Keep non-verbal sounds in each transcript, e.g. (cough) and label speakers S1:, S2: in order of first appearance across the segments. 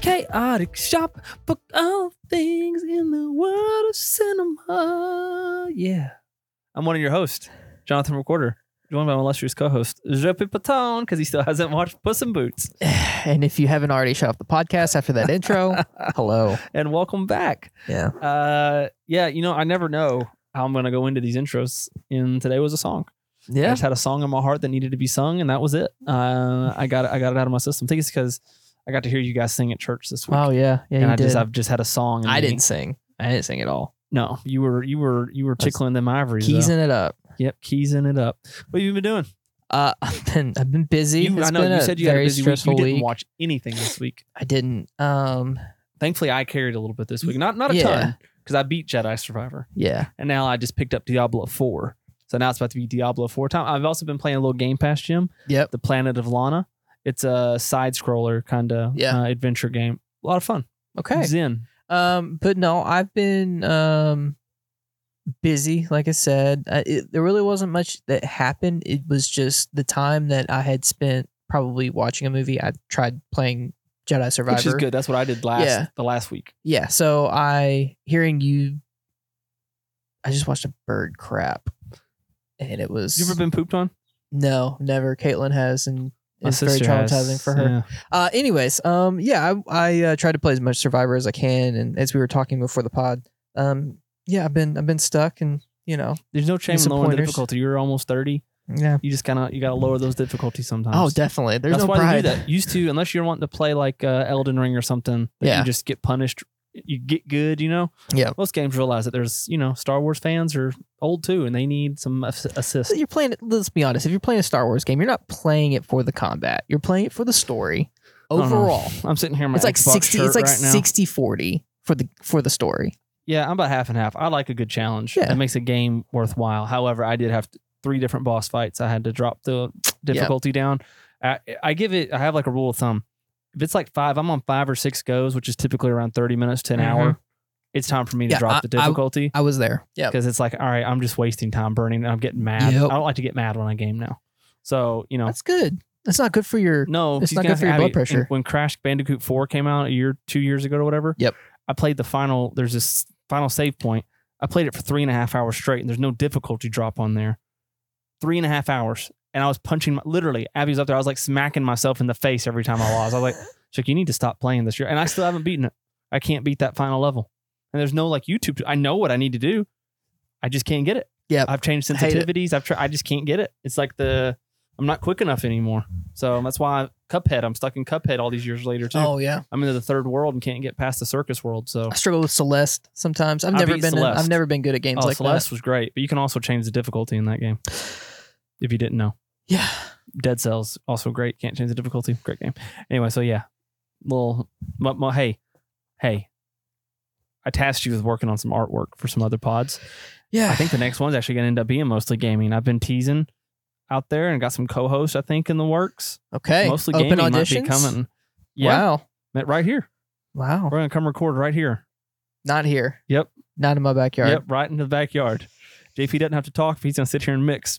S1: chaotic shop, book all things in the world of cinema. Yeah. I'm one of your hosts, Jonathan Recorder, joined by my illustrious co host, Jeppe Patone, because he still hasn't watched Puss in Boots.
S2: And if you haven't already shut off the podcast after
S1: (laughs)
S2: that intro, hello.
S1: And welcome back.
S2: Yeah.
S1: Uh, yeah, you know, I never know how I'm going to go into these intros, and today was a song. I
S2: Yeah.
S1: just had a song in my heart that needed to be sung, and that was it. Uh, I got it, I got it out of my system. I think it's because I got to hear you guys sing at church this week.
S2: Oh yeah. Yeah.
S1: and
S2: you
S1: I
S2: did.
S1: just I've just had a song. in
S2: I
S1: me.
S2: didn't sing. I didn't sing at all.
S1: No, you were you were you were
S2: I was
S1: tickling them ivories. though.
S2: Keysing it up.
S1: Yep, keys in it up. What have you been doing?
S2: Uh, (laughs) I've been I've been busy.
S1: You,
S2: It's
S1: I know
S2: been
S1: you
S2: a
S1: said you had a
S2: very
S1: busy week. You
S2: stressful
S1: didn't
S2: week.
S1: watch anything this week.
S2: I didn't. Um.
S1: Thankfully, I carried a little bit this week. Not not a
S2: Yeah.
S1: ton because I beat Jedi Survivor,
S2: Yeah.
S1: and now I just picked up Diablo Four. So now it's about to be Diablo Four time. I've also been playing a little Game Pass Jim,
S2: Yep.
S1: The Planet of Lana. It's a side scroller kind of
S2: Yeah.
S1: uh, adventure game. A lot of fun.
S2: Okay.
S1: Zen.
S2: Um. But no, I've been um busy. Like I said, I, it, there really wasn't much that happened. It was just the time that I had spent probably watching a movie. I tried playing Jedi Survivor,
S1: which is good. That's what I did last
S2: Yeah.
S1: the last week.
S2: yeah so i hearing you i just watched a bird crap and it was
S1: You ever been pooped on?
S2: no never caitlin has and it's very traumatizing
S1: has,
S2: for her
S1: yeah.
S2: uh anyways um yeah i, I uh, try to play as much survivor as i can and as we were talking before the pod um yeah i've been i've been stuck and you know
S1: There's no shame
S2: Need
S1: in
S2: some
S1: lowering the
S2: pointers.
S1: difficulty. You're almost 30.
S2: yeah
S1: You just kind of you got to lower those difficulties sometimes.
S2: oh definitely there's
S1: That's
S2: no
S1: why
S2: pride
S1: they do that. Used to, unless you're wanting to play like uh, Elden Ring or something, that
S2: Yeah.
S1: you just get punished. You get good, you know.
S2: Yeah.
S1: Most games realize that there's you know Star Wars fans are old too, and they need some ass- assist.
S2: (laughs) you're playing it let's be honest if you're playing a star wars game you're not playing it for the combat you're playing it for the story
S1: I don't know.
S2: overall
S1: I'm sitting here in my
S2: it's like
S1: Xbox
S2: 60
S1: shirt
S2: it's like
S1: right now.
S2: 60 40 for the for the story
S1: Yeah, I'm about half and half. I like a good challenge.
S2: Yeah.
S1: That makes a game worthwhile. However, I did have t- three different boss fights. I had to drop the difficulty down. I, I give it, I have like a rule of thumb. If it's like five, I'm on five or six goes, which is typically around 30 minutes to an
S2: Mhm.
S1: hour. It's time for me to
S2: Yeah,
S1: drop
S2: I-
S1: the
S2: I-
S1: difficulty
S2: i was there yeah
S1: because it's like, all right, I'm just wasting time burning and I'm getting mad.
S2: Yep.
S1: I don't like to get mad when I game now. So, you know,
S2: that's good that's not good for your
S1: no,
S2: It's
S1: she's
S2: not
S1: gonna
S2: good for
S1: have to
S2: your
S1: have it.
S2: blood
S1: And
S2: pressure.
S1: When Crash Bandicoot Four came out a year, two years ago or whatever.
S2: Yep.
S1: I played the final. There's this final save point. I played it for three and a half hours straight, and there's no difficulty drop on there. Three and a half hours, and I was punching. My, literally, Abby was up there. I was like smacking myself in the face every time I lost. I was like, "Chick, you need to stop playing this year." And I still haven't beaten it. I can't beat that final level. And there's no like YouTube. I know what I need to do. I just can't get it.
S2: Yep.
S1: I've changed
S2: Hate it.
S1: sensitivities. I've tried. I just can't get it. It's like the I'm not quick enough anymore. So that's why Cuphead. I'm stuck in Cuphead all these years later too.
S2: (laughs) oh yeah
S1: I'm into the third world and can't get past the circus world. So
S2: i struggle with celeste sometimes i've
S1: I
S2: never
S1: beat
S2: been in,
S1: Celeste.
S2: i've never been good at games
S1: oh,
S2: like
S1: Celeste was great, but you can also change the difficulty in that game. If you didn't know,
S2: that yeah
S1: Dead Cells also great. Can't change the difficulty. Great game. Anyway, so yeah, little. But, but hey, hey. I tasked you with working on some artwork for some other pods.
S2: yeah
S1: I think the next one's actually going to end up being mostly gaming. I've been teasing out there and got some co-hosts I think in the works.
S2: okay
S1: mostly
S2: open
S1: gaming
S2: auditions
S1: might be coming. Yeah,
S2: wow
S1: met right here.
S2: wow
S1: We're gonna come record right here.
S2: not here
S1: Yep.
S2: not in my backyard
S1: Yep, right into the backyard. JP doesn't have to talk. If he's gonna sit here and mix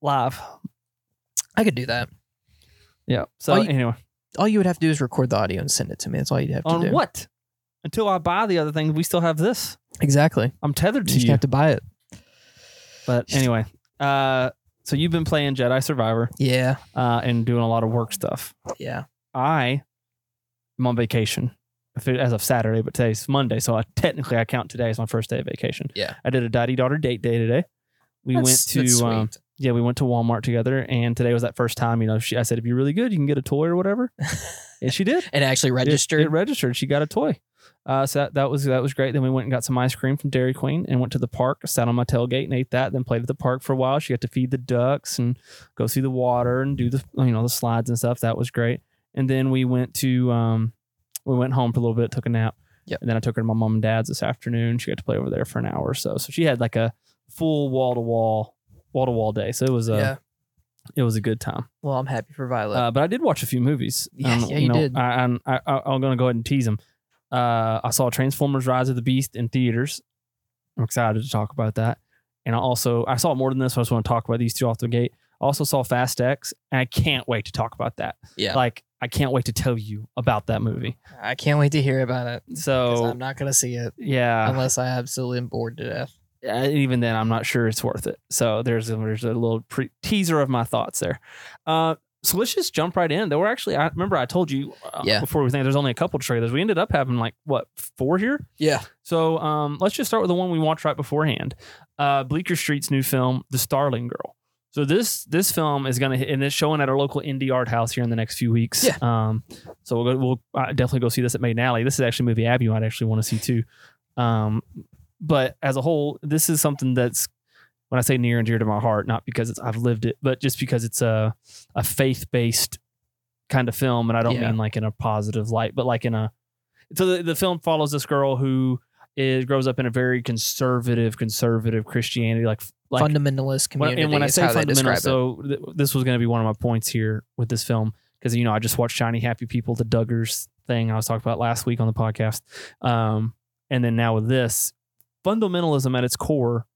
S1: live.
S2: i could do that
S1: Yeah. So
S2: Well, you-
S1: anyway,
S2: all you would have to do is record the audio and send it to me that's all you'd have to
S1: on
S2: do
S1: what? Until I buy the other thing, we still have this.
S2: exactly
S1: I'm tethered
S2: you
S1: to
S2: just
S1: you.
S2: have to buy it
S1: but anyway, uh, so you've been playing Jedi Survivor
S2: yeah
S1: uh, and doing a lot of work stuff.
S2: yeah
S1: I am on vacation if it- as of Saturday, but today's Monday, so I technically I count today as my first day of vacation.
S2: Yeah.
S1: I did a daddy daughter date day today. We
S2: That's-
S1: went
S2: that's
S1: to um,
S2: sweet.
S1: yeah, we went to Walmart together, and today was that first time. You know, she, I said, "If you're really good, you can get a toy or
S2: (laughs)
S1: whatever," and she did.
S2: and actually registered
S1: It, it registered. She got a toy. Uh, so that, that was that was great. Then we went and got some ice cream from Dairy Queen, and went to the park. Sat on my tailgate and ate that. Then played at the park for a while. She got to feed the ducks and go see the water and do the you know the slides and stuff. That was great. And then we went to um, we went home for a little bit, took a nap.
S2: Yep.
S1: And then I took her to my mom and dad's this afternoon. She got to play over there for an hour or so. So she had like a full wall to wall, wall to wall day. So it was a
S2: yeah
S1: it was a good time.
S2: well i'm happy for violet
S1: Uh, but I did watch a few movies.
S2: Yeah, yeah, you did.
S1: I, I'm, I, I- I'm going to go ahead and tease them. Uh, I saw Transformers: Rise of the Beast in theaters. I'm excited to talk about that. And I also I saw more than this. But I just want to talk about these two off the gate. I also saw Fast X, and I can't wait to talk about that.
S2: Yeah.
S1: like I can't wait to tell you about that movie.
S2: I can't wait to hear about it. 'cause
S1: So
S2: I'm not gonna see it
S1: yeah,
S2: unless I absolutely am bored to death.
S1: uh, even then, I'm not sure it's worth it. So there's a, there's a little pre- teaser of my thoughts there. Uh, so let's just jump right in. There were actually, I remember I told you uh,
S2: Yeah.
S1: before we think there's only a couple trailers. We ended up having like what four here.
S2: Yeah.
S1: So um, let's just start with the one we watched right beforehand. Uh, Bleecker Street's new film, The Starling Girl. So this this film is gonna hit, and it's showing at our local indie art house here in the next few weeks.
S2: Yeah.
S1: Um, so we'll go, we'll uh, definitely go see this at Maiden Alley. This is actually a movie Abby might actually want to see too. Um, but as a whole, this is something that's when I say near and dear to my heart, not because it's, I've lived it, but just because it's a a faith based kind of film, and I don't
S2: Yeah.
S1: mean like in a positive light, but like in a so the, the film follows this girl who is grows up in a very conservative conservative Christianity like like
S2: fundamentalist
S1: when,
S2: community.
S1: and when I
S2: is
S1: say
S2: how they
S1: fundamental,
S2: describe it.
S1: so th- this was going to be one of my points here with this film because you know I just watched Shiny Happy People, the Duggars thing I was talking about last week on the podcast, um, and then now with this fundamentalism at its core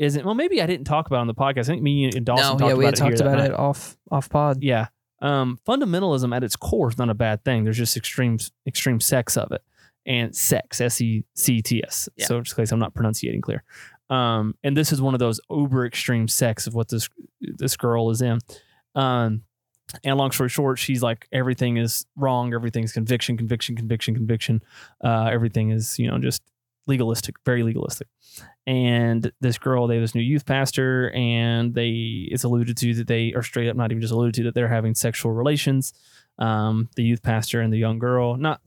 S1: isn't well maybe I didn't talk about it on the podcast. I think me and Dawson
S2: no,
S1: talked
S2: yeah, we
S1: about
S2: had
S1: it
S2: talked
S1: here that
S2: about
S1: night.
S2: it off off pod.
S1: Yeah. Um, fundamentalism at its core is not a bad thing. There's just extreme extreme sex of it. And sex, S E C T S.
S2: Yeah.
S1: So just in case I'm not pronunciating clear. Um, and this is one of those uber extreme sex of what this this girl is in. Um, and long story short, she's like everything is wrong, everything's conviction, conviction, conviction, conviction. Uh, everything is, you know, just legalistic, very legalistic. And this girl, they have this new youth pastor, and they it's alluded to that they are straight up, not even just alluded to that they're having sexual relations. Um, the youth pastor and the young girl, not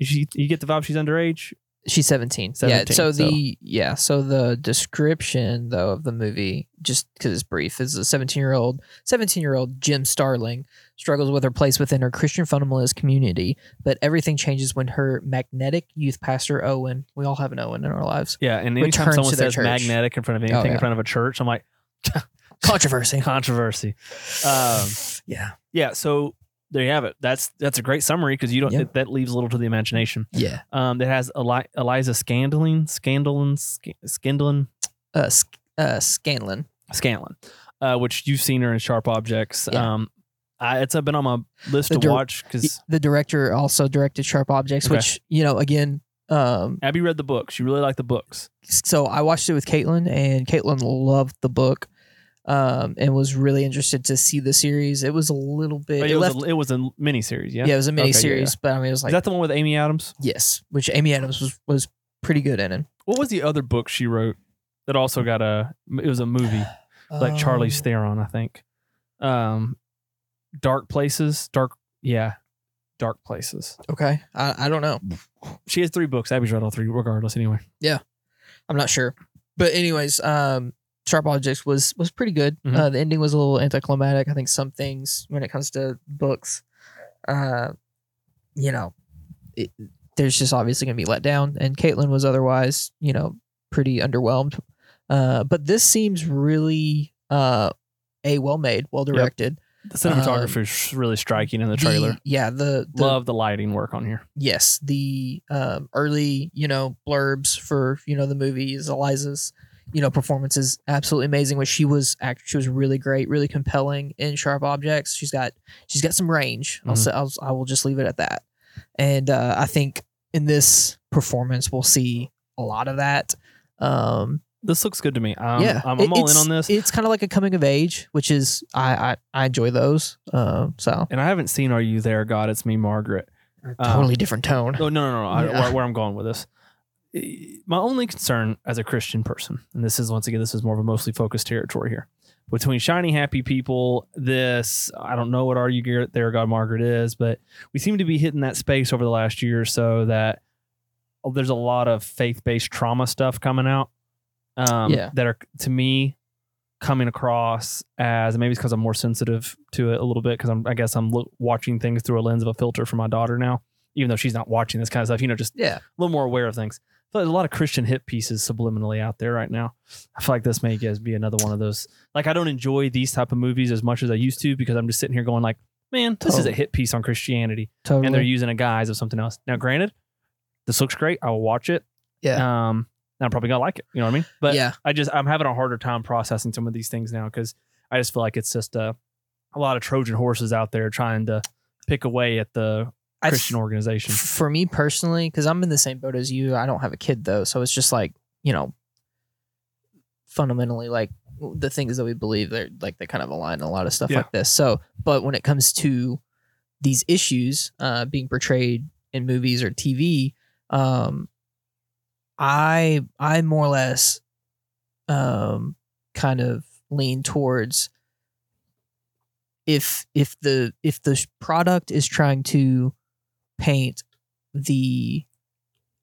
S1: she, you get the vibe she's underage.
S2: She's 17.
S1: 17,
S2: yeah. So
S1: so-
S2: the yeah. So the description though of the movie, just because it's brief, is a 17 year old 17 year old Jim Starling struggles with her place within her Christian fundamentalist community, but everything changes when her magnetic youth pastor Owen. We all have an Owen in our lives.
S1: Yeah, and
S2: Returns to their church. Oh,
S1: magnetic in front of anything in
S2: yeah.
S1: front of a church, I'm like
S2: Controversy.
S1: controversy. Um,
S2: (laughs) yeah.
S1: yeah, so there you have it. That's that's a great summary because you don't
S2: Yeah.
S1: that, that leaves little to the imagination.
S2: Yeah.
S1: Um, that has Eli- Eliza Scandalin, Scandalin, Sc- Scandalin,
S2: Uh, Sc- uh, Scanlon.
S1: Scanlon, uh, which you've seen her in Sharp Objects.
S2: Yeah.
S1: Um, I, it's been on my list
S2: The
S1: to
S2: dir-
S1: watch because
S2: The director also directed Sharp Objects,
S1: Okay.
S2: which you know again. Um,
S1: Abby read the books. You really like the books.
S2: so I watched it with Caitlin, and Caitlin loved the book, um, and was really interested to see the series. It was a little bit.
S1: But
S2: it
S1: Oh, it, was
S2: left,
S1: a, it was a miniseries. Yeah,
S2: yeah. it was a
S1: yeah,
S2: mini series, but I mean, it was
S1: is
S2: like
S1: that the one with Amy Adams?
S2: yes, which Amy Adams was was pretty good in it.
S1: What was the other book she wrote that also got a? It was a movie. like Charlie's
S2: thing.
S1: Theron, I think. Um, dark places, dark, yeah, dark places.
S2: Okay, I, I don't know.
S1: She has three books. Abby's read all three, regardless. Anyway,
S2: I'm not sure, but anyways, um, Sharp Objects was was pretty good.
S1: Mhm.
S2: Uh, the ending was a little anticlimactic. I think some things when it comes to books, uh, you know, it, there's just obviously going to be let down. And Caitlin was otherwise, you know, pretty underwhelmed. Uh, but this seems really uh, a well made, well directed
S1: the cinematography is really striking in the trailer.
S2: yeah, Um, the, the
S1: Love the lighting work on here.
S2: yes, the um, early you know blurbs for you know the movie is Eliza's you know performance is absolutely amazing. Which she was act, she was really great, really compelling in Sharp Objects. She's got she's got some range. I'll,
S1: Mhm.
S2: say, I'll I will just leave it at that. And uh, I think in this performance we'll see a lot of that. Um,
S1: This looks good to me. I'm,
S2: yeah,
S1: I'm,
S2: It-
S1: I'm all in
S2: it's-
S1: on this.
S2: It's kind of like a coming of age, which is I I, I enjoy those. Um, so
S1: and I haven't seen "Are You There, God?" It's me, Margaret. Um,
S2: totally different tone.
S1: No, Oh, no, no, no. I-
S2: Yeah.
S1: where, where I'm going with this. My only concern as a Christian person, and this is once again, this is more of a mostly focused territory here. Between shiny happy people, this I don't know what are you Garrett there God Margaret is, but we seem to be hitting that space over the last year or so that oh, there's a lot of faith based trauma stuff coming out. Um,
S2: Yeah.
S1: that are to me coming across as maybe it's because I'm more sensitive to it a little bit because I'm I guess I'm lo- watching things through a lens of a filter for my daughter now, even though she's not watching this kind of stuff. You know, just
S2: Yeah,
S1: a little more aware of things. But there's a lot of Christian hit pieces subliminally out there right now. I feel like this may guess be another one of those. Like I don't enjoy these type of movies as much as I used to because I'm just sitting here going like, man, this is a
S2: Totally.
S1: hit piece on Christianity,
S2: totally.
S1: and they're using a guise of something else. Now, granted, this looks great. I will watch it.
S2: Yeah.
S1: Um, and I'm probably gonna like it. You know what I mean? But
S2: yeah,
S1: I just I'm having a harder time processing some of uh, these things now because I just feel like it's just a a lot of Trojan horses out there trying to pick away at the
S2: I th-
S1: Christian organization.
S2: for me personally, because I'm in the same boat as you. I don't have a kid though, so it's just like you know, fundamentally, like the things that we believe, they're like they kind of align in a lot of stuff
S1: Yeah.
S2: like this. So, but when it comes to these issues uh, being portrayed in movies or TV, um, I I more or less um, kind of lean towards if if the if the sh- product is trying to paint the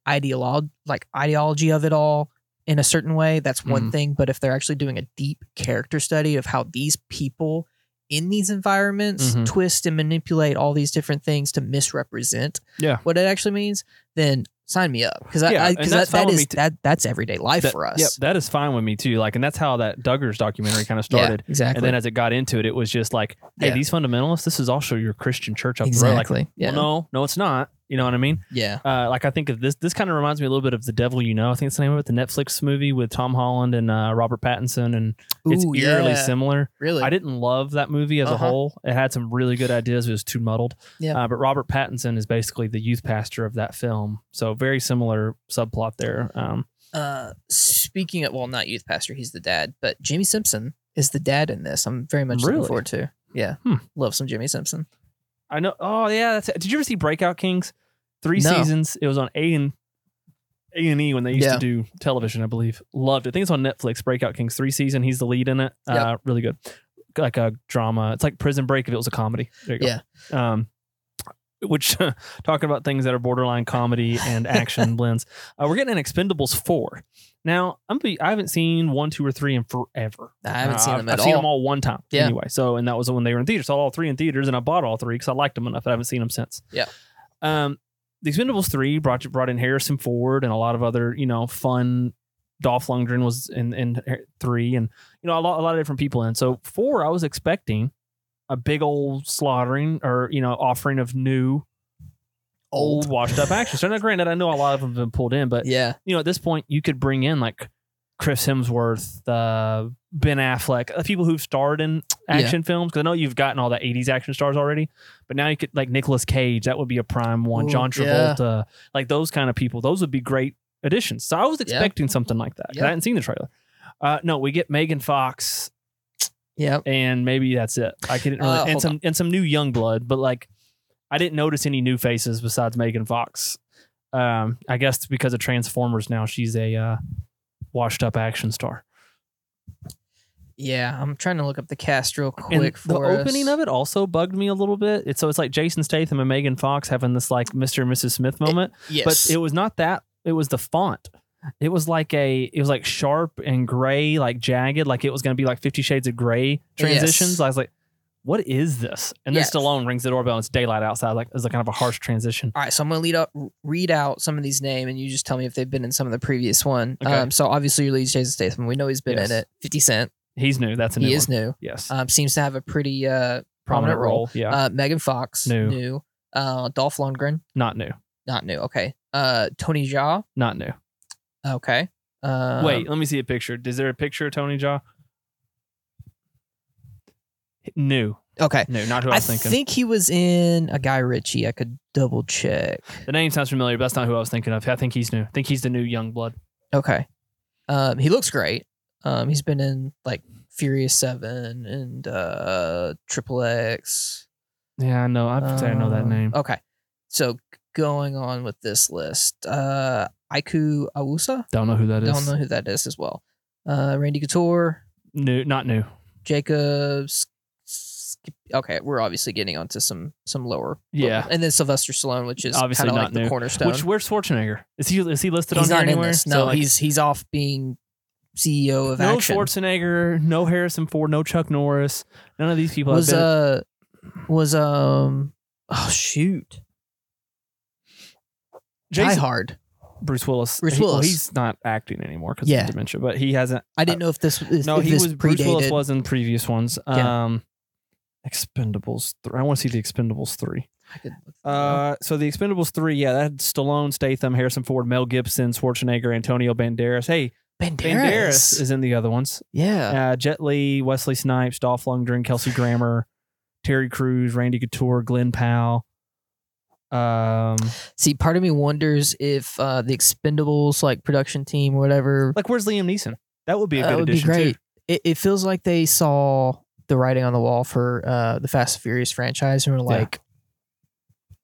S2: ideology like ideology of it all in a certain way that's one
S1: Mhm.
S2: thing but if they're actually doing a deep character study of how these people in these environments
S1: Mhm.
S2: twist and manipulate all these different things to misrepresent
S1: Yeah.
S2: what it actually means then sign me up because
S1: Yeah,
S2: I, I,
S1: and
S2: cause
S1: that's
S2: that,
S1: fine
S2: that
S1: with me
S2: is
S1: too.
S2: that that's everyday life
S1: That-
S2: for us
S1: Yep, that is fine with me too. Like, and that's how that Duggars documentary kind of
S2: Yeah,
S1: started.
S2: exactly
S1: And then as it got into it, it was just like, hey,
S2: Yeah.
S1: these fundamentalists, this is also your Christian church up the road. Like,
S2: exactly yeah
S1: well, no, no, it's not. You know what I mean?
S2: yeah
S1: Uh, like, I think of this. This kind of reminds me a little bit of The Devil You Know. I think it's the name of it, the Netflix movie with Tom Holland and uh, Robert Pattinson, and it's
S2: Ooh,
S1: eerily
S2: yeah,
S1: similar.
S2: really
S1: I didn't love that movie as a
S2: Uh-huh.
S1: whole. It had some really good ideas. It was too muddled.
S2: Yeah.
S1: Uh, but Robert Pattinson is basically the youth pastor of that film. So very similar subplot there. Um,
S2: uh speaking of well not youth pastor he's the dad but jimmy simpson is the dad in this i'm very much
S1: Really?
S2: looking forward to yeah
S1: Hmm.
S2: love some jimmy simpson
S1: I know. Oh yeah. That's, did you ever see Breakout Kings? Three
S2: No.
S1: seasons. It was on A and A and E when they used
S2: Yeah.
S1: to do television. I believe loved it. I think it's on Netflix. Breakout Kings three season. He's the lead in it.
S2: Yep.
S1: Uh, really good. Like a drama. It's like Prison Break if it was a comedy. There you go. Yeah. Um, which (laughs) talking about things that are borderline comedy and
S2: (laughs)
S1: action blends. Uh, we're getting an Expendables four. Now I'm be, I haven't seen one, two, or three in forever.
S2: i haven't
S1: Uh,
S2: seen
S1: I've-
S2: him
S1: I've
S2: at all
S1: seen them all one time
S2: Yeah.
S1: anyway. So, and that was when they were in theaters. Saw all three in theaters, and I bought all three because I liked them enough. I haven't seen them since.
S2: Yeah.
S1: Um, the Expendables three brought brought in Harrison Ford and a lot of other you know fun. Dolph Lundgren was in in three, and you know a lot a lot of different people in. So four, I was expecting a big old slaughtering or you know offering of new old washed up action. So now, granted, I know a lot of them have been pulled in, but
S2: yeah
S1: you know, at this point, you could bring in like Chris Hemsworth, uh, Ben Affleck, uh, people who've starred in
S2: Yeah.
S1: action films. Because I know you've gotten all the '80s action stars already, but now you could like Nicolas Cage. That would be a prime one.
S2: Ooh,
S1: John
S2: yeah.
S1: Travolta, like those kind of people. Those would be great additions. So I was expecting something like that. 'cause
S2: Yeah.
S1: I hadn't seen the trailer. Uh, no, we get Megan Fox,
S2: yeah
S1: and maybe that's it. I couldn't really,
S2: Uh,
S1: and
S2: hold
S1: some and some new young blood, but like I didn't notice any new faces besides Megan Fox. Um, I guess because of Transformers now, she's a uh, washed up action star.
S2: yeah i'm trying to look up the cast real quick
S1: and the
S2: for
S1: opening of it also bugged me a little bit. It's, so it's like Jason Statham and Megan Fox having this like Mr. and Mrs. Smith moment,
S2: yes
S1: but it was not that. It was the font. It was like a, it was like sharp and gray, like jagged, like it was going to be like Fifty Shades of Gray transitions.
S2: Yes.
S1: I was like, what is this? And then
S2: Yes.
S1: Stallone rings the doorbell and it's daylight outside. Like it was like kind of a harsh transition.
S2: all right, so I'm gonna lead up, read out some of these names, and you just tell me if they've been in some of the previous one.
S1: Okay.
S2: Um, so obviously, your lead Jason Statham. We know he's been
S1: Yes.
S2: in it. Fifty Cent.
S1: He's new. That's a new
S2: He
S1: one.
S2: is new.
S1: Yes.
S2: Um, seems to have a pretty uh,
S1: Prominent
S2: prominent
S1: role.
S2: role.
S1: Yeah.
S2: uh, Megan Fox.
S1: New.
S2: new. Uh, Dolph Lundgren.
S1: not new.
S2: Not new. Okay. Uh, Tony Jaa.
S1: Not new.
S2: Okay. Uh,
S1: Wait, let me see a picture. Is there a picture of Tony Jaw? New.
S2: Okay.
S1: No, not who I
S2: I
S1: was thinking.
S2: think he was in a Guy Ritchie. I could double check.
S1: the name sounds familiar, but that's not who I was thinking of. I think he's new. I think he's the new young blood.
S2: Okay. Um, he looks great. Um, he's been in like Furious Seven and uh Triple X.
S1: Yeah, I know. I would say I know that
S2: Um,
S1: name.
S2: Okay. So going on with this list, uh, Aiku Awusa.
S1: Don't know who that is.
S2: Don't know who that is as well. Uh, Randy Couture.
S1: New, not new.
S2: Jacobs. Skip- Okay, we're obviously getting onto some some lower.
S1: Yeah.
S2: and then Sylvester Stallone, which is
S1: Obviously
S2: obviously
S1: not
S2: like the
S1: new.
S2: cornerstone.
S1: Which where's Schwarzenegger? Is he is he listed
S2: he's
S1: on here
S2: not in
S1: anywhere?
S2: this.
S1: So,
S2: No,
S1: like,
S2: he's he's off being CEO of
S1: no
S2: Action.
S1: Schwarzenegger, no Harrison Ford, no Chuck Norris, none of these people.
S2: was
S1: have been,
S2: uh was um oh shoot Die
S1: Jason,
S2: Hard.
S1: Bruce Willis.
S2: Bruce
S1: He- well,
S2: Willis.
S1: he's not acting anymore because
S2: Yeah.
S1: of dementia, but he hasn't.
S2: I didn't know if this if,
S1: Uh, No,
S2: if
S1: he
S2: this
S1: was. Bruce Willis
S2: predated.
S1: was in previous ones.
S2: Yeah.
S1: Um, Expendables. Three. I want to see the Expendables three.
S2: I could look that up.
S1: Uh, so the Expendables three. Yeah, that had Stallone, Statham, Harrison Ford, Mel Gibson, Schwarzenegger, Antonio Banderas. Hey, Banderas,
S2: Banderas.
S1: is in the other ones.
S2: yeah.
S1: Uh, Jet Li, Wesley Snipes, Dolph Lundgren, Kelsey Grammer, Terry Crews, Randy Couture, Glenn Powell. Um,
S2: See, part of me wonders if uh, the Expendables like production team or whatever
S1: like where's Liam Neeson? That would be a
S2: that
S1: good
S2: would be
S1: addition
S2: great.
S1: too.
S2: It, it feels like they saw the writing on the wall for uh, the Fast and Furious franchise and were
S1: Yeah.
S2: like,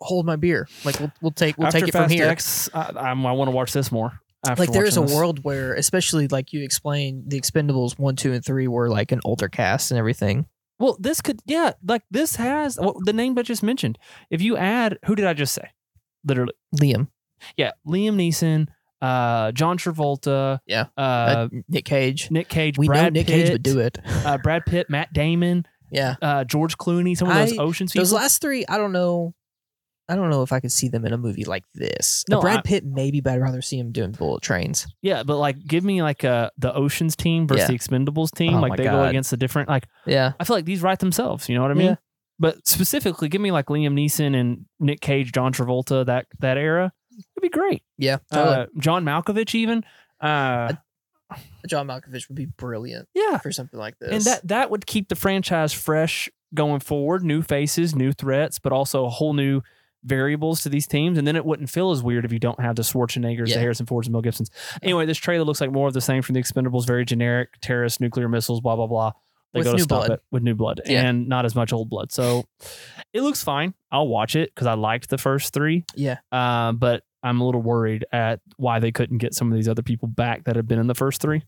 S2: "Hold my beer, like we'll, we'll take we'll
S1: After
S2: take it
S1: Fast
S2: from here."
S1: X, I, I'm, I want to watch this more. after
S2: like there is a
S1: watching this.
S2: world where, especially like you explained, the Expendables one, two, and three were like an older cast and everything.
S1: Well, this could, yeah, like this has well, the name I just mentioned. If you add, who did I just say? Literally,
S2: Liam,
S1: yeah, Liam Neeson, uh, John Travolta,
S2: Yeah.
S1: uh,
S2: uh, Nick Cage.
S1: Nick Cage,
S2: We
S1: Brad
S2: know Nick
S1: Pitt,
S2: Cage would do it.
S1: Uh, Brad Pitt, Matt Damon,
S2: yeah,
S1: uh, George Clooney, some of those
S2: I-
S1: Ocean's
S2: those
S1: people.
S2: last three, I don't know. I don't know if I could see them in a movie like this.
S1: No,
S2: No, Brad
S1: I-
S2: Pitt maybe, but I'd rather see him doing bullet trains.
S1: yeah, but like, give me like uh, the Ocean's team versus
S2: Yeah.
S1: the Expendables team.
S2: Oh
S1: like
S2: my
S1: they go
S2: God.
S1: against the different. Like
S2: Yeah,
S1: I feel like these write themselves. You know what I mean?
S2: Yeah.
S1: But specifically, give me like Liam Neeson and Nick Cage, John Travolta, that that era. It'd be great.
S2: yeah. Totally.
S1: Uh, John Malkovich, even. Uh,
S2: John Malkovich would be brilliant
S1: yeah,
S2: for something like this.
S1: and that that would keep the franchise fresh going forward. New faces, new threats, but also a whole new variables to these teams. And then it wouldn't feel as weird if you don't have the Schwarzeneggers,
S2: Yeah.
S1: the Harrison Fords, and Mel Gibsons. Anyway, this trailer looks like more of the same from the Expendables. Very generic: terrorists, nuclear missiles, blah blah blah. They
S2: With
S1: go to
S2: new
S1: stop
S2: blood.
S1: it with new blood
S2: Yeah.
S1: and not as much old blood. So it looks fine. I'll watch it because I liked the first three.
S2: yeah,
S1: Uh, but I'm a little worried at why they couldn't get some of these other people back that had been in the first three.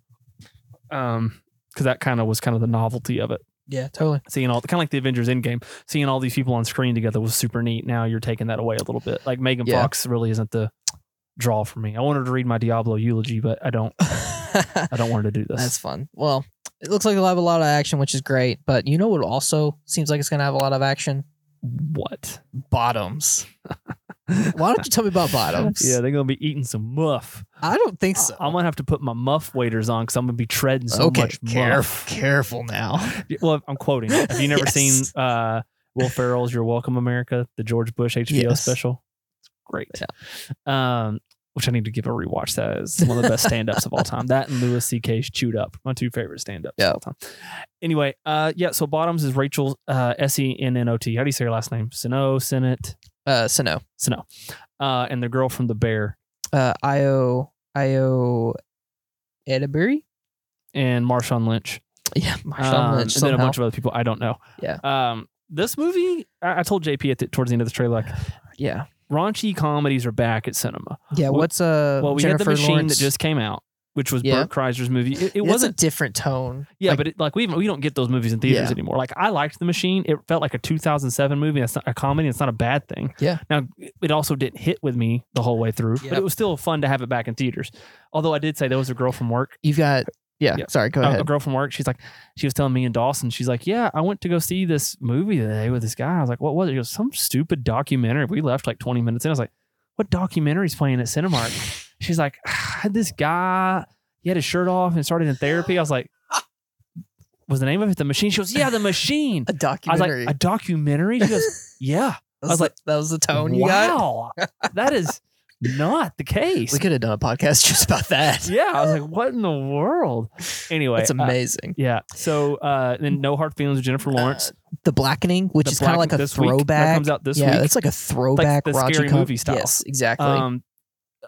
S1: Um, because that kind of was kind of the novelty of it.
S2: yeah, totally.
S1: Seeing all kind of like the Avengers Endgame, seeing all these people on screen together was super neat. Now you're taking that away a little bit. Like Megan
S2: Yeah.
S1: Fox really isn't the draw for me. I wanted to read my Diablo eulogy, but I don't. I don't want her to do this.
S2: (laughs) That's fun. Well, it looks like it'll have a lot of action, which is great. But you know what? Also, seems like it's gonna have a lot of action.
S1: what? (laughs)
S2: Bottoms. Why don't you tell me about bottoms?
S1: Yeah, they're gonna be eating some muff.
S2: I don't think so.
S1: I'm gonna have to put my muff waders on because I'm gonna be treading so
S2: okay,
S1: much muff.
S2: caref- careful now.
S1: Yeah, Well, I'm quoting. it. Have you never
S2: (laughs) Yes.
S1: seen uh, Will Ferrell's "You're Welcome, America," the George Bush HBO
S2: Yes.
S1: special? It's great. Um, which I need to give a rewatch. That is one of the best stand-ups of all time. That and Louis C.K.'s "Chewed Up," my two favorite stand-ups
S2: Yeah.
S1: of all time. Anyway, uh, yeah. So Bottoms is Rachel uh, S E N N O T. How do you say her last name? Sino, Senate,
S2: Uh, so no.
S1: Sino, uh, and the girl from The Bear
S2: Uh, Io Io Edabury.
S1: and Marshawn Lynch.
S2: Yeah, Marshawn
S1: Um,
S2: Lynch.
S1: and then a
S2: somehow.
S1: bunch of other people I don't know.
S2: Yeah.
S1: Um, this movie, I, I told JP at the, towards the end of the trailer, like
S2: yeah,
S1: raunchy comedies are back at cinema.
S2: yeah.
S1: Well-
S2: What's uh?
S1: Well, we
S2: Jennifer
S1: had the machine
S2: Lawrence?
S1: that just came out, which was
S2: Yeah.
S1: Bert Kreischer's movie. It, it
S2: That's
S1: wasn't.
S2: a different tone.
S1: yeah,
S2: like-
S1: but it, like we even, we don't get those movies in theaters
S2: Yeah.
S1: anymore. Like I liked the machine. It felt like a 2007 movie. That's not a comedy. It's not a bad thing.
S2: Yeah.
S1: Now it also didn't hit with me the whole way through, but
S2: Yep.
S1: it was still fun to have it back in theaters. Although I did say there was a girl from work
S2: You've got yeah.
S1: Yeah. Oh,
S2: Sorry, go
S1: a-
S2: ahead.
S1: A girl from work. She's like, she was telling me and Dawson. She's like, yeah, I went to go see this movie today with this guy. I was like, what was it? He goes, some stupid documentary. We left like 20 minutes in. I was like, what documentary's playing at Cinemark?
S2: (laughs)
S1: She's like, "Ah, this guy, he had his shirt off and started in therapy. I was like, was the name of it the machine? She goes, yeah, the machine. I
S2: A
S1: was like,
S2: documentary.
S1: a documentary? She
S2: (laughs)
S1: goes, yeah.
S2: That
S1: was like,
S2: that was the tone you got.
S1: wow, that is not the case.
S2: (laughs) We could have done a podcast (laughs) just about that.
S1: Yeah, I was like, what in the
S2: (laughs)
S1: world? Anyway,
S2: That's
S1: uh,
S2: amazing.
S1: yeah. So uh, then, No Hard Feelings with
S2: Uh,
S1: Jennifer Lawrence,
S2: the Blackening, which
S1: The
S2: is kind of like
S1: Blackening
S2: a
S1: this week. That
S2: throwback.
S1: comes out this
S2: yeah,
S1: week.
S2: it's like a throwback
S1: the
S2: raunchy
S1: scary
S2: com-
S1: movie style.
S2: Yes, exactly.
S1: um,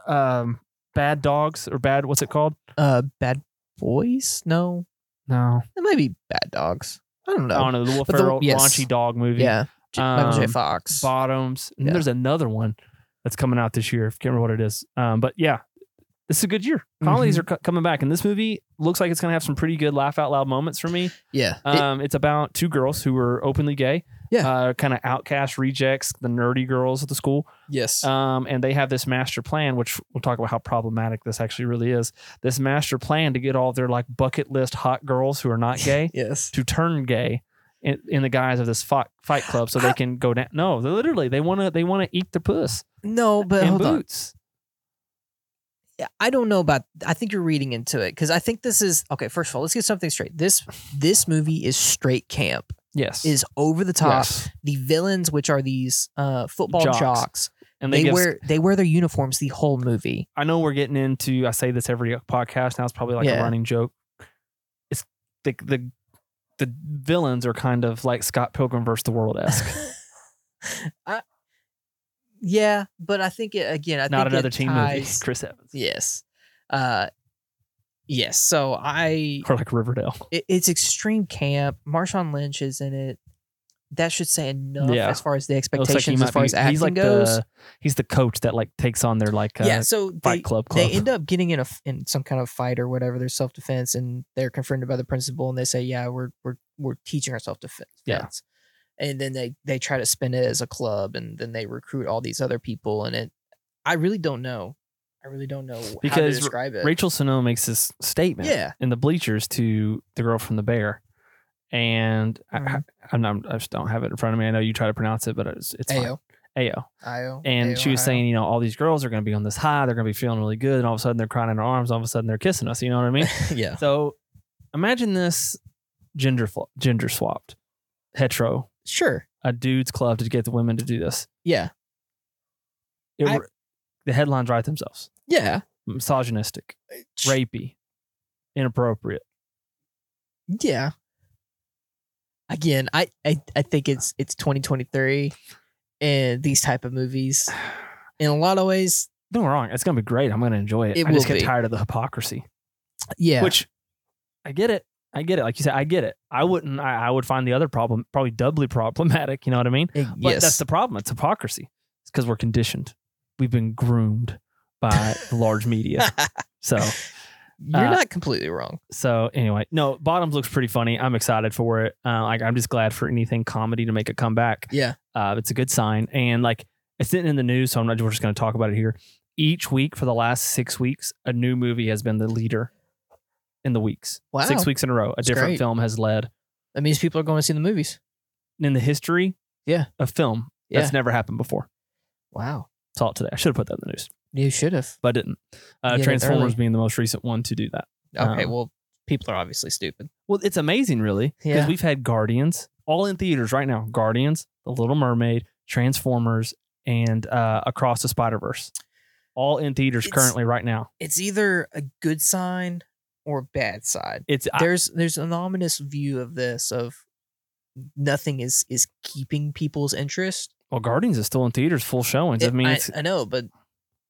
S1: um, Bad Dogs or Bad what's it called?
S2: uh, bad boys? No,
S1: No,
S2: it might be bad dogs. I don't
S1: I
S2: know.
S1: don't know the Will
S2: But the-
S1: Ferrell
S2: yes.
S1: raunchy dog movie.
S2: yeah, J- Michael J.
S1: Um,
S2: Fox.
S1: Bottoms. And
S2: Yeah.
S1: there's another one that's coming out this year. I can't remember what it is. Um, but yeah, this is a good year.
S2: Mm-hmm.
S1: Comedies are co- coming back, and this movie looks like it's gonna have some pretty good laugh out loud moments for me.
S2: yeah, it-
S1: Um, it's about two girls who were openly gay.
S2: Yeah.
S1: Uh, kind of outcast rejects, the nerdy girls at the school.
S2: yes.
S1: Um, and they have this master plan, which we'll talk about how problematic this actually really is. This master plan to get all their like bucket list hot girls who are
S2: (laughs)
S1: not gay
S2: yes.
S1: to turn gay in, in the guise of this fight, fight club, so they can go down. No, they literally they want to they want to eat their puss
S2: No, but
S1: in
S2: hold on.
S1: boots.
S2: Yeah, I don't know about. I think you're reading into it because I think this is okay. First of all, let's get something straight. This this movie is straight camp.
S1: Yes,
S2: Is over the top.
S1: Yes.
S2: The villains, which are these uh, football
S1: Jocks.
S2: jocks,
S1: and
S2: they,
S1: they, give-
S2: wear they wear their uniforms the whole movie.
S1: I know we're getting into. I say this every podcast now. It's probably like a
S2: Yeah.
S1: running joke. It's the the the villains are kind of like Scott Pilgrim versus the World (laughs) esque.
S2: (laughs) I, yeah, but I think it again. I
S1: Not
S2: think
S1: another
S2: it
S1: team movie.
S2: ties-
S1: Chris Evans
S2: Yes, uh, yes. So I,
S1: or like Riverdale.
S2: it, it's extreme camp. Marshawn Lynch is in it. That should say enough
S1: Yeah.
S2: as far as the
S1: It looks like he
S2: expectations, as
S1: might
S2: far
S1: be-
S2: as acting
S1: he's like
S2: goes.
S1: the he's the coach that like takes on their like uh,
S2: yeah, so
S1: Fight
S2: they,
S1: Club club.
S2: they end up getting in a f- in some kind of fight or whatever their self defense, and they're confronted by the principal, and they say, "Yeah, we're we're we're teaching ourselves defense."
S1: Yeah.
S2: And then they they try to spin it as a club, and then they recruit all these other people, and it. I really don't know. I really don't know how to
S1: Because
S2: describe it.
S1: (laughs) Rachel Sonoma makes this statement
S2: Yeah.
S1: in the bleachers to the girl from the bear, and I,
S2: Mhm.
S1: I, am not, I just don't have it in front of me. I know you try to pronounce it, but it's it's fine.
S2: Ayo,
S1: Ayo.
S2: Ayo,
S1: And
S2: Ayo,
S1: she was
S2: Ayo.
S1: saying, you know, all these girls are going to be on this high. They're going to be feeling really good, and all of a sudden they're crying in our arms. All of a sudden they're kissing us. You know what I
S2: (laughs)
S1: mean?
S2: (laughs) yeah,
S1: so imagine this gender fl- gender swapped, hetero,
S2: sure,
S1: a dude's club to get the women to do this.
S2: yeah,
S1: It,
S2: I-
S1: were- the headlines write themselves.
S2: yeah,
S1: Misogynistic,
S2: Sh-
S1: rapey, inappropriate.
S2: yeah. Again, I, I I think it's it's 2023, and these type of (sighs) movies, in a lot of ways,
S1: Don't get me wrong. It's gonna be great. I'm gonna enjoy it.
S2: It
S1: I just
S2: will
S1: get
S2: be.
S1: tired of the hypocrisy.
S2: yeah,
S1: Which I get it. I get it. Like you said, I get it. I wouldn't. I, I would find the other problem probably doubly (laughs) problematic. You know what I mean?
S2: Eh,
S1: But
S2: yes, (laughs)
S1: that's the problem. It's hypocrisy. It's because we're conditioned. We've been groomed by the large
S2: (laughs)
S1: media. So
S2: You're
S1: uh,
S2: not completely wrong.
S1: so anyway, no. Bottoms looks pretty funny. I'm excited for it. Uh, like I'm just glad for anything comedy to make a comeback.
S2: Yeah.
S1: uh, it's a good sign. And like it's sitting in the news, so I'm not. We're just going to talk about it here. Each week for the last six weeks, a new movie has been the leader in the weeks.
S2: Wow.
S1: Six weeks in a row, a
S2: That's
S1: different
S2: great.
S1: film has led
S2: That means people are going to see the movies.
S1: in the history.
S2: Yeah.
S1: of film
S2: Yeah.
S1: that's never happened before.
S2: Wow.
S1: Saw it today. I should have put that in the news,
S2: You should have.
S1: but I didn't. Uh,
S2: Get it
S1: Transformers
S2: early.
S1: being the most recent one to do that.
S2: Okay,
S1: Um,
S2: well, people are obviously stupid.
S1: Well, it's amazing, really, because
S2: Yeah.
S1: we've had Guardians all in theaters right now. Guardians, The Little Mermaid, Transformers, and uh, Across the Spider Verse, all in theaters
S2: It's-
S1: currently right now.
S2: It's either a good sign or a bad side.
S1: It's I-
S2: There's there's an ominous view of this of nothing is is keeping people's interest.
S1: well, Guardians is still in theaters, full showings. I
S2: It-
S1: mean,
S2: I,
S1: it's,
S2: I know, but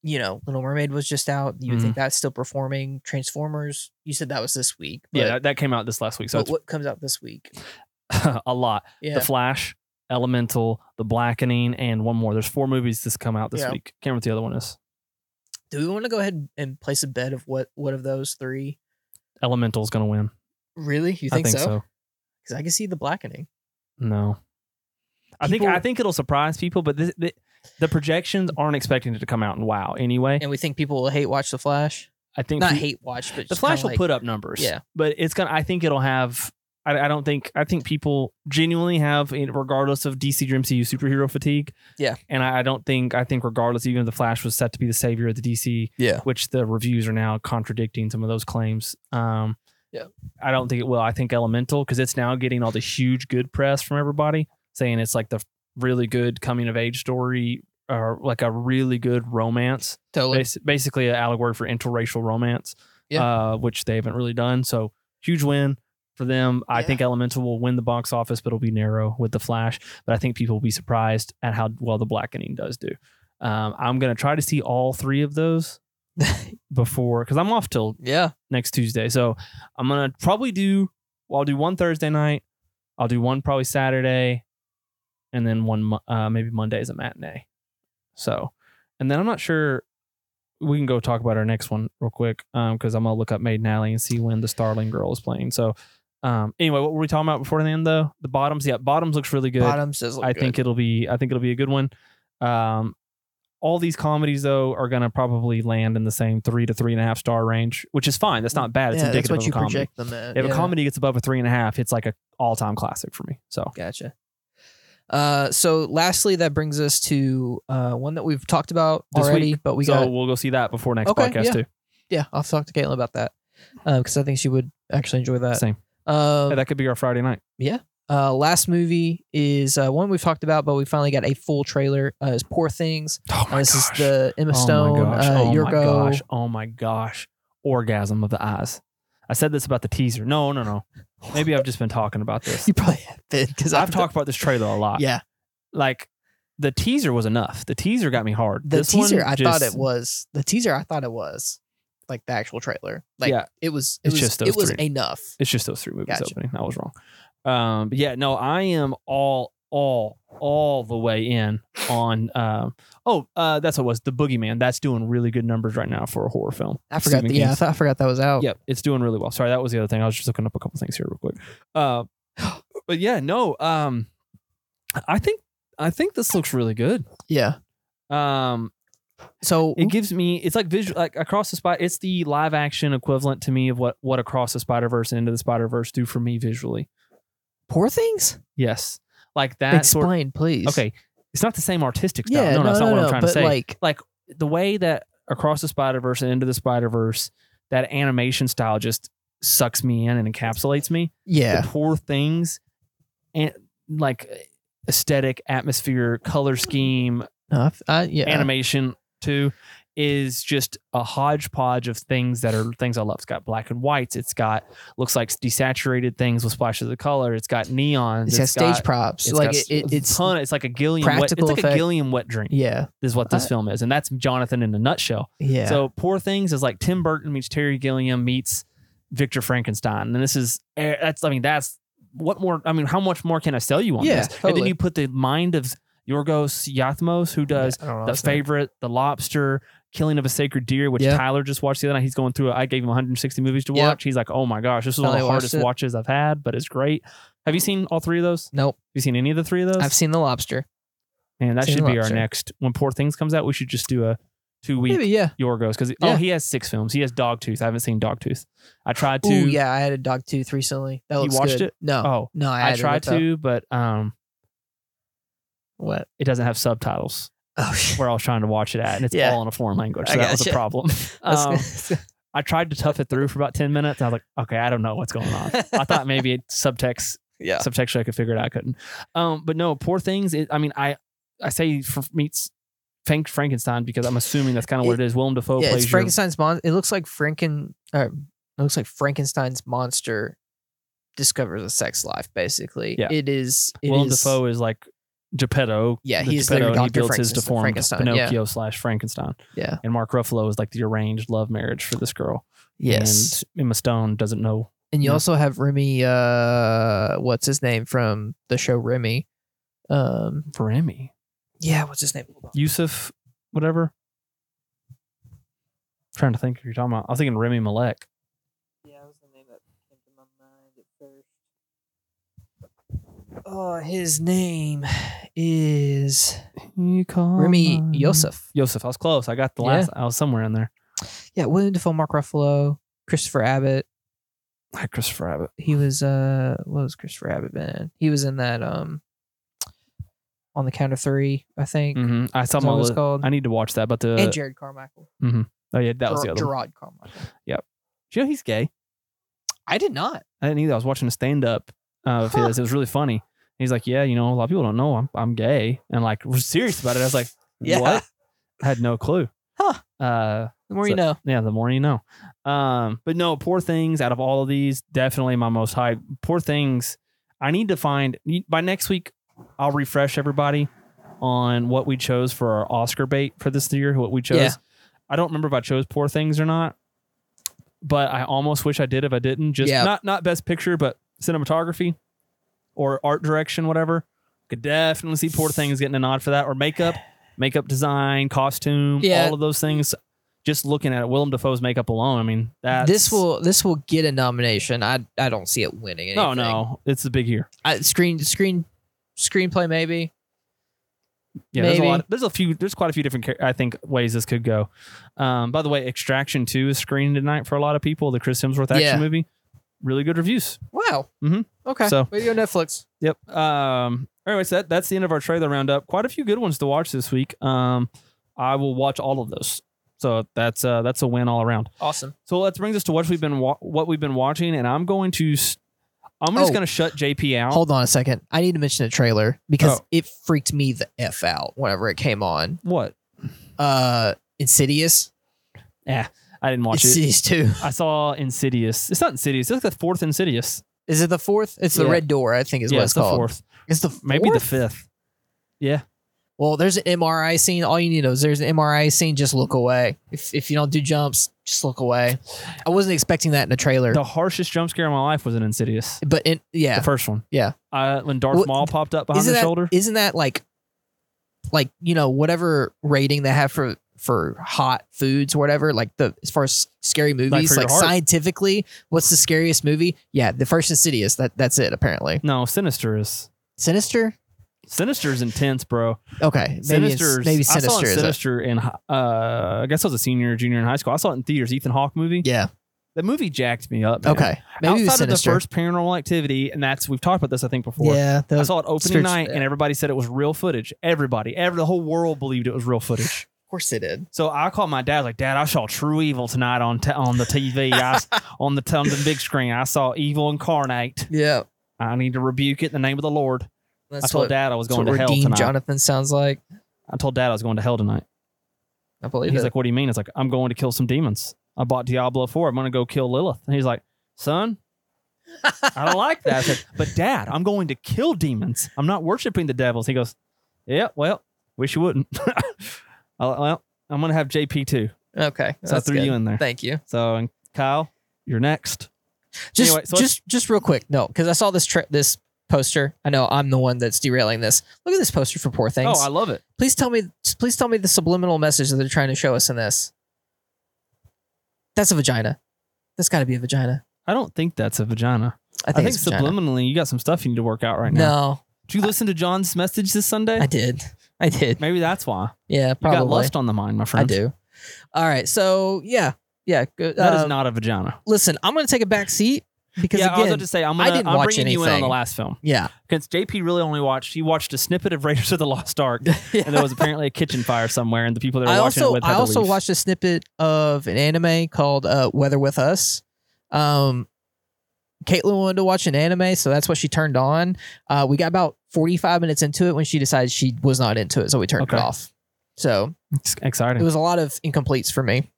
S2: you know, Little Mermaid was just out. You would
S1: Mm-hmm.
S2: think that's still performing. Transformers, you said that was this week. But,
S1: yeah, that, that came out this last week, so
S2: but what comes out this week?
S1: it's (laughs) a lot.
S2: Yeah.
S1: The Flash, Elemental, The Blackening, and one more. There's four movies that's come out this
S2: Yeah.
S1: week. Can't remember what the other one is.
S2: Do we want to go ahead and place a bet of what what of those three?
S1: Elemental's gonna win.
S2: Really? You think,
S1: I think
S2: so?
S1: so.
S2: because I can see the blackening.
S1: No. I think
S2: People-
S1: I think it'll surprise people, but this, the, the projections aren't expecting it to come out in WoW anyway.
S2: And we think people will hate watch the Flash.
S1: I think
S2: Not
S1: pe-
S2: hate watch, but
S1: the Flash will put up numbers.
S2: Yeah.
S1: but it's gonna. I think it'll have. I, I don't think. I think people genuinely have, in- regardless of DC or MCU superhero fatigue.
S2: Yeah.
S1: and I, I don't think. I think regardless, even if the Flash was set to be the savior of the DC,
S2: Yeah.
S1: which the reviews are now contradicting some of those claims. Um,
S2: Yeah.
S1: I don't think it will. I think Elemental because it's now getting all the huge good press from everybody saying it's like the really good coming of age story or like a really good romance,
S2: totally.
S1: Bas- basically an allegory for interracial romance, uh, which they haven't really done. So huge win for them. I
S2: Yeah.
S1: think Elemental will win the box office, but it'll be narrow with the Flash. But I think people will be surprised at how well the Blackening does do. Um, I'm gonna try to see all three of those before because I'm off till
S2: yeah.
S1: next Tuesday. So I'm gonna probably do. Well, I'll do one Thursday night. I'll do one probably Saturday, and then one Mo- uh, maybe Monday is a matinee. So, and then I'm not sure. We can go talk about our next one real quick because I'm gonna look up Maiden Alley and see when the Starling Girl is playing. So, um, anyway, what were we talking about before the end though? The bottoms, yeah, bottoms looks really good.
S2: Bottoms does look
S1: I
S2: good.
S1: think it'll be I think it'll be a good one. Um, all these comedies though are gonna probably land in the same three to three and a half star range, which is fine. That's not bad. It's
S2: Mm, yeah, that's
S1: indicative
S2: what
S1: of a
S2: you
S1: comedy.
S2: project them at.
S1: If
S2: yeah.
S1: a comedy gets above a three and a half, it's like a all time classic for me. So
S2: Gotcha. Uh, so lastly, that brings us to uh, one that we've talked about
S1: This
S2: already,
S1: week.
S2: but we
S1: so
S2: got
S1: we'll go see that before next
S2: Okay,
S1: podcast
S2: yeah.
S1: too.
S2: yeah. I'll talk to Caitlin about that because I think she would actually enjoy that.
S1: Same.
S2: Um,
S1: Hey, that could be our Friday night.
S2: Uh, last movie is uh, one we've talked about, but we finally got a full trailer. Uh, is Poor Things.
S1: Oh
S2: Uh, this is the Emma Stone,
S1: Oh my gosh.
S2: uh,
S1: oh
S2: Yurko.
S1: my
S2: (laughs)
S1: gosh. Oh my gosh. Orgasm of the eyes. I said this about the teaser. No, no, no. Maybe I've just been talking about this.
S2: You (laughs) probably have been because
S1: I've talked about this trailer a lot.
S2: Yeah,
S1: Like the teaser was enough. The teaser got me hard.
S2: the
S1: This one
S2: teaser. I thought
S1: just-
S2: it was the teaser. I thought it was like the actual trailer. Like
S1: Yeah.
S2: it was. It
S1: It's
S2: was
S1: just those
S2: it was
S1: three.
S2: enough.
S1: It's just those three movies
S2: Gotcha.
S1: opening. I was wrong. Um, but yeah, no, I am all, all, all the way in on. Um, oh, uh, that's what it was the Boogeyman. That's doing really good numbers right now for a horror film.
S2: I forgot.
S1: Stephen
S2: that- yeah, I
S1: King's.
S2: thought oh. I forgot that was out.
S1: Yep, it's doing really well. Sorry, that was the other thing. I was just looking up a couple things here real quick. Uh, (gasps) but yeah, no, um, I think I think this looks really good.
S2: Yeah.
S1: Um,
S2: So
S1: it gives me it's like visual like across the spot. It's the live action equivalent to me of what what across the Spider Verse and into the Spider Verse do for me visually.
S2: poor things.
S1: Yes, like that sort.
S2: Explain, please.
S1: Okay, it's not the same artistic style.
S2: Yeah.
S1: no, no,
S2: no,
S1: that's
S2: no,
S1: not what
S2: no,
S1: I'm trying
S2: but
S1: to say.
S2: Like,
S1: the way that across the Spider Verse and into the Spider Verse, that animation style just sucks me in and encapsulates me.
S2: yeah,
S1: The poor things, and like aesthetic, atmosphere, color scheme,
S2: no, I f- I, yeah.
S1: animation too is just a hodgepodge of things that are things I love. It's got black and whites. It's got looks like desaturated things with splashes of color. It's got neons.
S2: It's got stage
S1: got-
S2: props.
S1: it's
S2: Like
S1: got
S2: it, it, it's
S1: ton. It's like a Gilliam. Wet, it's
S2: practical
S1: like a
S2: effect.
S1: Gilliam wet dream.
S2: yeah,
S1: Is what this
S2: I-
S1: film is, and that's Jonathan in a nutshell.
S2: yeah.
S1: So Poor Things is like Tim Burton meets Terry Gilliam meets Victor Frankenstein, and this is eh, that's I mean that's what more I mean how much more can I sell you on
S2: Yeah,
S1: this? And then
S2: totally.
S1: you put the mind of Yorgos Yathmos who does
S2: I don't know
S1: the
S2: his name.
S1: favorite, the lobster, killing of a sacred deer, which
S2: Yeah.
S1: Tyler just watched the other night. He's going through. it. I gave him 160 movies to
S2: Yeah.
S1: watch. He's like, oh my gosh, this is one of
S2: Finally
S1: the
S2: watched
S1: hardest
S2: it.
S1: watches I've had, but it's great. Have you seen all three of those? Have
S2: Nope,
S1: you seen any of the three of those?
S2: I've seen the lobster.
S1: And that
S2: seen
S1: should be our
S2: Lobster.
S1: next. When Poor Things comes out, we should just do a two week
S2: Maybe yeah.
S1: Yorgos because oh
S2: Yeah.
S1: he has six films. He has Dogtooth. I haven't seen Dogtooth. I tried to.
S2: Ooh, yeah. I had a dog tooth recently. That
S1: You
S2: looks
S1: watched
S2: good.
S1: it?
S2: No,
S1: Oh,
S2: no. I,
S1: I,
S2: had it
S1: tried
S2: looked up.
S1: to, but um,
S2: What? (laughs)
S1: it doesn't have subtitles
S2: Oh, shit.
S1: where I was trying to watch it at, and it's
S2: Yeah.
S1: all in a foreign language. So
S2: I
S1: that was a
S2: gotcha.
S1: problem. Um,
S2: (laughs) That's-
S1: I tried to tough it through for about 10 minutes. I was like, okay, I don't know what's going on. I thought maybe it subtext,
S2: (laughs) yeah.
S1: subtextually I could figure it out. I couldn't. Um, but no, poor things. It, I mean, I, I say for meets Frank Frankenstein because I'm assuming that's kind of what it is. Willem Dafoe
S2: yeah, it's
S1: plays your-
S2: Frankenstein's mon- It looks like Franken. Or, it looks like Frankenstein's monster discovers a sex life. Basically,
S1: Yeah.
S2: it is. it
S1: Willem
S2: is-
S1: Dafoe is like Geppetto.
S2: Yeah,
S1: the
S2: he's the
S1: Geppetto, and he
S2: Dr.
S1: builds his
S2: Frankenstein-
S1: deformed
S2: Frankenstein, yeah.
S1: Pinocchio slash Frankenstein.
S2: Yeah.
S1: And Mark Ruffalo is like the arranged love marriage for this girl.
S2: Yes,
S1: And Emma Stone doesn't know.
S2: and, you
S1: yeah.
S2: also have Remy. Uh, what's his name from the show Remy? Um,
S1: For Emmy.
S2: yeah, what's his name? Hold on.
S1: Yusuf, whatever. trying to think who you're talking about. I was thinking Remy Malek.
S2: Yeah, that was the name that came to my mind at first. Oh, his name is Oh,
S1: You call
S2: Remy
S1: my-
S2: Yosef.
S1: Yosef, I was close. I got the
S2: Yeah.
S1: last. I was somewhere in there.
S2: Yeah, William Defoe, Mark Ruffalo, Christopher Abbott.
S1: Hi, Christopher Abbott.
S2: He was uh, what was Christopher Abbott been in? He was in that um, on the count of three, I think.
S1: hmm I saw
S2: Is that
S1: my.
S2: what it's
S1: list.
S2: called?
S1: I need to watch that. But the
S2: and Jared Carmichael.
S1: oh yeah, that was the
S2: Ger-
S1: other. one.
S2: Gerard Carmichael.
S1: Do you know he's gay?
S2: I did not.
S1: I didn't either. I was watching a stand up uh, of
S2: Huh.
S1: his. It was really funny. He's like, yeah, you know, a lot of people don't know I'm I'm gay, and like was serious about it. I was like,
S2: Yeah.
S1: what? I had no clue.
S2: Huh.
S1: Uh,
S2: The more
S1: So-
S2: you know.
S1: yeah, the more you know. Um, but no, poor things. Out of all of these, definitely my most hype. Poor things. I need to find by next week. I'll refresh everybody on what we chose for our Oscar bait for this year. What we chose.
S2: Yeah.
S1: I don't remember if I chose poor things or not, but I almost wish I did. If I didn't, just
S2: Yeah.
S1: not not best picture, but cinematography or art direction, whatever. Could definitely see poor things getting a nod for that or makeup, makeup design, costume,
S2: Yeah.
S1: all of those things just looking at it, Willem Dafoe's makeup alone, I mean, that
S2: This will this will get a nomination. I I don't see it winning. Anything.
S1: no, Oh, no, it's a big year.
S2: I, screen screen screenplay maybe.
S1: Yeah, there's a
S2: Maybe.
S1: lot. There's a few. There's quite a few different. char- I think ways this could go. Um, by the way, Extraction Two is screened tonight for a lot of people. The Chris Hemsworth action
S2: Yeah.
S1: movie, really good reviews.
S2: Wow.
S1: Mhm.
S2: Okay.
S1: So-
S2: Way to go, Netflix.
S1: Yep. Um. Anyways, that that's the end of our trailer roundup. Quite a few good ones to watch this week. Um, I will watch all of those. So that's uh that's a win all around.
S2: Awesome.
S1: So let's bring this to what we've been wa- what we've been watching, and I'm going to. s I'm just
S2: Oh.
S1: going to shut JP out.
S2: Hold on a second. I need to mention a trailer because
S1: Oh.
S2: it freaked me the f out whenever it came on.
S1: What?
S2: Uh, Insidious.
S1: I didn't watch it.
S2: Insidious too.
S1: I saw Insidious. It's not Insidious. It's like the fourth Insidious.
S2: Is it the fourth? It's the
S1: Yeah.
S2: Red Door, I think, is
S1: yeah,
S2: what
S1: it's
S2: it's
S1: the
S2: called.
S1: fourth,
S2: It's the
S1: maybe the
S2: fourth?
S1: fifth. Yeah,
S2: Well, there's an MRI scene. All you need is there's an MRI scene. Just look away. If if you don't do jumps, just look away. I wasn't expecting that in a trailer,
S1: the harshest jump scare of my life was in Insidious,
S2: but in yeah,
S1: the first one.
S2: Yeah.
S1: uh, when Darth
S2: Well,
S1: Maul popped up behind
S2: isn't
S1: her
S2: that
S1: shoulder.
S2: isn't that like like you know whatever rating they have for for hot foods or whatever like the as far as scary movies
S1: for your
S2: like,
S1: heart.
S2: scientifically what's the scariest movie yeah the first insidious that that's it apparently
S1: no, Sinister is
S2: sinister
S1: Sinister is intense, bro.
S2: okay maybe it's-
S1: Sinister's,
S2: maybe
S1: I saw
S2: sinister
S1: it
S2: is it.
S1: Sinister in hi- uh, I guess I was a senior, or junior in high school. I saw it in theaters. Ethan Hawke movie.
S2: yeah
S1: The movie jacked me up. man.
S2: okay maybe it was
S1: Outside of the
S2: sinister
S1: first Paranormal Activity, and that's we've talked about this I think before.
S2: yeah that
S1: I
S2: was,
S1: saw it opening
S2: spiritual-
S1: night, and everybody said it was real footage. Everybody, every the whole world believed it was real footage.
S2: of course they did
S1: So I called my dad, like, Dad, I saw True Evil tonight on t- on the TV, I,
S2: (laughs)
S1: on the t- on the big screen. I saw Evil Incarnate.
S2: yeah
S1: I need to rebuke it in the name of the Lord.
S2: that's
S1: I told
S2: what,
S1: Dad I was
S2: that's
S1: going to
S2: what
S1: hell
S2: redeemed
S1: tonight.
S2: jonathan sounds like
S1: I told Dad I was going to hell tonight.
S2: i believe
S1: He's
S2: it.
S1: like, What do you mean? It's like I'm going to kill some demons. I bought Diablo Four. I'm going to go kill Lilith. And he's like, Son, I don't like that. I
S2: (laughs)
S1: said, But Dad, I'm going to kill demons. I'm not worshiping the devils. He goes, Yeah, well, wish you wouldn't. (laughs) I, well, I'm going to have JP too.
S2: okay
S1: So I
S2: that's
S1: threw
S2: good.
S1: you in there.
S2: thank you
S1: So, and Kyle, you're next.
S2: just
S1: Anyway, so let's-
S2: just just real quick no because i saw this tra- this poster i know i'm the one that's derailing this look at this poster for poor things
S1: Oh, I love it.
S2: please tell me just please tell me the subliminal message that they're trying to show us in this that's a vagina that's got to be a vagina
S1: I don't think that's a vagina.
S2: i
S1: I
S2: think,
S1: think,
S2: it's a vagina.
S1: subliminally, you got some stuff you need to work out right now.
S2: no
S1: Did you listen to John's message this Sunday?
S2: i did i did
S1: Maybe that's why
S2: yeah
S1: you got
S2: probably
S1: lust on the mind, my
S2: i
S1: friend.
S2: do all right so yeah yeah good
S1: That is
S2: um,
S1: not a vagina.
S2: listen i'm gonna take a back seat because
S1: Yeah, I was
S2: again
S1: about to say I'm
S2: I
S1: gonna,
S2: didn't
S1: am
S2: watch
S1: bringing you in on the
S2: anything.
S1: last film
S2: yeah
S1: because JP really only watched. He watched a snippet of (laughs) Raiders of the Lost Ark, (laughs) and there was apparently a kitchen fire somewhere, and the people that were
S2: I
S1: watching
S2: also
S1: it with had
S2: I
S1: to
S2: also
S1: leave.
S2: watched a snippet of an anime called uh, Weather with Us. Um, Caitlin wanted to watch an anime, so that's what she turned on. Uh, we got about forty five minutes into it when she decided she was not into it, so we turned
S1: Okay.
S2: it off. So
S1: It's exciting.
S2: it was a lot of incompletes for me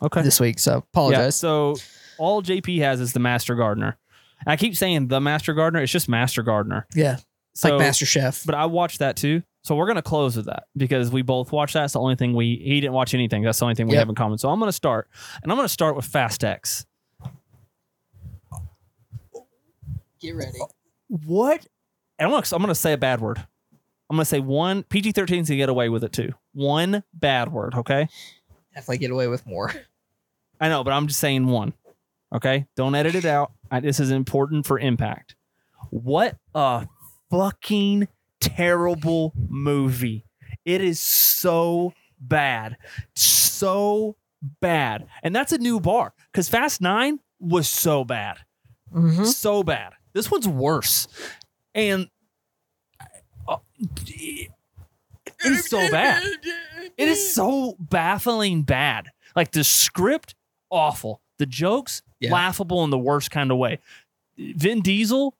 S1: okay,
S2: this week. So
S1: yeah.
S2: apologize.
S1: So all JP has is the Master Gardener. I keep saying the Master Gardener. It's just Master Gardener.
S2: Yeah, it's
S1: So
S2: like Master Chef.
S1: but I watched that too. So we're gonna close with that because we both watched that. It's the only thing we he didn't watch anything. That's the only thing we
S2: Yep.
S1: have in common. So I'm gonna start, and I'm gonna start with Fast X.
S2: Get ready.
S1: What? And I'm gonna, I'm gonna say a bad word. I'm gonna say one PG-13 to get away with it too. One bad word, okay?
S2: Definitely get away with more.
S1: I know, but I'm just saying one. Okay, don't edit it out. I, this is important for impact. What a fucking terrible movie! It is so bad, so bad, and that's a new bar because Fast Nine was so bad,
S2: Mhm.
S1: so bad. This one's worse, and uh, it's so bad. It is so baffling bad. Like the script, awful. The jokes,
S2: Yeah.
S1: laughable in the worst kind of way. Vin Diesel,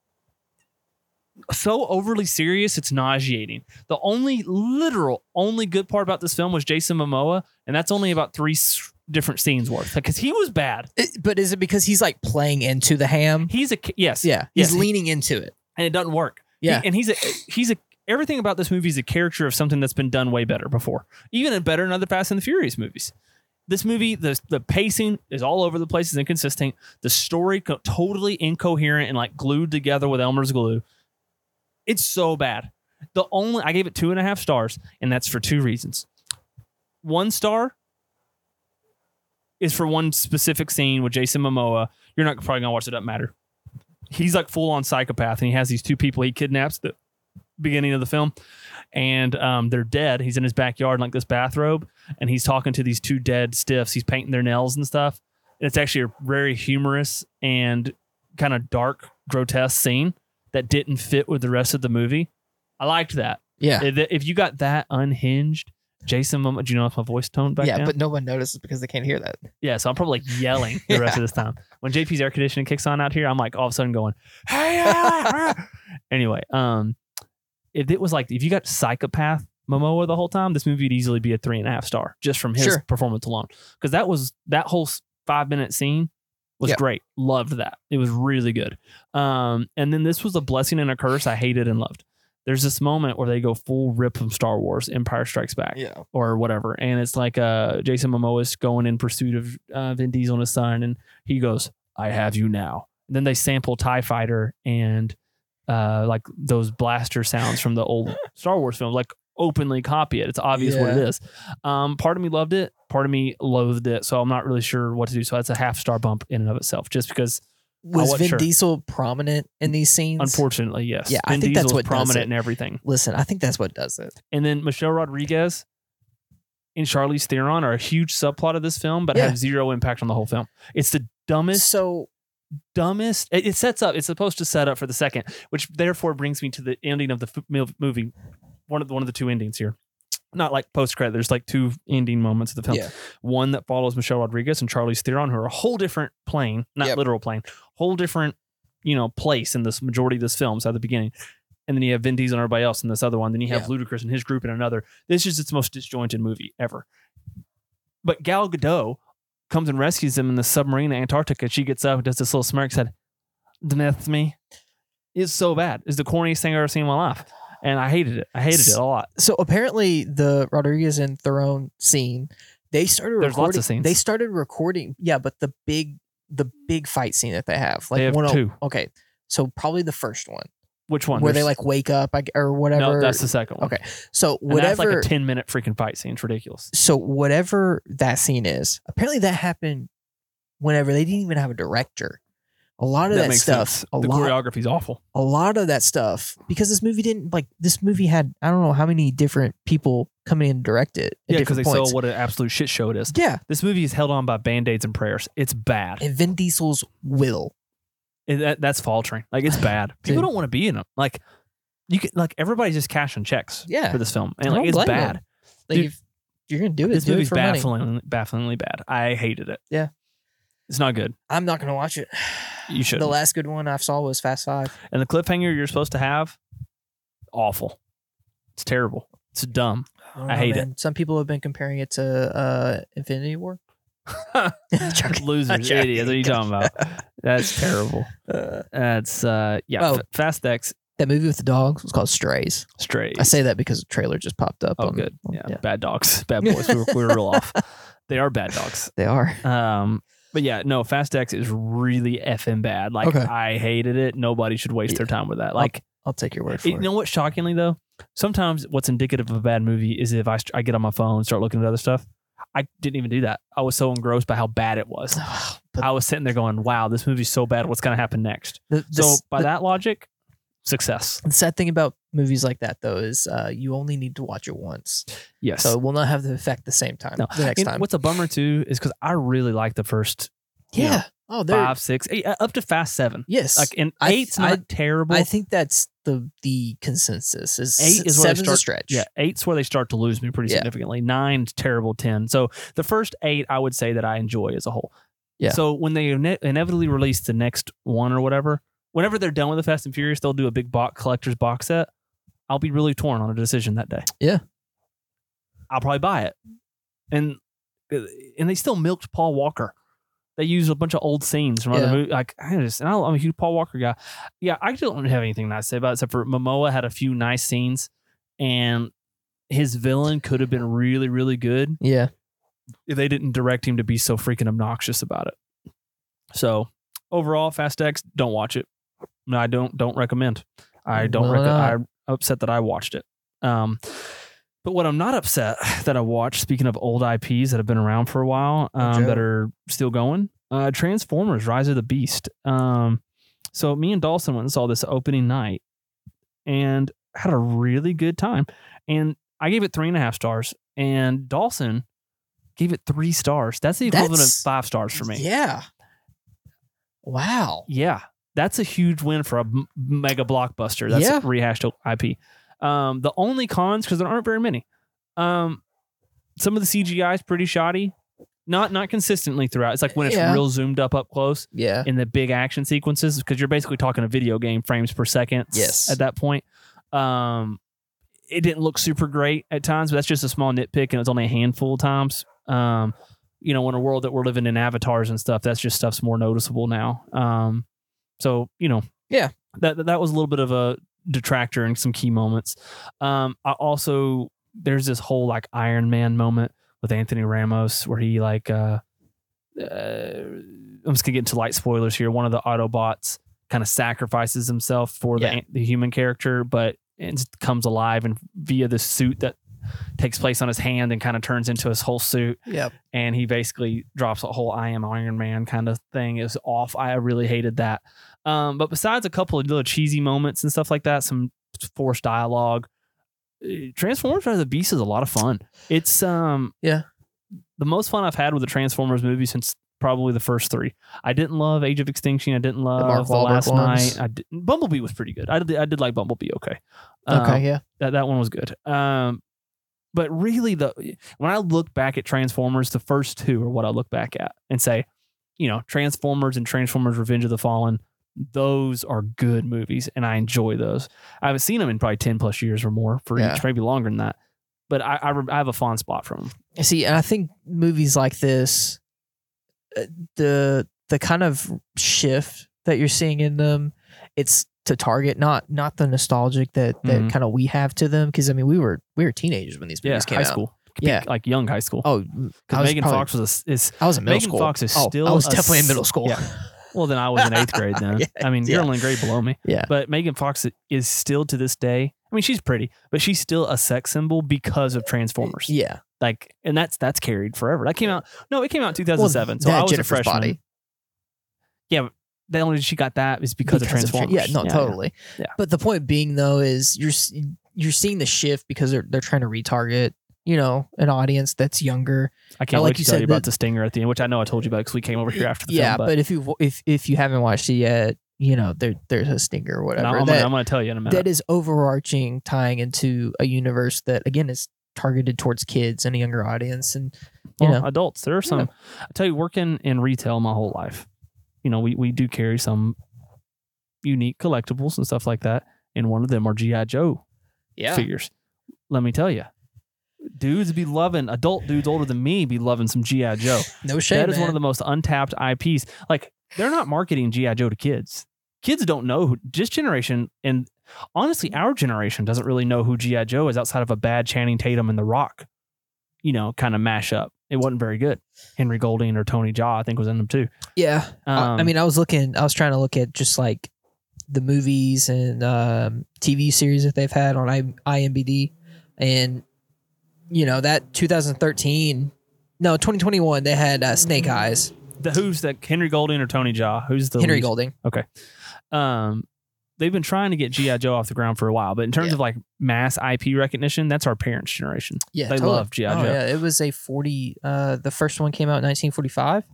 S1: so overly serious, it's nauseating. The only literal, only good part about this film was Jason Momoa, and that's only about three s- different scenes worth because he was bad.
S2: It- but is it because he's like playing into the ham?
S1: He's a ki- yes,
S2: Yeah, he's
S1: Yes.
S2: leaning into it.
S1: and it doesn't work. He-
S2: Yeah.
S1: and he's a he's a everything about this movie is a character of something that's been done way better before, even in better than other Fast and the Furious movies. This movie, the the pacing is all over the place, is inconsistent. The story co- totally incoherent and like glued together with Elmer's glue. It's so bad. The only I gave it two and a half stars, and that's for two reasons. One star is for one specific scene with Jason Momoa. You're not probably gonna watch it. Doesn't matter he's like full on psychopath and he has these two people he kidnaps at the beginning of the film and um, they're dead he's in his backyard in like this bathrobe and he's talking to these two dead stiffs he's painting their nails and stuff and it's actually a very humorous and kind of dark grotesque scene that didn't fit with the rest of the movie i liked that
S2: Yeah.
S1: if, if you got that unhinged jason Momoa- do you know if my voice toned back
S2: yeah,
S1: down
S2: but no one notices because they can't hear that.
S1: yeah, so I'm probably like yelling the rest of this time. When JP's air conditioning kicks on out here, I'm like all of a sudden going, "Hey!" uh, uh." anyway, um, if it was like if you got psychopath Momoa the whole time, this movie would easily be a three and a half star just from his
S2: Sure.
S1: performance alone. Because that was that whole s- five minute scene was
S2: Yeah.
S1: great. Loved that. It was really good. Um, and then this was a blessing and a curse I hated and loved. There's this moment where they go full rip from Star Wars, Empire Strikes Back
S2: Yeah.
S1: or whatever. And it's like uh, Jason Momoa's going in pursuit of uh, Vin Diesel and his son, and he goes, "I have you now." And then they sample Tie Fighter and uh, like those blaster sounds from the
S2: (laughs)
S1: old Star Wars film, like openly copy it. It's obvious what it
S2: Yeah.
S1: is. Um, part of me loved it, part of me loathed it. So I'm not really sure what to do. So that's a half star bump in and of itself, just because.
S2: Was
S1: wasn't
S2: Vin
S1: sure.
S2: Diesel prominent in these scenes?
S1: Unfortunately, yes.
S2: Yeah, I
S1: Vin
S2: think
S1: Diesel's
S2: that's what does
S1: prominent
S2: it.
S1: in everything.
S2: Listen, I think that's what does it.
S1: And then Michelle Rodriguez and Charlize Theron are a huge subplot of this film, but
S2: Yeah.
S1: have zero impact on the whole film. It's the dumbest,
S2: So
S1: dumbest. It, it sets up. It's supposed to set up for the second, which therefore brings me to the ending of the f- mil- movie. One of the, one of the two endings here, not like post credit. There's like two ending moments of the film.
S2: Yeah.
S1: One that follows Michelle Rodriguez and Charlize Theron, who are a whole different plane, not
S2: Yep.
S1: literal plane, whole different you know place in this majority of this film. So at the beginning. And then you have Vin Diesel and everybody else in this other one. Then you have Ludacris and his group in another. This is its most disjointed movie ever. But Gal Gadot comes and rescues them in the submarine in Antarctica. She gets up, does this little smirk, said, "That's me." It's so bad. It's the corniest thing I've ever seen in my life, and I hated it. I hated it a lot.
S2: so apparently the Rodriguez and Theron scene, they started
S1: There's
S2: recording.
S1: lots of scenes.
S2: They started recording. Yeah, but the big the big fight scene that they have, like
S1: They have
S2: one oh of-
S1: two.
S2: Okay, so probably the first one
S1: Which one?
S2: where they
S1: There's-
S2: like wake up I g- or whatever.
S1: No, that's the second one.
S2: Okay, so
S1: and that's
S2: whatever.
S1: like a ten minute freaking fight scene. It's ridiculous.
S2: so whatever that scene is, apparently that happened whenever they didn't even have a director. A lot of that, stuff,
S1: sense.
S2: a
S1: the
S2: lot,
S1: choreography's awful.
S2: a lot of that stuff, because this movie didn't like this movie had I don't know how many different people coming in and direct it. at
S1: Yeah, because
S2: different
S1: they
S2: points.
S1: saw what an absolute shit show it is.
S2: Yeah.
S1: This movie is held on by band aids and prayers. It's bad.
S2: And Vin Diesel's will.
S1: And that, that's faltering. Like it's
S2: (sighs)
S1: bad. People
S2: Dude.
S1: don't want to be in them. Like you can, like everybody's just cashing checks
S2: Yeah.
S1: for this film,
S2: I
S1: and like
S2: don't
S1: it's
S2: blame
S1: bad.
S2: him. Like
S1: Dude,
S2: if you're gonna do it,
S1: This
S2: do it
S1: movie's
S2: for money.
S1: baffling, bafflingly bad. I hated it.
S2: Yeah.
S1: It's not good.
S2: I'm not gonna watch it.
S1: You should.
S2: The last good one I saw was Fast Five.
S1: and the cliffhanger you're supposed to have, awful. It's terrible. It's
S2: (laughs)
S1: dumb.
S2: don't
S1: I
S2: know,
S1: hate
S2: Oh, man. Some people have been comparing it to uh, Infinity
S1: (laughs)
S2: War. (laughs) Joking.
S1: Losers,
S2: joking.
S1: idiots. What are you talking about? That's terrible.
S2: Uh,
S1: That's uh yeah.
S2: Oh.
S1: F- Fast X
S2: that movie with the dogs was called Strays.
S1: straight.
S2: I say that because the trailer just popped up.
S1: oh
S2: on-
S1: good.
S2: on-
S1: Yeah. Bad dogs. Bad boys. we, were, we were real
S2: (laughs)
S1: off. They are bad dogs.
S2: They are.
S1: Um, but yeah, no, Fast X is really effing bad. Like
S2: Okay.
S1: I hated it. Nobody should waste their time with that. Like
S2: I'll take your word for
S1: you
S2: it.
S1: know what? Shockingly though, sometimes what's indicative of a bad movie is if I, st- I get on my phone and start looking at other stuff. I didn't even do that. I was so engrossed by how bad it
S2: (sighs)
S1: was.
S2: (sighs) But
S1: I was sitting there going, "Wow, this movie's so bad. What's going to happen next?"
S2: the, the,
S1: So
S2: s-
S1: by
S2: the-
S1: that logic, success.
S2: the sad thing about movies like that though is uh, you only need to watch it once,
S1: Yes.
S2: so it will not have the effect the same time
S1: No.
S2: the next
S1: And
S2: time.
S1: what's a bummer too is because I really like the first you know,
S2: yeah. oh, there.
S1: five, six, eight, uh, up to fast seven.
S2: Yes.
S1: Like and
S2: I-
S1: eight's not terrible.
S2: I think that's the the consensus. Is
S1: Eight
S2: eight
S1: is
S2: is
S1: where they
S2: seven's
S1: start-
S2: a stretch.
S1: Yeah, eight's where they start to lose me pretty
S2: Yeah.
S1: significantly. Nine's terrible. Ten. So the first eight, I would say that I enjoy as a whole.
S2: Yeah.
S1: So when they ine- inevitably release the next one or whatever, whenever they're done with the Fast and Furious, they'll do a big box collector's box set. I'll be really torn on a decision that day.
S2: Yeah.
S1: I'll probably buy it, and and they still milked Paul Walker. They used a bunch of old scenes from
S2: Yeah.
S1: other movies. Like I just, and I- I'm a huge Paul Walker guy. Yeah, I don't have anything nice to say about it except for Momoa had a few nice scenes and his villain could have been really, really good
S2: Yeah.
S1: if they didn't direct him to be so freaking obnoxious about it. So overall, Fast X, don't watch it. No, I don't don't recommend. I don't
S2: Why
S1: recommend.
S2: not?
S1: I'm upset that I watched it. Um, but what I'm not upset that I watched, speaking of old IPs that have been around for a while, um,
S2: joke.
S1: that are still going, uh, Transformers: Rise of the Beast. Um, so me and Dawson went and saw this opening night, and had a really good time. And I gave it three and a half stars, and Dawson gave it three stars. That's the equivalent
S2: That's-
S1: of five stars for me.
S2: Yeah. Wow.
S1: Yeah, that's a huge win for a m- mega blockbuster. That's
S2: Yeah.
S1: rehashed IP. Um, the only cons because there aren't very many. Um, some of the CGI is pretty shoddy. Not not consistently throughout. It's like when it's
S2: Yeah.
S1: real zoomed up up close
S2: Yeah.
S1: in the big action sequences because you're basically talking a video game frames per second.
S2: Yes.
S1: at that point. Um, it didn't look super great at times, but that's just a small nitpick, and it was only a handful of times. Um, you know, in a world that we're living in avatars and stuff, that's just stuff's more noticeable now. Um, so you know,
S2: Yeah.
S1: that that was a little bit of a detractor in some key moments. Um, I also there's this whole like Iron Man moment with Anthony Ramos where he like uh, uh I'm just gonna get into light spoilers here. One of the Autobots kind of sacrifices himself for the
S2: Yeah.
S1: an- the human character, but it comes alive and via the suit that takes place on his hand and kind of turns into his whole suit
S2: Yep.
S1: and he basically drops a whole I am Iron Man kind of thing. It was off. I really hated that. Um, but besides a couple of little cheesy moments and stuff like that, some forced dialogue, eh, Transformers Rise of the Beast is a lot of fun. It's um
S2: Yeah.
S1: the most fun I've had with the Transformers movie since probably the first three. I didn't love Age of Extinction. I didn't love the,
S2: Wahlberg
S1: Last
S2: ones.
S1: Night. I did, Bumblebee was pretty good. I did, I did like Bumblebee. Okay. Um,
S2: Okay. yeah.
S1: that that one was good. Um, but really, the when I look back at Transformers, the first two are what I look back at and say, you know, Transformers and Transformers: Revenge of the Fallen. Those are good movies, and I enjoy those. I haven't seen them in probably ten plus years or more, for
S2: Yeah.
S1: each, maybe longer than that. But I, I, re- I have a fond spot from them.
S2: See, and I think movies like this, uh, the the kind of shift that you're seeing in them, it's to target not not the nostalgic that that
S1: Mhm.
S2: kind of we have to them because I mean we were we were teenagers when these
S1: Yeah,
S2: movies came
S1: high
S2: out.
S1: school,
S2: Yeah.
S1: like young high school.
S2: Oh, I
S1: because
S2: was
S1: Megan
S2: probably-
S1: Fox was a s is
S2: I was in middle
S1: Megan
S2: school.
S1: Fox is
S2: oh, I
S1: still
S2: was
S1: a
S2: definitely in
S1: s-
S2: middle school.
S1: yeah. well, then I was in eighth
S2: (laughs)
S1: grade then.
S2: Yeah,
S1: I mean,
S2: yeah.
S1: you're only in grade below me.
S2: Yeah.
S1: But Megan Fox is still to this day. I mean, she's pretty, but she's still a sex symbol because of Transformers.
S2: Yeah.
S1: Like, and that's that's carried forever. That came out. No, it came out in 2007. so
S2: that
S1: I was
S2: Jennifer's
S1: a freshman.
S2: body.
S1: The only reason she got that is because, of
S2: Tran-
S1: Transformers.
S2: yeah, no, totally.
S1: Yeah.
S2: But the point being though is you're s- you're seeing the shift because they're they're trying to retarget you know an audience that's younger.
S1: I can't
S2: Like
S1: wait to
S2: you
S1: tell
S2: said,
S1: you about
S2: the-
S1: the stinger at the end, which I know I told you about because we came over here after the
S2: yeah,
S1: film.
S2: but if you if if you haven't watched it yet, you know there there's a stinger or
S1: and
S2: whatever
S1: I'm, I'm
S2: that
S1: gonna, I'm gonna tell you in a minute.
S2: that is overarching, tying into a universe that again is targeted towards kids and a younger audience. And you
S1: well,
S2: know.
S1: adults. There are some. I tell you, working in retail my whole life, you know, we we do carry some unique collectibles and stuff like that, and one of them are GI Joe figures. Let me tell you, dudes be loving adult dudes older than me be loving some GI Joe.
S2: no shame.
S1: that is one of
S2: man.
S1: the most untapped IPs. Like they're not marketing GI Joe to kids. Kids don't know who this generation and honestly our generation doesn't really know who GI Joe is outside of a bad Channing Tatum and The Rock, you know, kind of mashup. It wasn't very good. Henry Golding or Tony Jaw, I think, was in them too.
S2: yeah. I- I
S1: Um,
S2: mean, I was looking, I was trying to look at just like the movies and um, TV series that they've had on I- IMBD, and you know that 2013, no 2021, they had uh, Snake Eyes,
S1: the who's that Henry Golding or Tony Jaw? Who's the
S2: Henry
S1: lead?
S2: Golding.
S1: um they've been trying to get GI Joe off the ground for a while, but in terms
S2: Yeah.
S1: of like mass IP recognition, that's our parents' generation.
S2: Yeah,
S1: They
S2: totally.
S1: love G.I.
S2: Oh,
S1: Joe.
S2: yeah, it was a 40. Uh, the first one came out in 1945.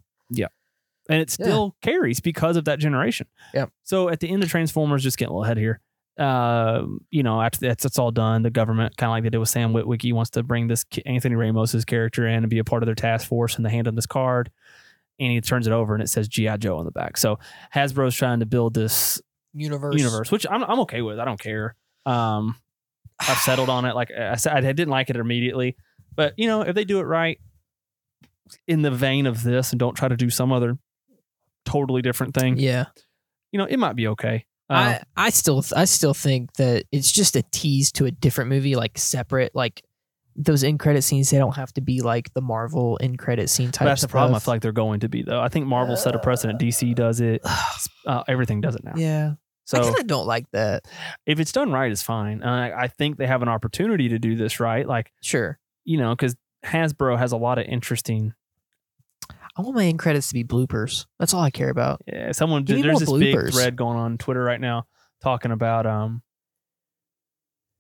S1: and it
S2: Yeah.
S1: still carries because of that generation.
S2: Yep.
S1: So at the end of Transformers, just getting a little ahead here. Uh, you know, after that's, that's all done, the government kind of like they did with Sam Witwicky wants to bring this ki- Anthony Ramos's character in and be a part of their task force, and they hand him this card, and he turns it over and it says GI Joe on the back. So Hasbro's trying to build this
S2: Universe.
S1: universe, which I'm I'm okay with. I don't care. Um,
S2: (sighs)
S1: I've settled on it. Like I said, I didn't like it immediately, but you know, if they do it right in the vein of this and don't try to do some other totally different thing,
S2: Yeah.
S1: you know, it might be okay. Uh,
S2: I, I still I still think that it's just a tease to a different movie, like separate, like those end credit scenes. They don't have to be like the Marvel end credit scene
S1: but
S2: type.
S1: that's the problem. I
S2: stuff.
S1: feel like they're going to be though. I think Marvel set a precedent. DC does it. Uh, everything does it now.
S2: (sighs) yeah, I
S1: So
S2: kind of don't like that.
S1: if it's done right, it's fine. And I, I think they have an opportunity to do this right. Like
S2: Sure,
S1: you know, because Hasbro has a lot of interesting.
S2: I want my end credits to be bloopers. That's all I care about.
S1: Yeah, someone
S2: Give me
S1: there's this
S2: more
S1: big
S2: bloopers.
S1: thread going on Twitter right now talking about um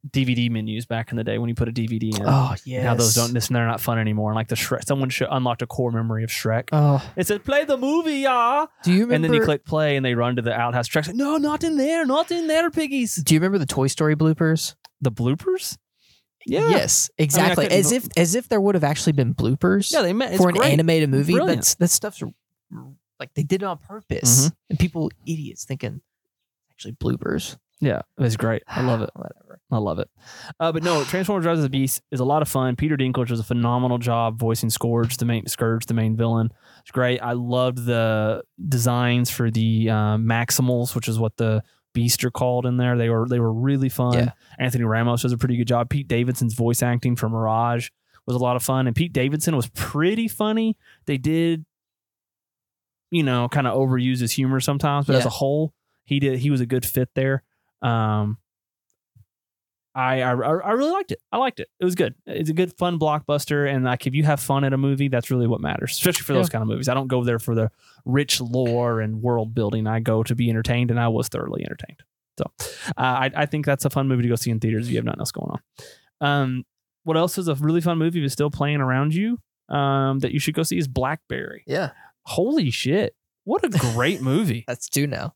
S1: DVD menus back in the day when you put a DVD in.
S2: Oh
S1: and
S2: yeah,
S1: How those don't this and they're not fun anymore. And like the Shrek, someone sh- unlocked a core memory of Shrek.
S2: Oh,
S1: it said play the movie, y'all.
S2: do you remember?
S1: And then you click play, and they run to the outhouse. Shrek's like, no, not in there, not in there, piggies.
S2: Do you remember the Toy Story bloopers?
S1: The bloopers. Yeah,
S2: Yes, exactly.
S1: couldn't-
S2: as if as if there would have actually been bloopers
S1: yeah, they met it's
S2: for an
S1: great.
S2: animated movie.
S1: Brilliant. Mm-hmm.
S2: That's that stuff's r- r- like they did it on purpose, and people idiots thinking actually bloopers.
S1: yeah, it was great. I love it. (sighs)
S2: Whatever.
S1: I love it. Uh, but no, Transformers: Rise of the Beast is a lot of fun. Peter Dinklage does a phenomenal job voicing Scourge, the main Scourge, the main villain. It's great. I loved the designs for the uh, Maximals, which is what the Beast are called in there. They were they were really fun.
S2: Yeah.
S1: Anthony Ramos does a pretty good job. Pete Davidson's voice acting for Mirage was a lot of fun, and Pete Davidson was pretty funny. They did, you know, kind of overuse his humor sometimes, but as
S2: Yeah.
S1: a whole, he did he was a good fit there. Um, I, I I really liked it. I liked it. It was good. It's a good fun blockbuster, and like if you have fun at a movie, that's really what matters, especially for those kind of movies. I don't go there for the rich lore and world building. I go to be entertained, and I was thoroughly entertained. So, uh, I I think that's a fun movie to go see in theaters if you have nothing else going on. Um, what else is a really fun movie that's still playing around you? Um, that you should go see is Blackberry.
S2: Yeah,
S1: Holy shit! What a great (laughs) movie.
S2: that's two now.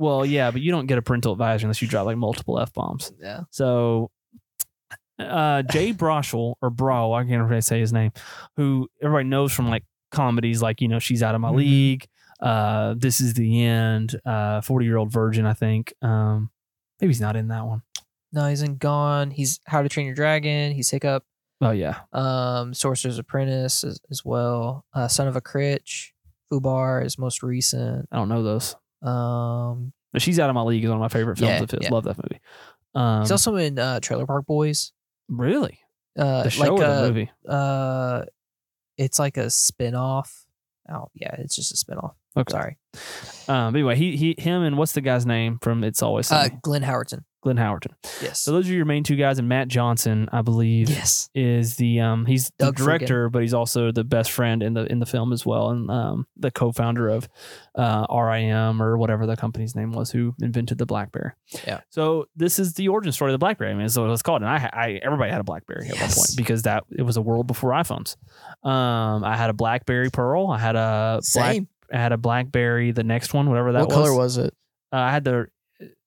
S1: Well, yeah, but you don't get a parental advisory unless you drop like multiple f bombs.
S2: Yeah,
S1: So, uh, Jay Broschel or Brawl, I can't really say his name, who everybody knows from like comedies, like you know, she's out of my
S2: Mhm.
S1: league. Uh, this is the end. Uh, Forty year old virgin, I think. Um, maybe he's not in that one.
S2: no, he's in Gone. He's How to Train Your Dragon. He's Hiccup.
S1: Oh yeah,
S2: Um, Sorcerer's Apprentice as, as well. Uh, Son of a Critch. Fubar is most recent.
S1: I don't know those.
S2: Um,
S1: But she's out of my league is one of my favorite films
S2: Yeah,
S1: of his.
S2: yeah.
S1: Love that movie. Um,
S2: he's also in uh, Trailer Park Boys.
S1: really
S2: Uh,
S1: the show
S2: like
S1: or
S2: uh,
S1: the movie.
S2: uh, it's like a spin-off. Oh yeah, it's just a spin-off.
S1: Okay.
S2: Sorry.
S1: Um, but anyway, he he him and what's the guy's name from It's Always
S2: Uh,
S1: Sunny?
S2: Glenn Howerton.
S1: Glenn Howerton.
S2: Yes.
S1: So those are your main two guys, and Matt Johnson, I believe,
S2: yes.
S1: is the um he's the
S2: Doug Frickin.
S1: director, but he's also the best friend in the in the film as well, and um the co-founder of uh, RIM or whatever the company's name was who invented the BlackBerry.
S2: Yeah.
S1: So this is the origin story of the BlackBerry. I mean, so it's called, and I, I everybody had a BlackBerry at one
S2: Yes.
S1: point because that it was a world before iPhones. Um, I had a BlackBerry Pearl. I had a black,
S2: Same.
S1: I had a BlackBerry. The next one, whatever that
S2: what
S1: was.
S2: color was it?
S1: Uh, I had the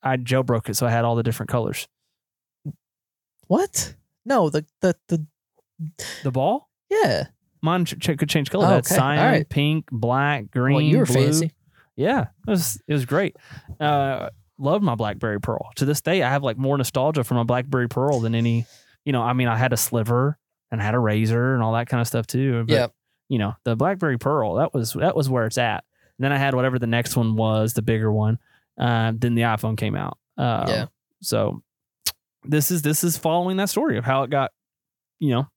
S1: I jailbroke it, so I had all the different colors.
S2: What? No, the the the
S1: The ball.
S2: yeah.
S1: Mine ch- ch- could change color.
S2: Oh,
S1: That's
S2: okay.
S1: cyan,
S2: All right.
S1: pink, black, green.
S2: well, you were
S1: blue.
S2: fancy.
S1: Yeah, it was it was great. Uh, love my BlackBerry Pearl. To this day, I have like more nostalgia for my BlackBerry Pearl than any. You know, I mean, I had a sliver and I had a razor and all that kind of stuff too. But
S2: Yeah.
S1: you know, the BlackBerry Pearl that was that was where it's at. And then I had whatever the next one was, the bigger one. Uh, then the iPhone came out. Um,
S2: Yeah.
S1: So this is this is following that story of how it got, you know,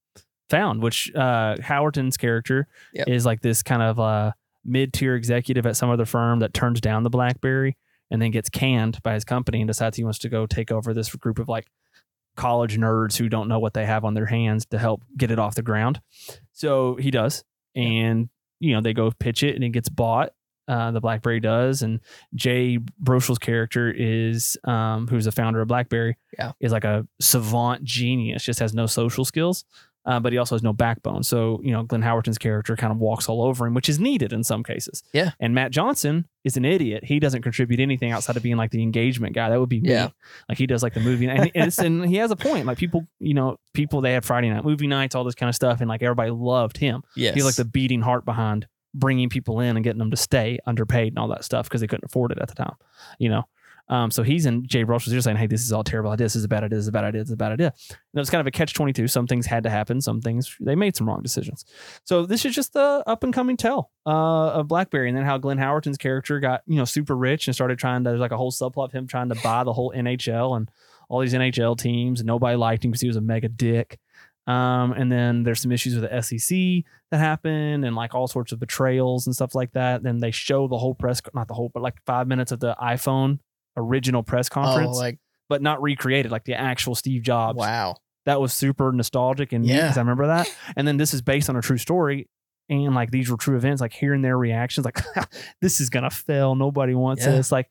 S1: found. Which uh, Howerton's character
S2: Yep.
S1: is like this kind of uh, mid-tier executive at some other firm that turns down the BlackBerry and then gets canned by his company and decides he wants to go take over this group of like college nerds who don't know what they have on their hands to help get it off the ground. So he does, and you know they go pitch it and it gets bought. Uh, the BlackBerry does, and Jay Brochel's character is, um, who's the founder of BlackBerry,
S2: Yeah.
S1: is like a savant genius, just has no social skills, uh, but he also has no backbone. So, you know, Glenn Howerton's character kind of walks all over him, which is needed in some cases.
S2: Yeah.
S1: And Matt Johnson is an idiot. He doesn't contribute anything outside of being like the engagement guy. That would be me.
S2: Yeah.
S1: Like he does like the movie night. And, it's, and he has a point. Like people, you know, people, they had Friday night movie nights, all this kind of stuff. And like everybody loved him.
S2: Yes.
S1: He's like the beating heart behind bringing people in and getting them to stay underpaid and all that stuff because they couldn't afford it at the time, you know. Um, so he's in Jay Brush was here saying, "Hey, this is all terrible idea. This is a bad idea. This is a bad idea. This is a bad idea." And it was kind of a catch twenty two. Some things had to happen. Some things they made some wrong decisions. So this is just the up and coming tell uh, of BlackBerry, and then how Glenn Howerton's character got you know super rich and started trying to there's like a whole subplot of him trying to buy the whole NHL and all these NHL teams, and nobody liked him because he was a mega dick. Um, and then there's some issues with the SEC that happened and like all sorts of betrayals and stuff like that. Then they show the whole press, not the whole, but like five minutes of the iPhone original press conference,
S2: Oh, like
S1: but not recreated, like the actual Steve Jobs.
S2: wow.
S1: That was super nostalgic and yeah.
S2: Yeah.
S1: I remember that. And then this is based on a true story. And like these were true events, like hearing their reactions, like (laughs) this is gonna fail. Nobody wants
S2: Yeah.
S1: this. Like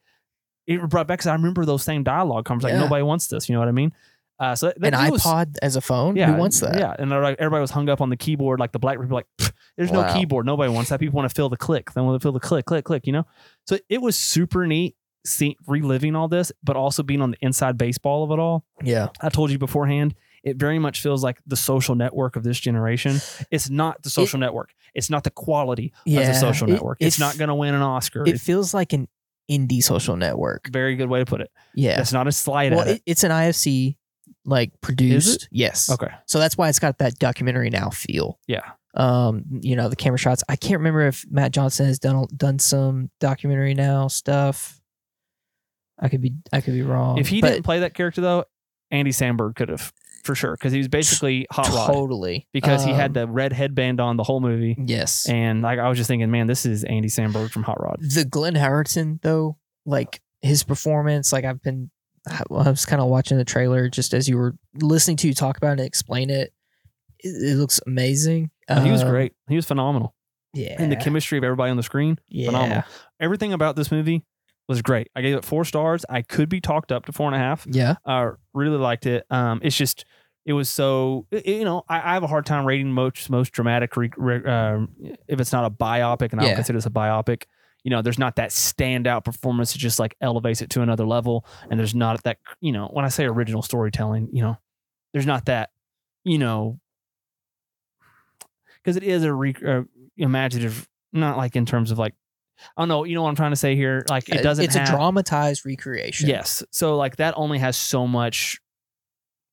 S1: it brought back because I remember those same dialogue comes like
S2: Yeah.
S1: nobody wants this. You know what I mean? Uh, so that,
S2: An
S1: that- it was-
S2: iPod as a phone? Who wants that?
S1: yeah, and they're like, everybody was hung up on the keyboard. Like the black people, like "Pfft, there's no
S2: Wow.
S1: keyboard. Nobody wants that. People want to feel the click. They want to feel the click, click, click. You know. So it was super neat, see, reliving all this, but also being on the inside baseball of it all.
S2: Yeah.
S1: I told you beforehand, it very much feels like the social network of this generation. It's not the social network. It's not the quality of
S2: Yeah.
S1: the social
S2: It-
S1: network.
S2: it
S1: it's not
S2: f-
S1: going to win an Oscar.
S2: It
S1: it's
S2: feels like an indie social network.
S1: a very good way to put it.
S2: Yeah.
S1: That's not a slight
S2: well,
S1: at it.
S2: it- it's an IFC like produced. Yes.
S1: Okay.
S2: So that's why it's got that documentary now feel.
S1: Yeah.
S2: Um, you know, the camera shots. I can't remember if Matt Johnson has done done some documentary now stuff. I could be I could be wrong.
S1: If he
S2: um, but
S1: didn't play that character though, Andy Samberg could have for sure because he was basically hot rod
S2: totally
S1: because he had
S2: Um,
S1: the red headband on the whole movie.
S2: Yes.
S1: And like I was just thinking, man, this is Andy Samberg from Hot Rod.
S2: the Glenn Howerton though, like his performance, like I've been, I was kind of watching the trailer just as you were listening to you talk about it and explain it. It, it looks amazing.
S1: Oh, he was
S2: Um,
S1: great. He was phenomenal.
S2: Yeah,
S1: And the chemistry of everybody on the screen,
S2: yeah.
S1: phenomenal. Everything about this movie was great. I gave it four stars. I could be talked up to four and a half.
S2: Yeah,
S1: I really liked it. Um, it's just it was so i- i- you know I, I have a hard time rating most most dramatic re, re, um, if it's not a biopic, and I
S2: Yeah.
S1: don't consider this a biopic. You know, there's not that standout performance that just like elevates it to another level, and there's not that you know when I say original storytelling, you know, there's not that you know because it is a re, uh, imaginative, not like in terms of like I don't know, you know what I'm trying to say here. Like it doesn't.
S2: It's
S1: have-
S2: a dramatized recreation.
S1: Yes. So like that only has so much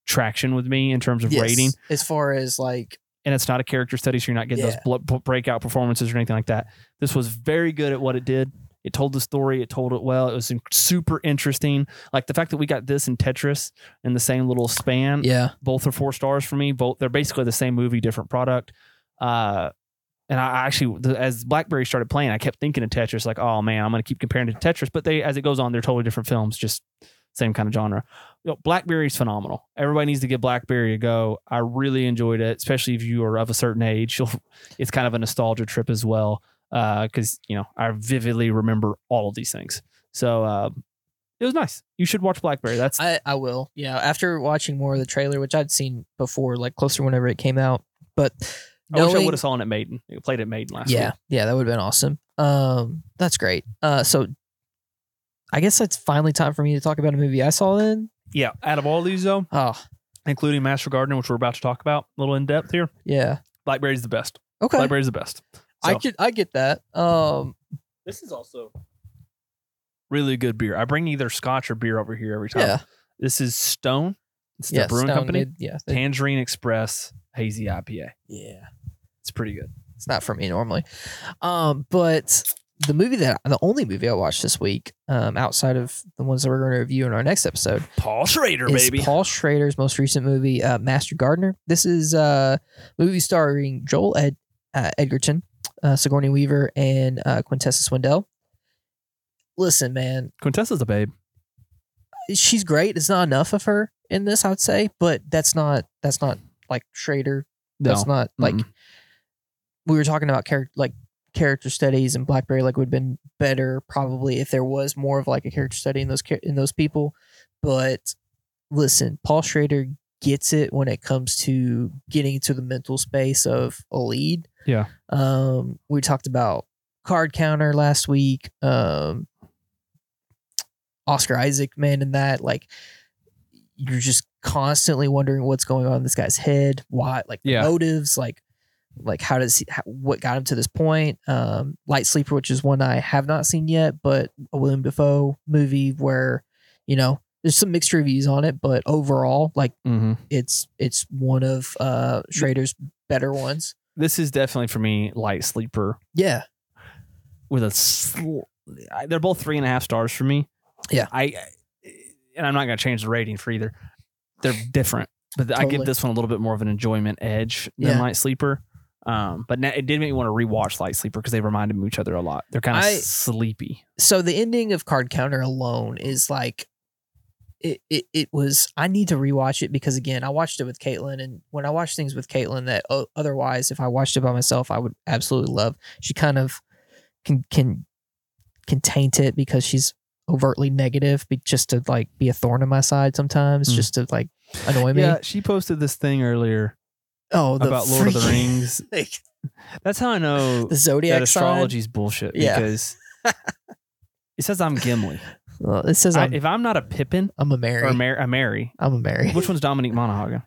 S1: traction with me in terms of
S2: Yes.
S1: rating,
S2: As far as like,
S1: and it's not a character study, so you're not getting
S2: Yeah.
S1: those bl- breakout performances or anything like that. This was very good at what it did. It told the story. It told it well. It was in- super interesting. Like the fact that we got this and Tetris in the same little span.
S2: yeah,
S1: Both are four stars for me. Both they're basically the same movie, different product. Uh, and I I actually, the- as BlackBerry started playing, I kept thinking of Tetris. Like, oh man, I'm going to keep comparing it to Tetris. But they, as it goes on, they're totally different films, just same kind of genre. You know, BlackBerry's phenomenal. Everybody needs to give BlackBerry a go. I really enjoyed it, especially if you are of a certain age. (laughs) You'll, it's kind of a nostalgia trip as well, because you know I vividly remember all of these things. So uh, it was nice. You should watch BlackBerry. That's
S2: I I will. Yeah, after watching more of the trailer, which I'd seen before, like closer whenever it came out, but
S1: I wish I
S2: knowing-
S1: would have saw it at Maiden. It played at Maiden last
S2: yeah
S1: week.
S2: yeah that would have been awesome um that's great uh so i guess it's finally time for me to talk about a movie i saw then
S1: Yeah. Out of all these though,
S2: oh
S1: including Master Gardener, which we're about to talk about a little in depth here,
S2: yeah
S1: Blackberry's the best.
S2: okay
S1: Blackberry's the best.
S2: i
S1: So-
S2: could i get that um
S1: This is also really good beer. I bring either Scotch or beer over here every time.
S2: yeah
S1: This is Stone. It's the
S2: yeah
S1: brewing
S2: Stone
S1: company.
S2: did- yeah they-
S1: Tangerine Express Hazy IPA.
S2: yeah
S1: It's pretty good.
S2: it's not for me normally um but the movie that the only movie i watched this week um outside of the ones that we're going to review in our next episode
S1: Paul Schrader,
S2: is
S1: baby.
S2: Paul Schrader's most recent movie, uh, Master Gardener. This is uh, a movie starring Joel Ed, uh, Edgerton, uh, Sigourney Weaver, and uh, Quintessa Swindell. Listen, man,
S1: Quintessa's a babe.
S2: she's great. It's not enough of her in this, I'd say, but that's not that's not like Schrader. That's not like
S1: Mm-mm.
S2: we were talking about character like character studies and blackberry like would have been better probably if there was more of like a character study in those char- in those people but listen paul schrader gets it when it comes to getting to the mental space of a lead
S1: Yeah.
S2: um we talked about card counter last week um oscar isaac man in that like you're just constantly wondering what's going on in this guy's head why like the
S1: Yeah.
S2: motives like like how does he, how, what got him to this point um light sleeper which is one i have not seen yet but a william defoe movie where you know there's some mixed reviews on it but overall like
S1: Mhm.
S2: it's it's one of uh schrader's better ones
S1: This is definitely for me light sleeper
S2: yeah
S1: with a sl- I- they're both three and a half stars for me.
S2: Yeah.
S1: I and I'm not gonna change the rating for either. They're different, but I
S2: Totally.
S1: give this one a little bit more of an enjoyment edge than
S2: Yeah.
S1: Light Sleeper. Um, but now, it did make me want to rewatch Light Sleeper because they reminded me of each other a lot. They're kind of
S2: I-
S1: sleepy.
S2: so the ending of card counter alone is like it, it, it was I need to rewatch it because again I watched it with Caitlin and when I watch things with Caitlin that o- otherwise if I watched it by myself I would absolutely love she kind of can can can taint it because she's overtly negative be, just to like be a thorn in my side sometimes
S1: Mm.
S2: just to like annoy me
S1: yeah, she posted this thing earlier
S2: oh the
S1: about Lord of the
S2: freaking-
S1: Rings.
S2: (laughs) like,
S1: That's how I know
S2: the
S1: that
S2: zodiac astrology
S1: astrology's bullshit
S2: Yeah. (laughs)
S1: because it says I'm Gimli.
S2: well, it says
S1: I-
S2: I'm,
S1: if I'm not a Pippin
S2: I'm a Mary
S1: or Mar- a Mary,
S2: I'm a Mary
S1: Which one's Dominique Monaghan?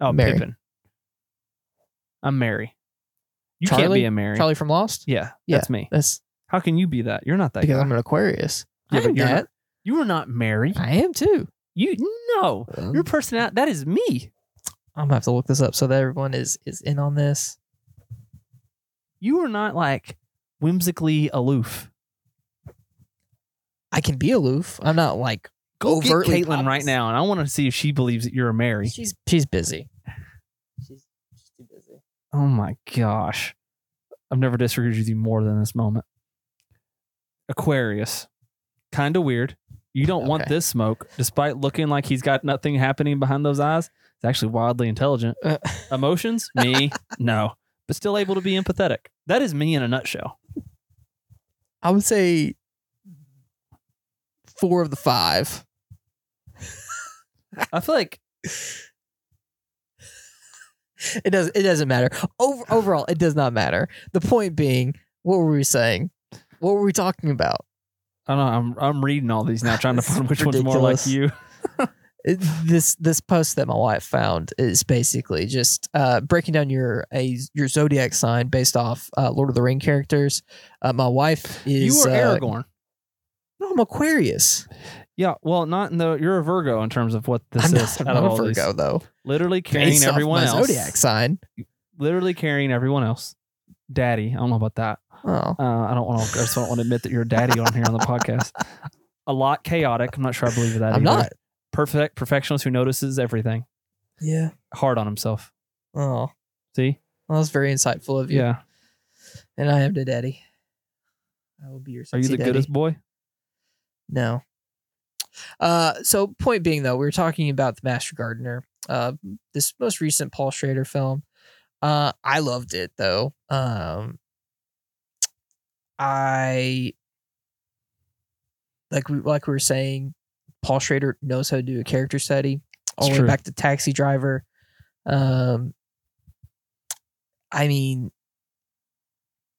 S1: Oh,
S2: Mary.
S1: Pippin. I'm Mary. You can't
S2: Charlie?
S1: be a Mary.
S2: Charlie from Lost uh,
S1: Yeah,
S2: Yeah.
S1: that's me.
S2: that's
S1: How can you be that? You're not that
S2: because
S1: guy.
S2: I'm an Aquarius
S1: yeah,
S2: I'm
S1: but you're
S2: that.
S1: not, you are not Mary.
S2: I am too.
S1: You no,
S2: Um,
S1: your personality that is me.
S2: I'm gonna have to look this up so that everyone is is in on this.
S1: You are not like whimsically aloof.
S2: I can be aloof. I'm not like
S1: Go get
S2: overtly
S1: Caitlin right
S2: pompous.
S1: now, and I want to see if she believes that you're a Mary.
S2: She's she's busy. She's, she's too busy.
S1: Oh my gosh, I've never disagreed with you more than this moment. Aquarius, kind of weird. You don't want
S2: Okay.
S1: this smoke, despite looking like he's got nothing happening behind those eyes. It's actually wildly intelligent.
S2: Uh, (laughs)
S1: Emotions, me, no, but still able to be empathetic. That is me in a nutshell.
S2: I would say four of the five.
S1: I feel like
S2: It does it doesn't matter. Over, overall, it does not matter. The point being, what were we saying? What were we talking about?
S1: I don't know. I'm I'm reading all these now, trying to
S2: This is
S1: find (laughs) which one's more like
S2: ridiculous.
S1: you.
S2: It- this this post that my wife found is basically just uh, breaking down your a your zodiac sign based off uh, Lord of the Ring characters. Uh, my wife is
S1: you were
S2: uh,
S1: Aragorn.
S2: No, I'm Aquarius.
S1: Yeah, well, not in the you're a Virgo in terms of what (laughs) this
S2: I'm
S1: is.
S2: not,
S1: out
S2: I'm
S1: of
S2: not a
S1: all these.
S2: Virgo though.
S1: literally carrying
S2: Based off
S1: everyone
S2: my
S1: else.
S2: zodiac sign.
S1: Literally carrying everyone else. Daddy, I don't know about that.
S2: Oh,
S1: Uh, I don't want to. I just don't want to admit that you're a daddy on here on the
S2: (laughs)
S1: podcast. A lot chaotic. I'm not sure I believe that.
S2: I'm
S1: either.
S2: not.
S1: perfect perfectionist who notices everything.
S2: Yeah.
S1: Hard on himself.
S2: Oh,
S1: See?
S2: well, that's very insightful of you.
S1: Yeah.
S2: And I am the daddy. I will be your.
S1: Are you
S2: sexy
S1: the
S2: daddy.
S1: goodest boy?
S2: No. Uh, so point being though, we were talking about the Master Gardener, uh, this most recent Paul Schrader film. Uh, I loved it though. Um, I like we like we were saying, Paul Schrader knows how to do a character study all
S1: It's
S2: the way
S1: true.
S2: back to Taxi Driver. Um, I mean,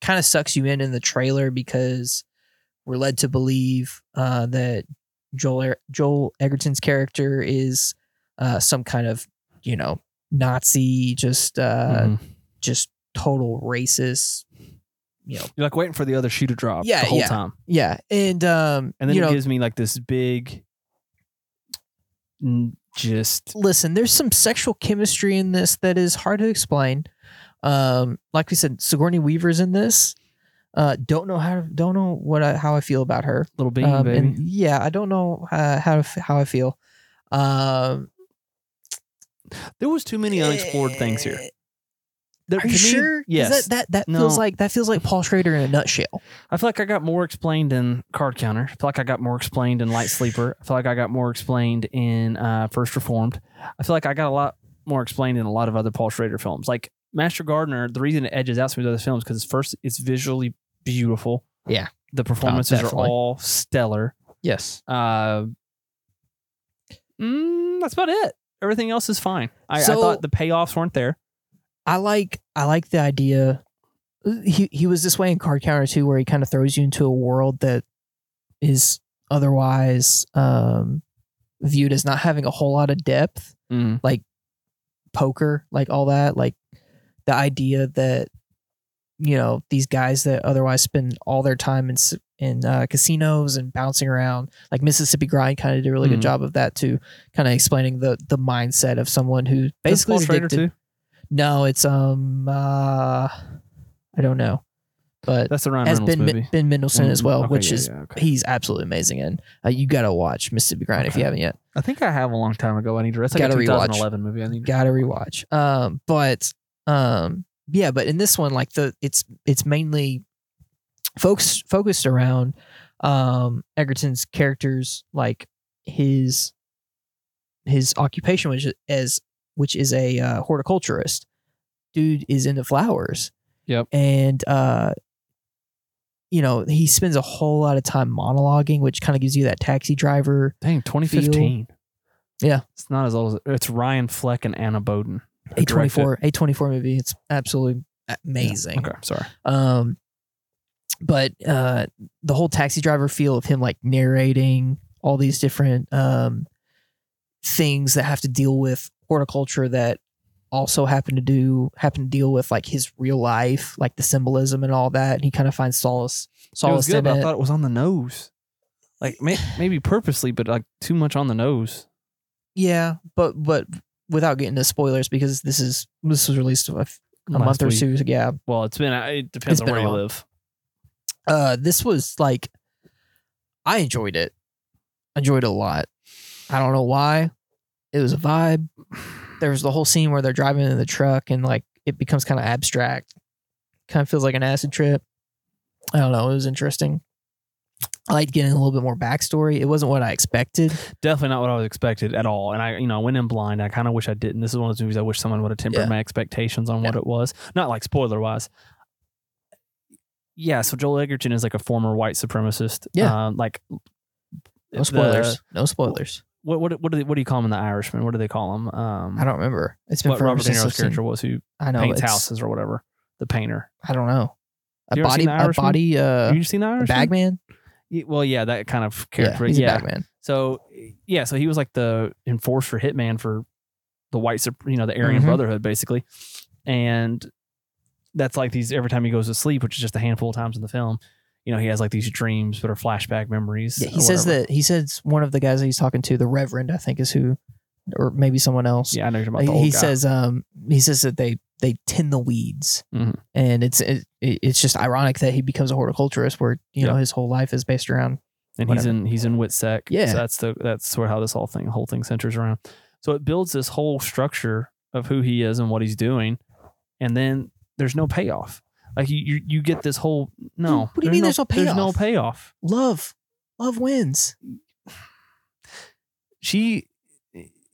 S2: kind of sucks you in in the trailer because we're led to believe uh, that Joel Er- Joel Egerton's character is uh, some kind of you know Nazi, just uh,
S1: Mhm.
S2: just total racist. You know,
S1: You're like waiting for the other shoe to drop
S2: Yeah,
S1: the whole
S2: yeah.
S1: time.
S2: yeah, and um,
S1: And then
S2: you
S1: it
S2: know,
S1: gives me like this big, n- just
S2: listen, there's some sexual chemistry in this that is hard to explain. Um, like we said, Sigourney Weaver's in this. Uh, don't know how don't know what I, how I feel about her.
S1: little bean,
S2: Um,
S1: baby.
S2: and yeah, I don't know uh, how to f- how I feel. Um,
S1: there was too many unexplored things
S2: eh,
S1: here. There-
S2: Are you
S1: to me,
S2: sure? 'Cause
S1: Yes.
S2: That that, that
S1: No.
S2: feels like that feels like Paul Schrader in a nutshell.
S1: I feel like I got more explained in Card Counter. I feel like I got more explained in Light Sleeper. I feel like I got more explained in uh, First Reformed. I feel like I got a lot more explained in a lot of other Paul Schrader films. Like Master Gardener, the reason it edges out some of the other films because it's first, it's visually beautiful.
S2: Yeah.
S1: the performances are
S2: definitely.
S1: all stellar.
S2: Yes.
S1: Uh, mm, that's about it. Everything else is fine. I, I
S2: So-
S1: thought the payoffs weren't there.
S2: I like I like the idea. He he was this way in Card Counter too, where he kind of throws you into a world that is otherwise um, viewed as not having a whole lot of depth. poker, like all that, like the idea that you know these guys that otherwise spend all their time in s- in uh, casinos and bouncing around, like Mississippi Grind, kind of did a really
S1: Mhm.
S2: good job of that too, kind of explaining the the mindset of someone who
S1: Does
S2: basically
S1: Paul
S2: is
S1: Schrader
S2: addicted.
S1: too.
S2: No, it's um, uh, I don't know, but
S1: That's the Ryan
S2: has
S1: Reynolds
S2: Ben
S1: movie.
S2: Mi- Ben Mendelsohn as
S1: Mm,
S2: well,
S1: okay,
S2: which
S1: yeah,
S2: is
S1: yeah, okay.
S2: he's absolutely amazing in. Uh, you gotta watch Mississippi Grind if
S1: Okay.
S2: you haven't yet.
S1: I think I have a long time ago. I need to. That's like
S2: Gotta
S1: a
S2: rewatch.
S1: 2011 movie. I need. To,
S2: gotta rewatch um but um yeah but in this one like the it's it's mainly folks focused around um egerton's characters like his his occupation which is as which is a uh, horticulturist dude is into flowers
S1: Yep.
S2: and uh you know he spends a whole lot of time monologuing which kind of gives you that taxi driver
S1: dang, 2015.
S2: Yeah.
S1: it's not as old. as It's Ryan Fleck and Anna Boden. who
S2: a twenty
S1: directed it.
S2: four a twenty four movie. It's absolutely amazing.
S1: Okay, sorry.
S2: Um, but uh, the whole taxi driver feel of him like narrating all these different um things that have to deal with horticulture that also happen to do happen to deal with like his real life, like the symbolism and all that. And he kind of finds solace
S1: it
S2: solace
S1: was good,
S2: in
S1: but I
S2: it.
S1: thought it was on the nose. Like may, maybe purposely, but like too much on the nose.
S2: Yeah, but but without getting to spoilers because this is this was released a, f- a
S1: Last
S2: month or
S1: week.
S2: two. Yeah,
S1: Well, it's been. uh, It depends
S2: It's
S1: on
S2: been
S1: where
S2: a
S1: you
S2: while.
S1: live.
S2: uh, this was like I enjoyed it. I enjoyed it a lot. I don't know why. It was a vibe. There was the whole scene where they're driving in the truck and like it becomes kind of abstract. Kind of feels like an acid trip. I don't know. It was interesting. I liked getting a little bit more backstory. It wasn't what I expected.
S1: Definitely not what I was expected at all. And I, you know, I went in blind. I kind of wish I didn't. This is one of those movies I wish someone would have tempered
S2: Yeah.
S1: my expectations on what it was. Not like spoiler wise. Yeah. So Joel Egerton is like a former white supremacist.
S2: Yeah.
S1: Um, like.
S2: No
S1: the-
S2: spoilers. no spoilers.
S1: what what what do they, what do you call him in The Irishman? What do they call him? Um,
S2: I don't remember. It's been
S1: What
S2: forever
S1: Robert De
S2: since I've
S1: Niro's
S2: seen.
S1: character was who
S2: I know.
S1: paints
S2: it's-
S1: houses or whatever. The painter.
S2: I don't know. A
S1: You ever
S2: body,
S1: seen The
S2: a
S1: Irishman?
S2: body, uh,
S1: Have you seen The Irishman?
S2: bagman.
S1: Ye- Well, yeah, that kind of
S2: Yeah,
S1: character.
S2: he's
S1: yeah.
S2: a bagman.
S1: So eh, yeah, so he was like the enforcer hitman for the white, sup- you know, the Aryan
S2: Mhm.
S1: Brotherhood, basically, and that's like these every time he goes to sleep, which is just a handful of times in the film. You know, he has like these dreams that are flashback memories.
S2: Yeah, he
S1: or
S2: says
S1: whatever.
S2: that he says one of the guys that he's talking to, the Reverend, I think, is who, or maybe someone else.
S1: Yeah, I know you're talking about.
S2: he
S1: The old
S2: he
S1: guy.
S2: says, um, he says that they they tend the weeds,
S1: Mhm.
S2: and it's it, it's just ironic that he becomes a horticulturist, where you know
S1: Yeah.
S2: his whole life is based around.
S1: and he's
S2: Whatever.
S1: in he's in Witsec.
S2: Yeah.
S1: so that's the that's sort of how this whole thing whole thing centers around. So it builds this whole structure of who he is and what he's doing, and then there's no payoff. Like you you, you get this whole no.
S2: What do you mean there's no
S1: There's no
S2: payoff?
S1: payoff.
S2: Love, love wins.
S1: She,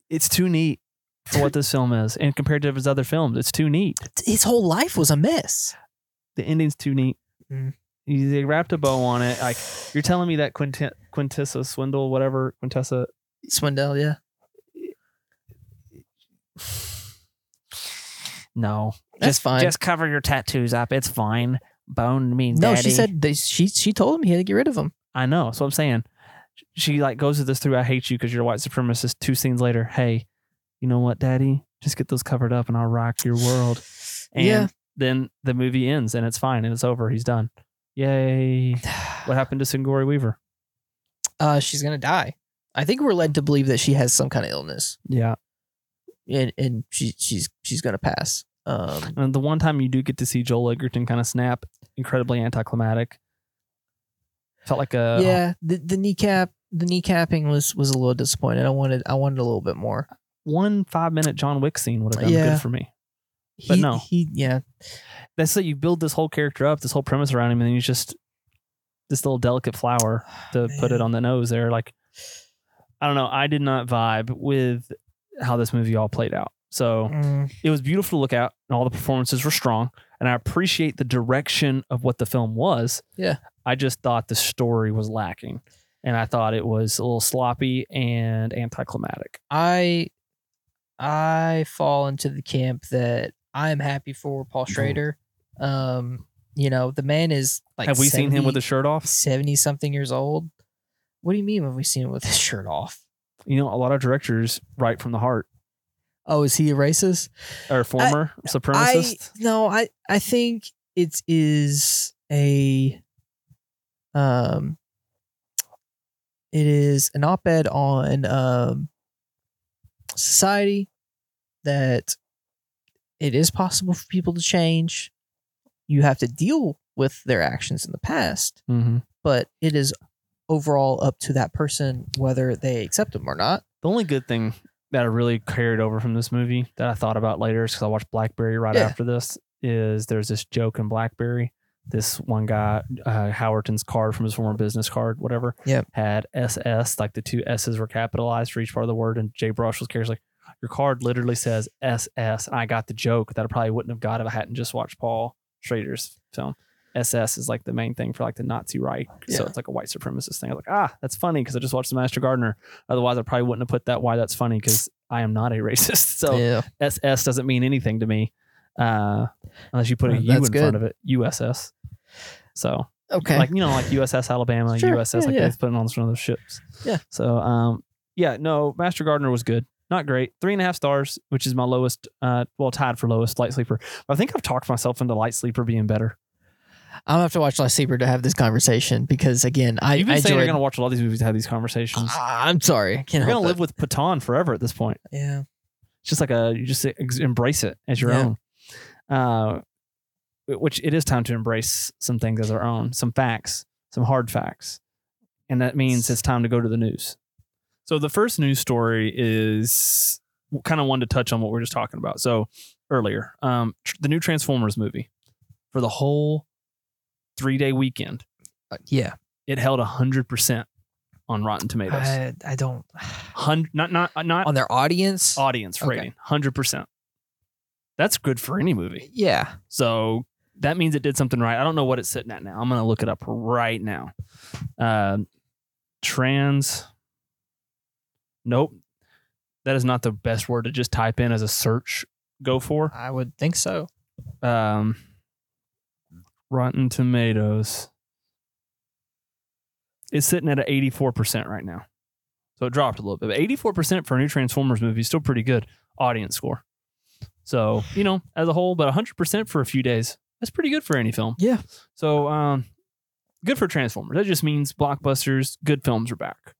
S1: it's too neat for what this film is, and compared to his other films, it's too neat.
S2: His whole life was a mess.
S1: The ending's too neat.
S2: Mm.
S1: You- They wrapped a bow on it. Like you're telling me that Quintet, Quintessa Swindle, whatever Quintessa
S2: Swindell, yeah,
S1: No,
S2: That's
S1: just,
S2: fine.
S1: Just cover your tattoos up. It's fine. Bone me,
S2: no,
S1: daddy.
S2: she said they, she she told him he had to get rid of him. (sighs)
S1: I know. So I'm saying, she like goes to this through. I hate you because you're a white supremacist. Two scenes later, hey, you know what, daddy? Just get those covered up, and I'll rock your
S2: (sighs)
S1: world. And
S2: Yeah.
S1: Then the movie ends, and it's fine, and it's over. He's done.
S2: (sighs)
S1: Yay! What happened to Singori Weaver?
S2: uh, she's gonna die. I think we're led to believe that she has some kind of illness,
S1: Yeah.
S2: and and she she's she's gonna pass. Um,
S1: And the one time you do get to see Joel Edgerton kind of snap, incredibly anticlimactic. Felt like a
S2: yeah, the the kneecap the kneecapping was was a little disappointing. I wanted I wanted a little bit more.
S1: one five minute John Wick scene would have done
S2: Yeah.
S1: good for me.
S2: He,
S1: no.
S2: he yeah
S1: that's that you build this whole character up, this whole premise around him, and then you just this little delicate flower to put it
S2: Oh, Man.
S1: on the nose there. Like, I don't know. I did not vibe with how this movie all played out. So
S2: Mm,
S1: it was beautiful to look at, and all the performances were strong. And I appreciate the direction of what the film was.
S2: Yeah.
S1: I just thought the story was lacking. And I thought it was a little sloppy and anticlimactic.
S2: I I fall into the camp that I am happy for Paul Schrader. Um, you know the man is like
S1: Have we seen him with
S2: 70
S1: his shirt off?
S2: seventy something years old? What do you mean? Have we seen him with his shirt off?
S1: You know, a lot of directors write from the heart.
S2: Oh, is he a racist?
S1: Or former
S2: I
S1: supremacist.
S2: no, I I think it is a um it is an op-ed on um society that it is possible for people to change. You have to deal with their actions in the past,
S1: mm-hmm.
S2: but it is overall up to that person whether they accept them or not.
S1: The only good thing that I really carried over from this movie that I thought about later is because I watched Blackberry right
S2: Yeah.
S1: after this is there's this joke in Blackberry. This one guy, uh, Howerton's card from his former business card, whatever,
S2: Yep.
S1: had SS, like the two S's were capitalized for each part of the word. And Jay Brush was curious, like, your card literally says SS. And I got the joke that I probably wouldn't have got if I hadn't just watched Paul Schrader's film. SS is like the main thing for like the Nazi right. So
S2: Yeah.
S1: it's like a white supremacist thing. I was like, ah, that's funny because I just watched The Master Gardener. Otherwise, I probably wouldn't have put that. Why that's funny because I am not a (laughs) racist. So
S2: yeah.
S1: SS doesn't mean anything to me uh, unless you put a
S2: Well,
S1: U
S2: that's
S1: in front of it. USS. So
S2: Okay.
S1: like you know like USS Alabama,
S2: Sure,
S1: USS
S2: yeah,
S1: like
S2: yeah.
S1: they've put it on some of those ships.
S2: Yeah.
S1: So um yeah no Master Gardener was good. Not great. Three and a half stars, which is my lowest, uh, well, tied for lowest light sleeper. But I think I've talked myself into light sleeper being better.
S2: I'm gonna have to watch Lightsaber to have this conversation because again, I,
S3: You've been
S2: I
S3: saying
S2: enjoyed.
S3: you're gonna watch a lot of these movies to have these conversations.
S2: I- Ah, I'm sorry, I can't
S3: You're gonna
S2: help
S3: live with Patan forever at this point.
S2: it. Yeah,
S3: It's just like a you just
S1: e-,
S3: ex- embrace it as your
S2: Yeah.
S3: own. Uh, which it is time to embrace some things as our own, some facts, some hard facts, and that means it's time to go to the news.
S1: So the first news story is kind of one to touch on what we are just talking about. So earlier, um, tr- the new Transformers movie for the whole three day weekend,
S2: Uh, yeah.
S1: it held hundred percent on Rotten Tomatoes.
S2: I, I don't (sighs)
S1: Hundred, not not not
S2: on their audience.
S1: audience
S2: Okay.
S1: rating, hundred percent. That's good for any movie.
S2: Yeah,
S1: So that means it did something right. I don't know what it's sitting at now. I'm gonna look it up right now. Um, trans. Nope, that is not the best word to just type in as a search. Go for
S2: I would think so.
S1: um, Rotten Tomatoes. It's sitting at an 84% right now. So it dropped a little bit. But 84% for a new Transformers movie is still pretty good audience score. So, you know, as a whole, but 100% for a few days. That's pretty good for any film.
S2: Yeah.
S1: So, um, good for Transformers. That just means blockbusters, good films are back.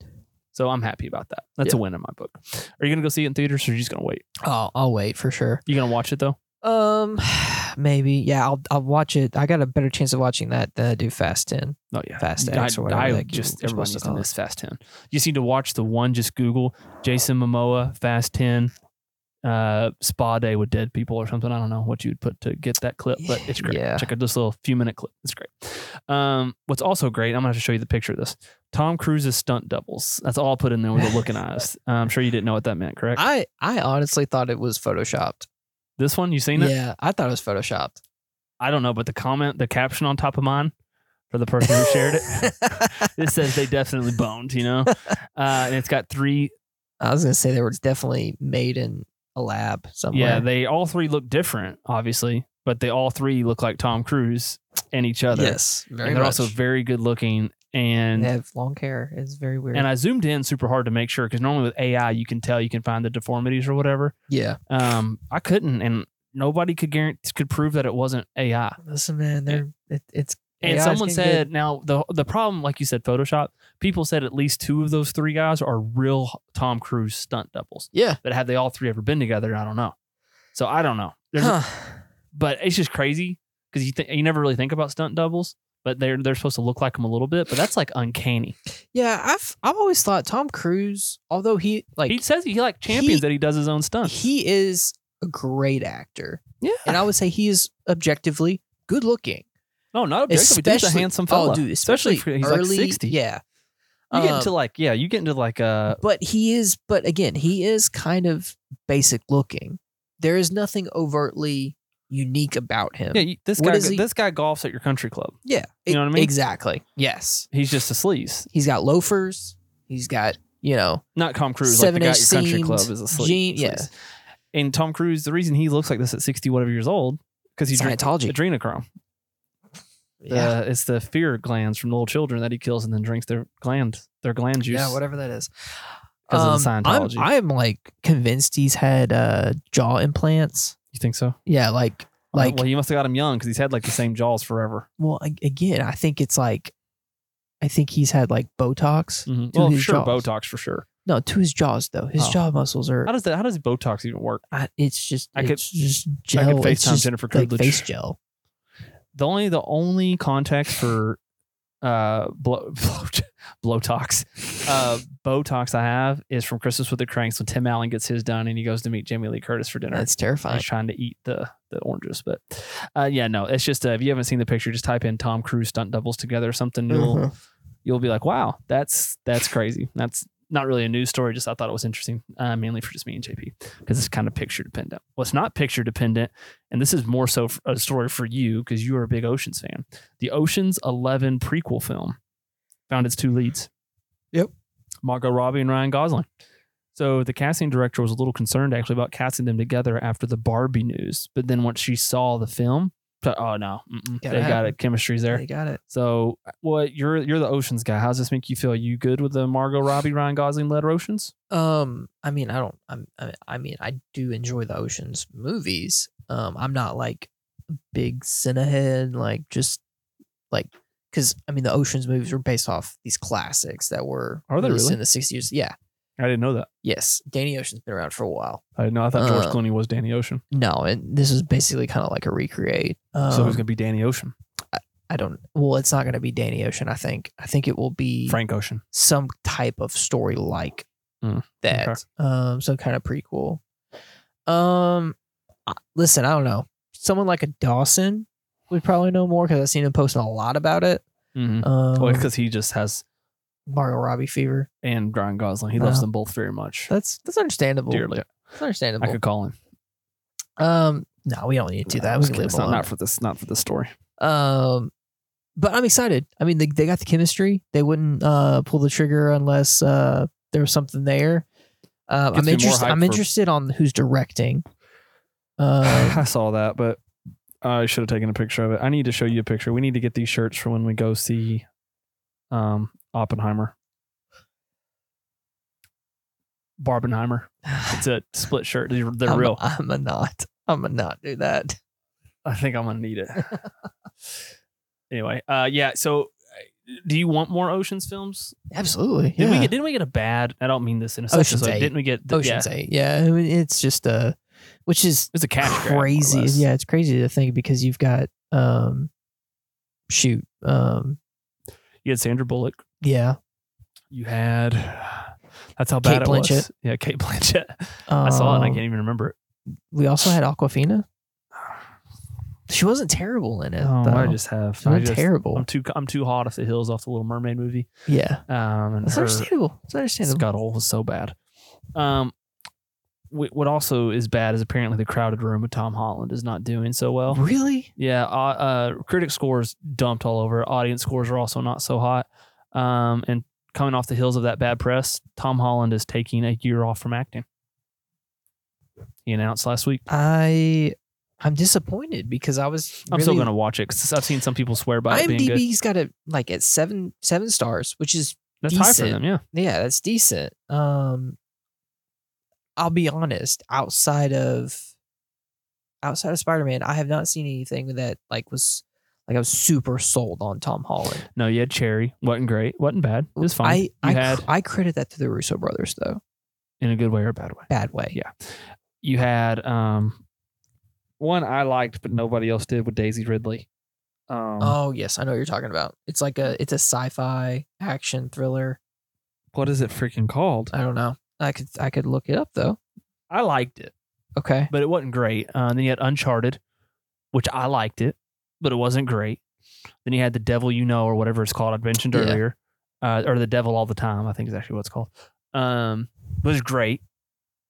S1: So I'm happy about that. That's a win in my book. Are you going to go see it in theaters or are you just going to wait?
S2: Oh, I'll wait for sure.
S1: You going to watch it though?
S2: Um, (sighs) maybe. Yeah, I'll I'll watch it. I got a better chance of watching that than I do Fast Ten.
S1: Oh yeah,
S2: Fast
S1: I,
S2: X or whatever
S1: I
S2: that
S1: just
S2: you're
S1: everyone
S2: supposed to
S1: needs to
S2: call it.
S1: miss Fast Ten. You just need to watch the one. Just Google Jason Momoa Fast Ten uh, Spa Day with Dead People or something. I don't know what you would put to get that clip, but it's great.
S2: Yeah.
S1: Check out this little few minute clip. It's great. Um, what's also great, I'm gonna have to show you the picture of this. Tom Cruise's stunt doubles. That's all I'll put in there with the
S2: (laughs)
S1: looking eyes. Uh, I'm sure you didn't know what that meant, correct?
S2: I I honestly thought it was photoshopped.
S1: this one, you seen it?
S2: Yeah, I thought it was photoshopped.
S1: I don't know, but the comment, the caption on top of mine for the person who shared it.
S2: (laughs)
S1: It says they definitely boned, you know, uh, and it's got three
S2: I was gonna say they were definitely made in a lab somewhere.
S1: Yeah, they all three look different, obviously, but they all three look like Tom Cruise and each other.
S2: yes, very
S1: and they're
S2: much.
S1: also very good looking. And
S2: they have long hair. It's very weird.
S1: and I zoomed in super hard to make sure because normally with AI you can tell you can find the deformities or whatever.
S2: yeah,
S1: Um, I couldn't, and nobody could guarantee could prove that it wasn't AI.
S2: listen, man, they're it, it's
S1: And
S2: AI 's
S1: someone
S2: getting
S1: said now the the problem, like you said, Photoshop. People said at least two of those three guys are real Tom Cruise stunt doubles.
S2: good. yeah,
S1: But have they all three ever been together? I don't know. So I don't know. There's
S2: Huh.
S1: but it's just crazy because you think you never really think about stunt doubles, but they're they're supposed to look like them a little bit, but that's like uncanny.
S2: yeah. I've I've always thought Tom Cruise, although he like
S1: he says he like champions
S2: he-
S1: that he does his own stunts.
S2: he is a great actor,
S1: yeah,
S2: and I would say he is objectively good looking.
S1: no, not objectively. Oh, Dude's a
S2: especially-
S1: handsome fella,
S2: Oh, dude,
S1: especially,
S2: especially,
S1: if he's
S2: early,
S1: like sixty.
S2: Yeah,
S1: you get
S2: Um,
S1: into like yeah, you get into like uh
S2: but he is but again he is kind of basic looking there is nothing overtly unique about him
S1: yeah. you- This
S2: what
S1: guy,
S2: is he-
S1: this guy golfs at your country club.
S2: Yeah,
S1: You know what I mean?
S2: exactly yes
S1: He's just a sleaze.
S2: he's got loafers he's got you know
S1: Not Tom Cruise. Like the
S2: seven
S1: guy
S2: inch
S1: at your country
S2: seams
S1: club is a sleaze.
S2: jean- yeah
S1: sleaze. And Tom Cruise, the reason he looks like this at sixty whatever years old because he drinks
S2: Scientology
S1: adrenochrome. The,
S2: yeah.
S1: It's the fear glands from little children that he kills and then drinks their gland, their gland juice.
S2: yeah whatever that is
S1: 'Cause of the
S2: Um, I'm,
S1: Scientology.
S2: I'm like convinced he's had uh jaw implants
S1: You think so?
S2: yeah like like
S1: well, you must have got him young because he's had like the same jaws forever.
S2: (laughs) well a- again i think it's like i think he's had like botox
S1: Mhm.
S2: to
S1: Well,
S2: his
S1: sure,
S2: jaws.
S1: Botox for sure.
S2: no to his jaws though his
S1: Oh.
S2: jaw muscles are
S1: How does that? How does Botox even work?
S2: I, it's just
S1: I
S2: it's
S1: could-
S2: just gel.
S1: I could
S2: it's
S1: FaceTime
S2: just
S1: Jennifer
S2: like
S1: Coolidge.
S2: face gel.
S1: the only the only context for uh (laughs) blow, blow blowtox uh botox i have is from christmas with the cranks when tim allen gets his done and he goes to meet jamie lee curtis for dinner
S2: That's
S1: I
S2: terrifying.
S1: was trying to eat the the oranges, but uh, yeah, no, it's just uh, if you haven't seen the picture, just type in Tom Cruise stunt doubles together or something. You'll
S2: Mhm.
S1: you'll be like, wow, that's that's crazy. That's not really a news story. Just I thought it was interesting, uh, mainly for just me and JP because it's kind of picture dependent. Well, it's not picture dependent, and this is more so f- a story for you because you are a big Ocean's fan. The Ocean's Eleven prequel film found its two leads.
S2: Yep.
S1: Margot Robbie and Ryan Gosling. So the casting director was a little concerned actually about casting them together after the Barbie news, but then once she saw the film, thought, oh no, mm-mm,
S2: Gotta
S1: they got
S2: happen.
S1: it. Chemistry's there.
S2: They got it.
S1: So, uh, what you're you're the oceans guy. How does this make you feel? You good with the Margot Robbie, Ryan Gosling led oceans?
S2: Um, I mean, I don't. I'm, I I mean, I do enjoy the oceans movies. Um, I'm not like a big cinehead. Like just like because I mean the Ocean's movies were based off these classics that were
S1: Are they
S2: released
S1: really?
S2: in the sixties. Yeah,
S1: I didn't know that.
S2: yes, Danny Ocean's been around for a while.
S1: I didn't know. I thought George
S2: Uh,
S1: Clooney was Danny Ocean.
S2: No, and this is basically kind of like a recreate. Um,
S1: so who's gonna be Danny Ocean?
S2: I don't. Well, it's not going to be Danny Ocean. I think. I think it will be
S1: Frank Ocean.
S2: some type of story like
S1: Mm,
S2: that.
S1: okay.
S2: Um, some kind of prequel. Um, I- listen, I don't know. Someone like a Dawson would probably know more because I've seen him posting a lot about it.
S1: Mm-hmm.
S2: Um,
S1: because he just has
S2: Margot Robbie fever.
S1: and Brian Gosling. He loves
S2: Wow.
S1: them both very much.
S2: That's that's understandable.
S1: Dearly,
S2: That's
S1: I
S2: understandable.
S1: could call him.
S2: Um, no, we don't need to do that.
S1: I'm
S2: We
S1: just
S2: can
S1: kidding.
S2: leave
S1: It's
S2: him
S1: not,
S2: alone.
S1: not for this. Not for this story.
S2: Um, but I'm excited. I mean, they, they got the chemistry. They wouldn't uh, pull the trigger unless uh, there was something there. Um,
S1: Gets
S2: I'm
S1: me more
S2: interested.
S1: hype
S2: I'm
S1: for-
S2: interested on
S1: (laughs)
S2: who's directing. Um,
S1: I saw that, but I should have taken a picture of it. I need to show you a picture. We need to get these shirts for when we go see um, Oppenheimer. Barbenheimer. It's a split shirt. They're, they're
S2: I'm,
S1: real.
S2: I'm a not. I'm a not do that.
S1: I think I'm gonna need
S2: (laughs)
S1: it. anyway, uh, yeah. So, uh, do you want more Ocean's films?
S2: Absolutely.
S1: Didn't
S2: yeah.
S1: we get? Didn't we get a bad? I don't mean this in a sense.
S2: Ocean's
S1: like,
S2: Eight.
S1: Didn't we get? The,
S2: Ocean's
S1: yeah,
S2: Eight. Yeah, I mean, it's just uh, which is
S1: It's a cash grab, more or
S2: crazy.
S1: less.
S2: yeah, it's crazy to think because you've got um, shoot, um,
S1: You had Sandra Bullock.
S2: yeah,
S1: You had. (sighs) That's how
S2: Kate
S1: bad it was.
S2: Blanchett.
S1: Yeah, Kate (laughs) Blanchett. I saw it. and I
S2: um,
S1: can't even remember it.
S2: We also had Aquafina. She wasn't terrible in it.
S1: Oh,
S2: though.
S1: I just have.
S2: she
S1: I
S2: wasn't
S1: just,
S2: terrible.
S1: I'm too. I'm too hot off the hills off the Little Mermaid movie.
S2: yeah,
S1: Um, and
S2: that's
S1: her
S2: understandable. It's understandable.
S1: scuttle was so bad. Um, wh- what also is bad is apparently the crowded room with Tom Holland is not doing so well.
S2: Really?
S1: Yeah, uh, uh, critic scores dumped all over. Audience scores are also not so hot. Um, and coming off the heels of that bad press, Tom Holland is taking a year off from acting. He announced last week.
S2: I I'm disappointed because I was.
S1: I'm still
S2: really-
S1: going to watch it because I've seen some people swear by it being good.
S2: IMDb's got it like at seven seven stars, which is
S1: That's high for
S2: decent.
S1: them, yeah.
S2: yeah, that's decent. Um, I'll be honest. Outside of outside of Spider Man, I have not seen anything that like was like I was super sold on Tom Holland.
S1: No, you had Cherry. wasn't great, wasn't bad. It was fine.
S2: I
S1: you
S2: I,
S1: had
S2: I credit that to the Russo brothers though.
S1: in a good way or a bad way.
S2: Bad way.
S1: Yeah. You had um, one I liked, but nobody else did with Daisy Ridley. Um,
S2: Oh yes, I know what you're talking about. It's like a it's a sci-fi action thriller.
S1: what is it freaking called?
S2: I don't know. I could I could look it up though.
S1: I liked it.
S2: Okay.
S1: but it wasn't great. Uh, then you had Uncharted, which I liked it, but it wasn't great. Then you had The Devil You Know or whatever it's called I mentioned
S2: Yeah.
S1: earlier, uh, or The Devil All the Time. I think is actually what it's called. Um, was great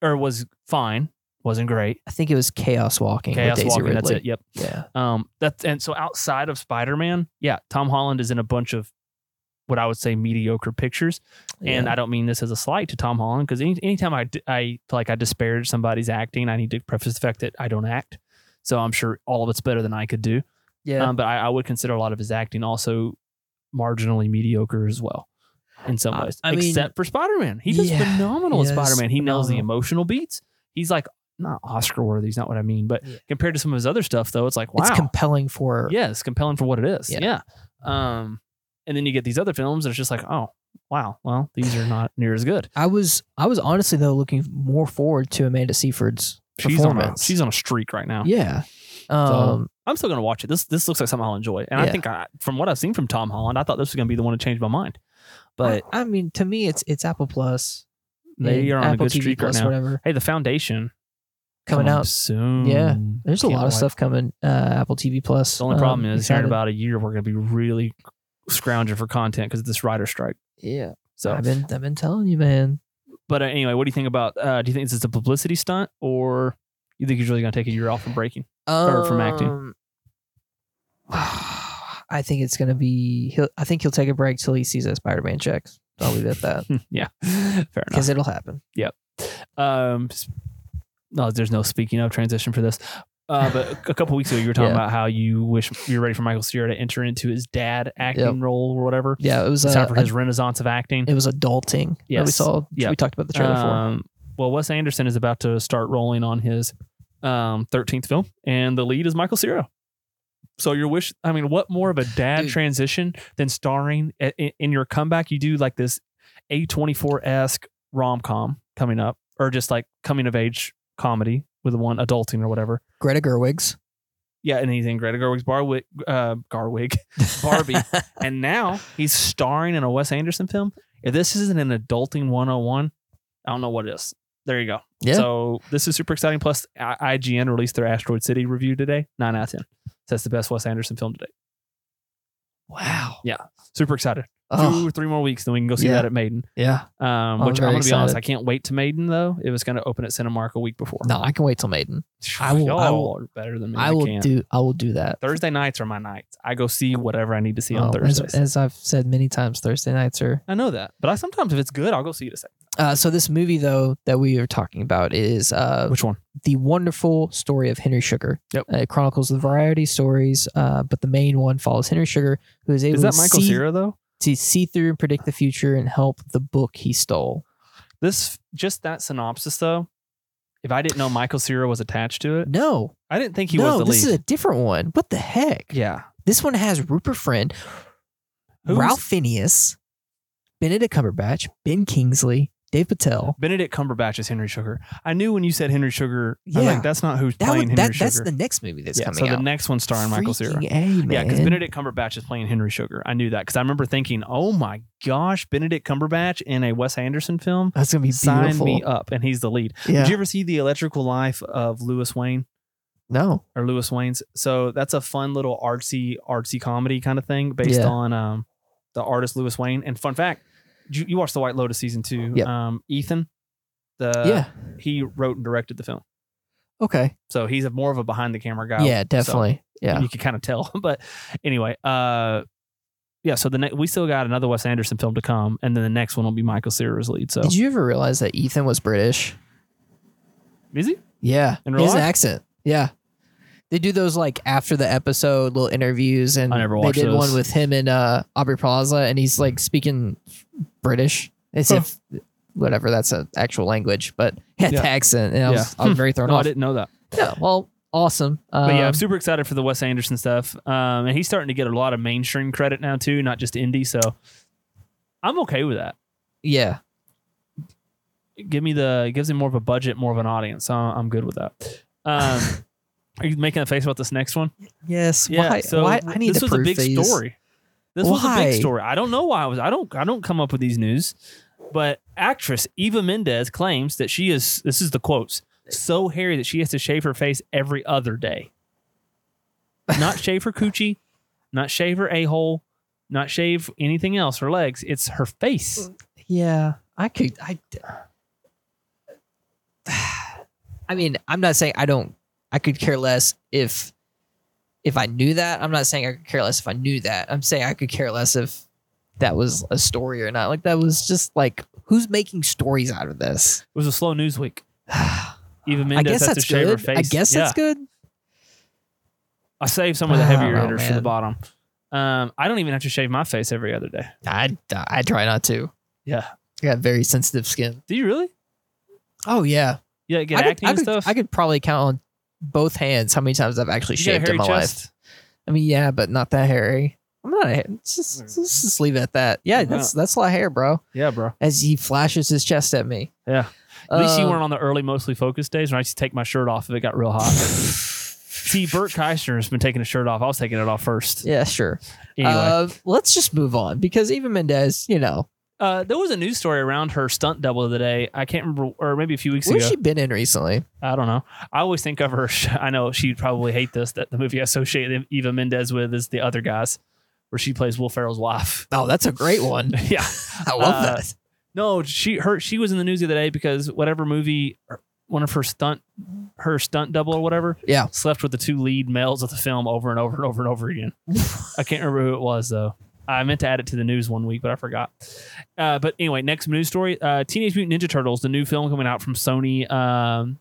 S1: or was fine. Wasn't great.
S2: I think it was Chaos Walking.
S1: Chaos
S2: with Daisy
S1: Walking.
S2: Ridley.
S1: That's it. Yep.
S2: Yeah.
S1: Um, that's and so outside of Spider Man, yeah, Tom Holland is in a bunch of what I would say mediocre pictures. And
S2: yeah.
S1: I don't mean this as a slight to Tom Holland because any, anytime I, d- I feel like I disparage somebody's acting, I need to preface the fact that I don't act. So I'm sure all of it's better than I could do.
S2: yeah.
S1: Um, but I, I would consider a lot of his acting also marginally mediocre as well in some
S2: I-
S1: ways,
S2: I mean-
S1: except for Spider Man. He does
S2: Yeah.
S1: phenomenal as
S2: Yeah, it's
S1: Spider Man. He nails the
S2: phenomenal.
S1: emotional beats. He's like, not Oscar worthy is not what I mean, but
S2: Yeah.
S1: compared to some of his other stuff, though, it's like, wow,
S2: It's compelling for
S1: yeah, it's compelling for what it is. Yeah.
S2: Yeah.
S1: Um, and then you get these other films, and it's just like, oh, wow, well, these are not near as good.
S2: I was I was honestly though looking more forward to Amanda Seyfried's
S1: She's on a
S2: performance.
S1: she's on a streak right now.
S2: yeah. Um,
S1: I'm still gonna watch it. This this looks like something I'll enjoy, and I
S2: Yeah.
S1: think I, from what I've seen from Tom Holland, I thought this was gonna be the one to change my mind. But
S2: but I, I mean, to me, it's it's Apple Plus.
S1: they
S2: and
S1: are on
S2: Apple
S1: a good
S2: TV
S1: streak right
S2: Plus,
S1: now.
S2: Whatever
S1: Hey, the Foundation coming
S2: coming out.
S1: soon.
S2: Yeah. There's a
S1: Can't
S2: lot of
S1: wait.
S2: stuff coming. Uh, Apple TV Plus.
S1: The only problem
S2: um,
S1: is here in
S2: excited.
S1: about a year we're gonna be really scrounging for content because of this writer strike.
S2: yeah.
S1: So
S2: I've been I've been telling you, man.
S1: But uh, anyway, what do you think about? Uh, do you think this is a publicity stunt, or you think he's really going to take a year off from breaking? (laughs) Or from acting.
S2: Um, (sighs) I think it's gonna be. He'll, I think he'll take a break till he sees that Spider Man checks. I'll leave it at
S1: (laughs)
S2: that
S1: Hmm, yeah, fair enough.
S2: because it'll happen.
S1: Um, s- no, there's no speaking of transition for this. Uh, but a couple weeks ago, you were talking
S2: Yeah.
S1: about how you wish you were ready for Michael Cera to enter into his dad acting
S2: Yep.
S1: role or whatever.
S2: Yeah, it was
S1: It's
S2: uh,
S1: time for his renaissance of acting.
S2: it was adulting. Yeah, we
S1: Yes.
S2: saw.
S1: Yeah.
S2: we talked about the trailer for.
S1: Um, well, Wes Anderson is about to start rolling on his um, 13th film, and the lead is Michael Cera. So your wish, I mean, what more of a dad
S2: Dude.
S1: transition than starring i- i- in your comeback? You do like this A24 esque rom com coming up, or just like coming of age comedy with the one adulting or whatever. (laughs)
S2: Greta Gerwig's
S1: Yeah, and he's in Greta Gerwig's Barwick, uh, (laughs) Garwig, Barbie, and now he's starring in a Wes Anderson film. If this isn't an adulting 101, I don't know what is. There you go.
S2: (laughs) Yeah.
S1: So this is super exciting. Plus, I- IGN released their Asteroid City review today. Nine out of ten. That's the best Wes Anderson film today.
S2: wow.
S1: Super excited. Two
S2: Oh,
S1: or three more weeks, then we can go see
S2: Yeah.
S1: that at Maiden.
S2: yeah.
S1: Um,
S2: I'm
S1: which I'm gonna
S2: very
S1: be honest,
S2: excited.
S1: I can't wait to Maiden though. It was gonna open at Cinemark a week before.
S2: No, I can wait till Maiden. I will-
S1: Y'all
S2: I will-
S1: are better than me.
S2: I will
S1: can't.
S2: do. I will do that.
S1: Thursday nights are my nights. I go see whatever I need to see on
S2: Oh, as-
S1: Thursdays.
S2: as I've said many times, Thursday nights are
S1: I know that, but I sometimes if it's good, I'll go see it a second.
S2: Uh, so this movie though that we are talking about is uh,
S1: Which one?
S2: the wonderful story of Henry Sugar.
S1: Yep.
S2: Uh, it chronicles the variety of stories, uh, but the main one follows Henry Sugar, who is able
S1: Is that
S2: to,
S1: Michael
S2: see,
S1: Cera though?
S2: to see through and predict the future and help the book he stole.
S1: This just that synopsis though. If I didn't know Michael Cera was attached to it,
S2: No,
S1: I didn't think he
S2: no,
S1: was the
S2: this
S1: lead.
S2: is a different one. What the heck?
S1: yeah,
S2: This one has Rupert Friend,
S1: Who's-
S2: Ralph Phineas, Benedict Cumberbatch, Ben Kingsley, Dave Patel.
S1: Benedict Cumberbatch is Henry Sugar. I knew when you said Henry Sugar, I was
S2: Yeah.
S1: like, that's not who's
S2: That
S1: playing
S2: one,
S1: Henry
S2: that,
S1: Sugar.
S2: that's the next movie that's
S1: yeah,
S2: coming
S1: so
S2: out.
S1: the next one starring Michael Cera.
S2: Freaking A,
S1: Yeah, because
S2: man.
S1: Benedict Cumberbatch is playing Henry Sugar. I knew that because I remember thinking, oh my gosh, Benedict Cumberbatch in a Wes Anderson film.
S2: That's gonna be
S1: Sign
S2: beautiful.
S1: me up, and he's the lead.
S2: Yeah.
S1: Did you ever see the Electrical Life of Lewis Wayne?
S2: no.
S1: or Lewis Wayne's. So that's a fun little artsy, artsy comedy kind of thing based
S2: Yeah.
S1: on um, the artist Lewis Wayne. And fun fact, you, you watched The White Lotus season two.
S2: Yep.
S1: Um, Ethan, the
S2: yeah.
S1: he wrote and directed the film,
S2: Okay.
S1: so he's a more of a behind the camera guy.
S2: yeah, definitely. yeah.
S1: you can kind of tell. (laughs) But anyway, uh, yeah. So the ne- we still got another Wes Anderson film to come, and then the next one will be Michael Cera's lead. So
S2: Did you ever realize that Ethan was British?
S1: is he?
S2: Yeah.
S1: In
S2: he
S1: real
S2: has an
S1: life?
S2: accent. Yeah. They do those like after the episode little interviews and
S1: I never
S2: they
S1: watched
S2: did
S1: those.
S2: one with him and uh Aubrey Plaza and he's like speaking British. As
S1: Huh.
S2: if whatever that's an actual language, but he had
S1: Yeah.
S2: the accent and I was,
S1: Yeah.
S2: I was very thrown
S1: No, I
S2: off.
S1: didn't know that.
S2: Yeah, well, awesome. Um,
S1: But yeah, I'm super excited for the Wes Anderson stuff. Um, and he's starting to get a lot of mainstream credit now too, not just indie. So I'm okay with that.
S2: yeah.
S1: Give me the it gives him more of a budget, more of an audience. So I'm good with that. Um, are you making a face about this next one?
S2: Yes. why,
S1: so
S2: why I need
S1: this
S2: to
S1: was a
S2: proof
S1: big
S2: these.
S1: story. This was a
S2: Why?
S1: big story. I don't know why I was. I don't. I don't come up with these news. But actress Eva Mendez claims that she is. This is the quotes. So hairy that she has to shave her face every other day. Not shave her coochie, not shave her a hole, not shave anything else. Her legs. It's her face.
S2: Yeah, I could. I. I mean, I'm not saying I don't. I could care less if, if I knew that. I'm not saying I could care less if I knew that. I'm saying I could care less if that was a story or not. Like that was just like who's making stories out of this.
S1: It
S2: (sighs)
S1: was a slow news week. Eva
S2: I
S1: Mendez
S2: guess
S1: has
S2: that's
S1: to shave her
S2: good.
S1: face.
S2: I guess that's
S1: Yeah.
S2: good.
S1: I save some of the
S2: I
S1: heavier
S2: don't know,
S1: hitters for the
S2: Oh, man.
S1: bottom. Um, I don't even have to shave my face every other day.
S2: I I try not to.
S1: Yeah.
S2: I got very sensitive skin.
S1: Do you really?
S2: Oh yeah,
S1: You like, get
S2: I could,
S1: acne
S2: I
S1: and
S2: could,
S1: stuff.
S2: I could probably count on both hands how many times I've actually
S1: You get a
S2: shaved
S1: hairy
S2: in my life.
S1: chest?
S2: I mean, yeah, but not that hairy. I'm not. A, hair- let's just let's just leave it at that. Yeah,
S1: Yeah.
S2: that's that's a lot of hair, bro.
S1: Yeah, bro.
S2: As he flashes his chest at me.
S1: Yeah. At least you
S2: Uh,
S1: weren't on the early, mostly focused days when I used to take my shirt off if it got real hot. (laughs) See, Bert Keishner has been taking his shirt off. I was taking it off first.
S2: Um, (laughs) Yeah, sure.
S1: Anyway, uh,
S2: Uh, let's just move on because even Mendez, you know,
S1: Uh, there was a news story around her stunt double of the day. I can't remember, or maybe a few weeks
S2: where's
S1: ago.
S2: she been in recently?
S1: I don't know. I always think of her. (laughs) I know she'd probably hate this that the movie I associate Eva Mendez with is The Other Guys, where she plays Will Ferrell's wife. (laughs)
S2: Oh, that's a great one.
S1: yeah.
S2: I love
S1: Uh,
S2: that.
S1: No, she her she was in the news the other day because whatever movie, one of her stunt, her stunt double or whatever,
S2: Yeah.
S1: slept with the two lead males of the film over and over and over and over again. I can't remember who it was though. I meant to add it to the news one week, but I forgot. Uh, but anyway, next news story: uh, Teenage Mutant Ninja Turtles, the new film coming out from Sony um,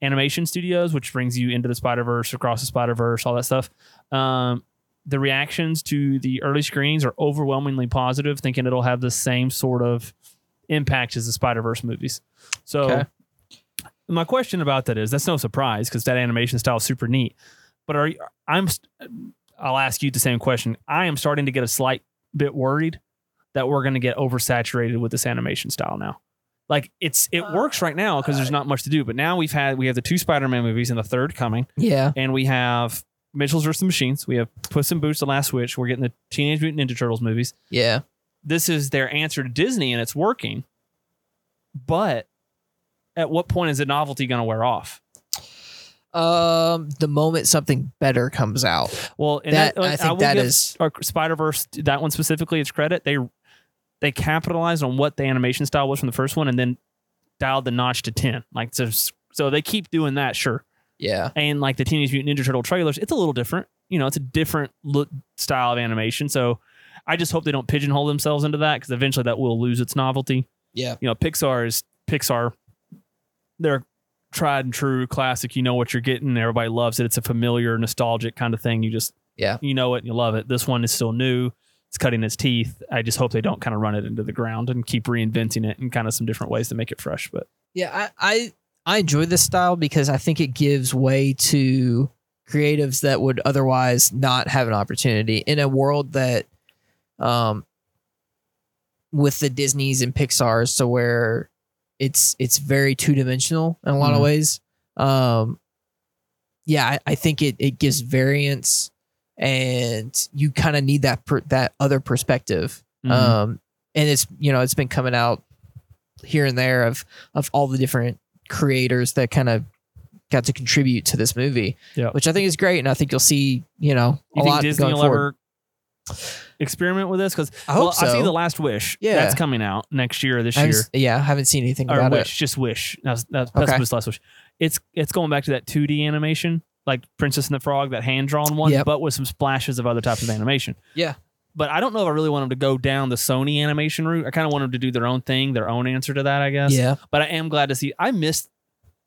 S1: Animation Studios, which brings you into the Spider Verse, across the Spider Verse, all that stuff. Um, the reactions to the early screens are overwhelmingly positive, thinking it'll have the same sort of impact as the Spider Verse movies. So,
S2: Okay.
S1: my question about that is that's no surprise because that animation style is super neat. But are you, I'm st- I'll ask you the same question. I am starting to get a slight bit worried that we're going to get oversaturated with this animation style now. Like it's it works right now because there's not much to do. But now we've had we have the two Spider-Man movies and the third coming,
S2: Yeah.
S1: and we have Mitchell's vs. the Machines. We have Puss in Boots: The Last Witch. We're getting the Teenage Mutant Ninja Turtles movies
S2: Yeah.
S1: this is their answer to Disney and it's working. But at what point is the novelty going to wear off?
S2: Um, the moment something better comes out,
S1: Well, and
S2: that,
S1: that,
S2: I think
S1: will
S2: that
S1: give
S2: is
S1: Spider Verse that one specifically its credit. They they capitalized on what the animation style was from the first one and then dialed the notch to ten. Like so, so they keep doing that, sure.
S2: yeah,
S1: And like the Teenage Mutant Ninja Turtle trailers, it's a little different. You know, it's a different look style of animation. So I just hope they don't pigeonhole themselves into that because eventually that will lose its novelty.
S2: yeah,
S1: you know, Pixar is Pixar. They're tried and true classic. You know what you're getting. Everybody loves it. It's a familiar, nostalgic kind of thing. You just
S2: Yeah.
S1: you know it and you love it. This one is still new. It's cutting its teeth. I just hope they don't kind of run it into the ground and keep reinventing it in kind of some different ways to make it fresh. But
S2: yeah. I, I I enjoy this style because I think it gives way to creatives that would otherwise not have an opportunity in a world that, um, with the Disney's and Pixar's to where it's it's very two dimensional in a lot of
S1: Mhm.
S2: ways. Um, yeah, I, I think it it gives variance, and you kind of need that per, that other perspective.
S1: mm-hmm.
S2: um and it's you know it's been coming out here and there of of all the different creators that kind of got to contribute to this movie
S1: Yeah.
S2: which i think is great and i think you'll see you know a
S1: you think
S2: lot
S1: Disney
S2: going
S1: will
S2: forward
S1: ever experiment with this? Because
S2: i hope so
S1: I see the Last Wish.
S2: Yeah.
S1: that's coming out next year or this
S2: I
S1: year.
S2: haven't s- yeah i haven't seen anything
S1: or
S2: about
S1: wish,
S2: it
S1: just wish. That's that's that's
S2: Okay.
S1: Miss last wish. It's it's going back to that 2D animation, like Princess and the Frog, that hand drawn one,
S2: Yep.
S1: but with some splashes of other types of animation.
S2: Yeah.
S1: But I don't know if I really want them to go down the Sony animation route. I kind of want them to do their own thing, their own answer to that, I guess.
S2: yeah
S1: But I am glad to see. I missed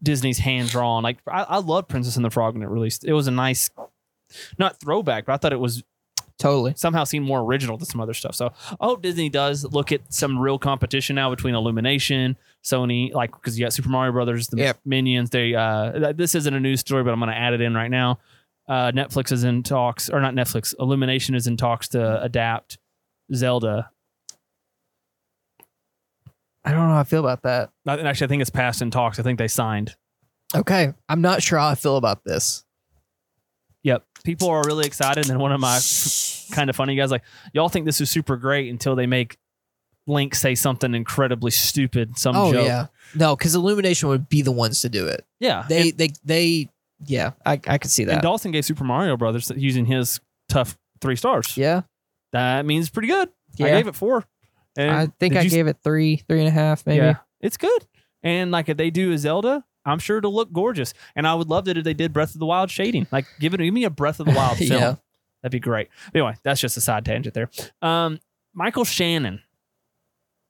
S1: Disney's hand drawn. Like I, I love Princess and the Frog when it released. It was a nice, not throwback, but I thought it was
S2: totally
S1: somehow seem more original to some other stuff. So I hope Disney does look at some real competition now between Illumination, Sony, like because you got Super Mario Brothers, the
S2: Yep.
S1: Minions. They uh, th- this isn't a news story, but I'm going to add it in right now. Uh, Netflix is in talks, or not Netflix. Illumination is in talks to adapt Zelda.
S2: i don't know how i feel about that
S1: Uh, And actually, I think it's passed in talks. I think they signed.
S2: okay i'm not sure how i feel about this
S1: Yep. People are really excited. And then one of my kind of funny guys like, y'all think this is super great until they make Link say something incredibly stupid, some
S2: oh
S1: joke.
S2: yeah no because illumination would be the ones to do it
S1: Yeah.
S2: they they they yeah i, I could see
S1: And
S2: that
S1: Dawson gave Super Mario Brothers using his tough three stars.
S2: yeah
S1: That means pretty good. I
S2: yeah
S1: gave it four. And
S2: i think
S1: did
S2: i
S1: you-
S2: gave it three three and a half maybe
S1: Yeah, it's good. And like if they do a Zelda, I'm sure it'll look gorgeous. And I would love that if they did Breath of the Wild shading. Like give it give me a Breath of the
S2: (laughs)
S1: Wild film.
S2: Yeah.
S1: That'd be great. Anyway, that's just a side tangent there. Um, Michael Shannon.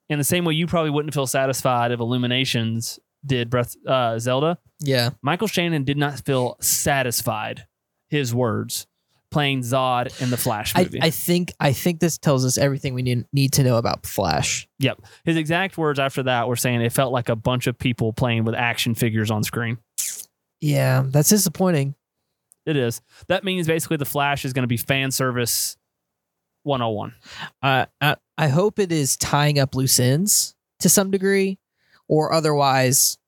S1: In the same way you probably wouldn't feel satisfied if Illuminations did Breath uh, Zelda,
S2: Yeah.
S1: Michael Shannon did not feel satisfied, his words, playing Zod in the Flash
S2: I,
S1: movie.
S2: I think I think this tells us everything we need, need to know about Flash.
S1: his exact words after that were saying it felt like a bunch of people playing with action figures on screen.
S2: Yeah, that's disappointing.
S1: It is. That means basically the Flash is going to be fan service 101.
S2: I I I hope it is tying up loose ends to some degree, or otherwise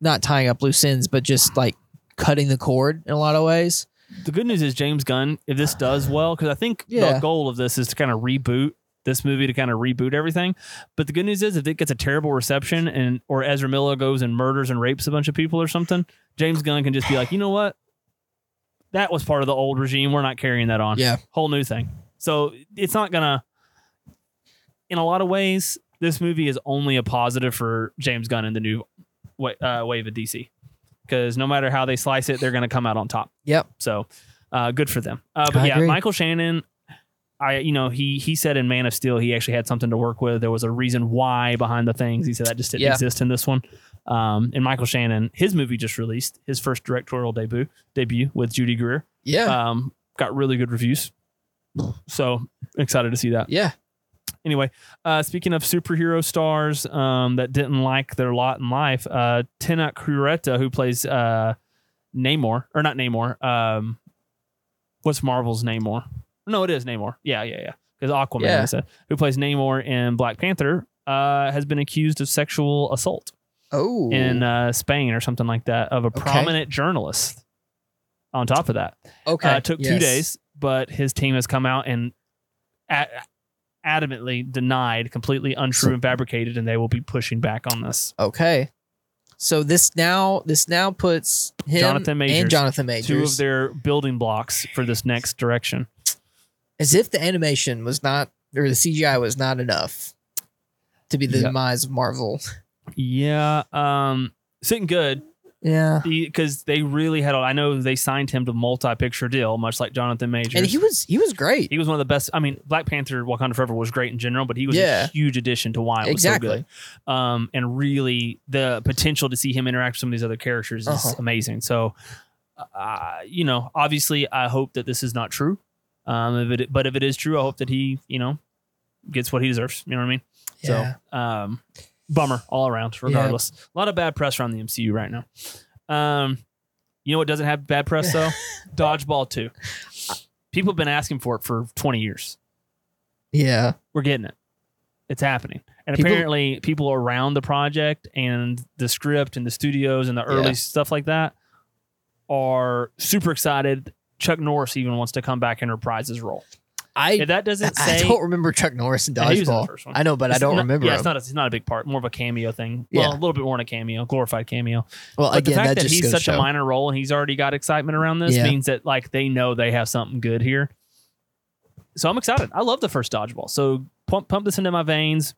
S2: not tying up loose ends, but just like cutting the cord in a lot of ways.
S1: The good news is James Gunn, if this does well, because I think
S2: Yeah.
S1: the goal of this is to kind of reboot this movie to kind of reboot everything. But the good news is if it gets a terrible reception and or Ezra Miller goes and murders and rapes a bunch of people or something, James Gunn can just be like, you know what? That was part of the old regime. We're not carrying that on.
S2: Yeah.
S1: Whole new thing. So it's not gonna in a lot of ways, this movie is only a positive for James Gunn and the new wa- uh, wave of DC. Because no matter how they slice it, they're going to come out on top.
S2: Yep.
S1: So uh, good for them. Uh,
S2: I
S1: but yeah,
S2: agree.
S1: Michael Shannon, I you know he he said in Man of Steel he actually had something to work with. There was a reason why behind the things. He said that just didn't
S2: Yeah.
S1: exist in this one. Um, and Michael Shannon, his movie just released his first directorial debut debut with Judy Greer.
S2: (laughs) Yeah.
S1: Um, got really good reviews. So excited to see that
S2: yeah.
S1: anyway, uh, speaking of superhero stars um, that didn't like their lot in life, uh, Tena Kureta, who plays uh, Namor, or not Namor, um, what's Marvel's Namor? No, it is Namor. Yeah, yeah, yeah. Because Aquaman,
S2: Yeah.
S1: I said, who plays Namor in Black Panther, uh, has been accused of sexual assault
S2: Oh,
S1: in uh, Spain or something like that of a prominent journalist. On top of that,
S2: okay,
S1: uh, took two
S2: yes.
S1: days, but his team has come out and a- adamantly denied, completely untrue and fabricated, and they will be pushing back on this.
S2: Okay, so this now this now puts him
S1: Jonathan
S2: and
S1: Majors.
S2: Jonathan Majors
S1: Two of their building blocks for this next direction.
S2: as if the animation was not or the CGI was not enough to be the
S1: Yeah.
S2: demise of Marvel.
S1: Yeah, um, sitting good
S2: Yeah,
S1: because they really had. A, I know they signed him to multi-picture deal, much like Jonathan Majors.
S2: and he was he was great.
S1: he was one of the best. I mean, Black Panther: Wakanda Forever was great in general, but he was
S2: Yeah.
S1: a huge addition to why it was so
S2: exactly.
S1: good. um, and really the potential to see him interact with some of these other characters is
S2: Uh-huh.
S1: amazing. So, uh, you know, obviously, I hope that this is not true. Um, if it, but if it is true, I hope that he, you know, gets what he deserves. You know what I mean?
S2: yeah.
S1: So, um, bummer all around. Regardless, a lot of bad press around the MCU right now. Um, you know what doesn't have bad press
S2: (laughs)
S1: though? Dodgeball Two. People have been asking for it for twenty years
S2: yeah.
S1: we're getting it. It's happening. And
S2: People-
S1: apparently people around the project and the script and the studios and the early
S2: Yeah.
S1: stuff like that are super excited. Chuck Norris even wants to come back and reprise his role.
S2: I
S1: If that doesn't
S2: I
S1: say
S2: don't remember Chuck Norris in
S1: Yeah, he was in the
S2: Dodgeball.
S1: first one.
S2: I know, but I
S1: It's
S2: don't
S1: not-
S2: remember.
S1: Yeah,
S2: him.
S1: it's not a, it's not a big part, more of a cameo thing.
S2: Yeah.
S1: Well, a little bit more than a cameo, glorified cameo.
S2: well,
S1: But
S2: again,
S1: the fact
S2: that,
S1: that,
S2: just
S1: he's
S2: goes
S1: such
S2: to
S1: a
S2: show.
S1: minor role and he's already got excitement around this
S2: Yeah.
S1: means that like they know they have something good here. So I'm excited. I love the first dodgeball. So pump pump this into my veins.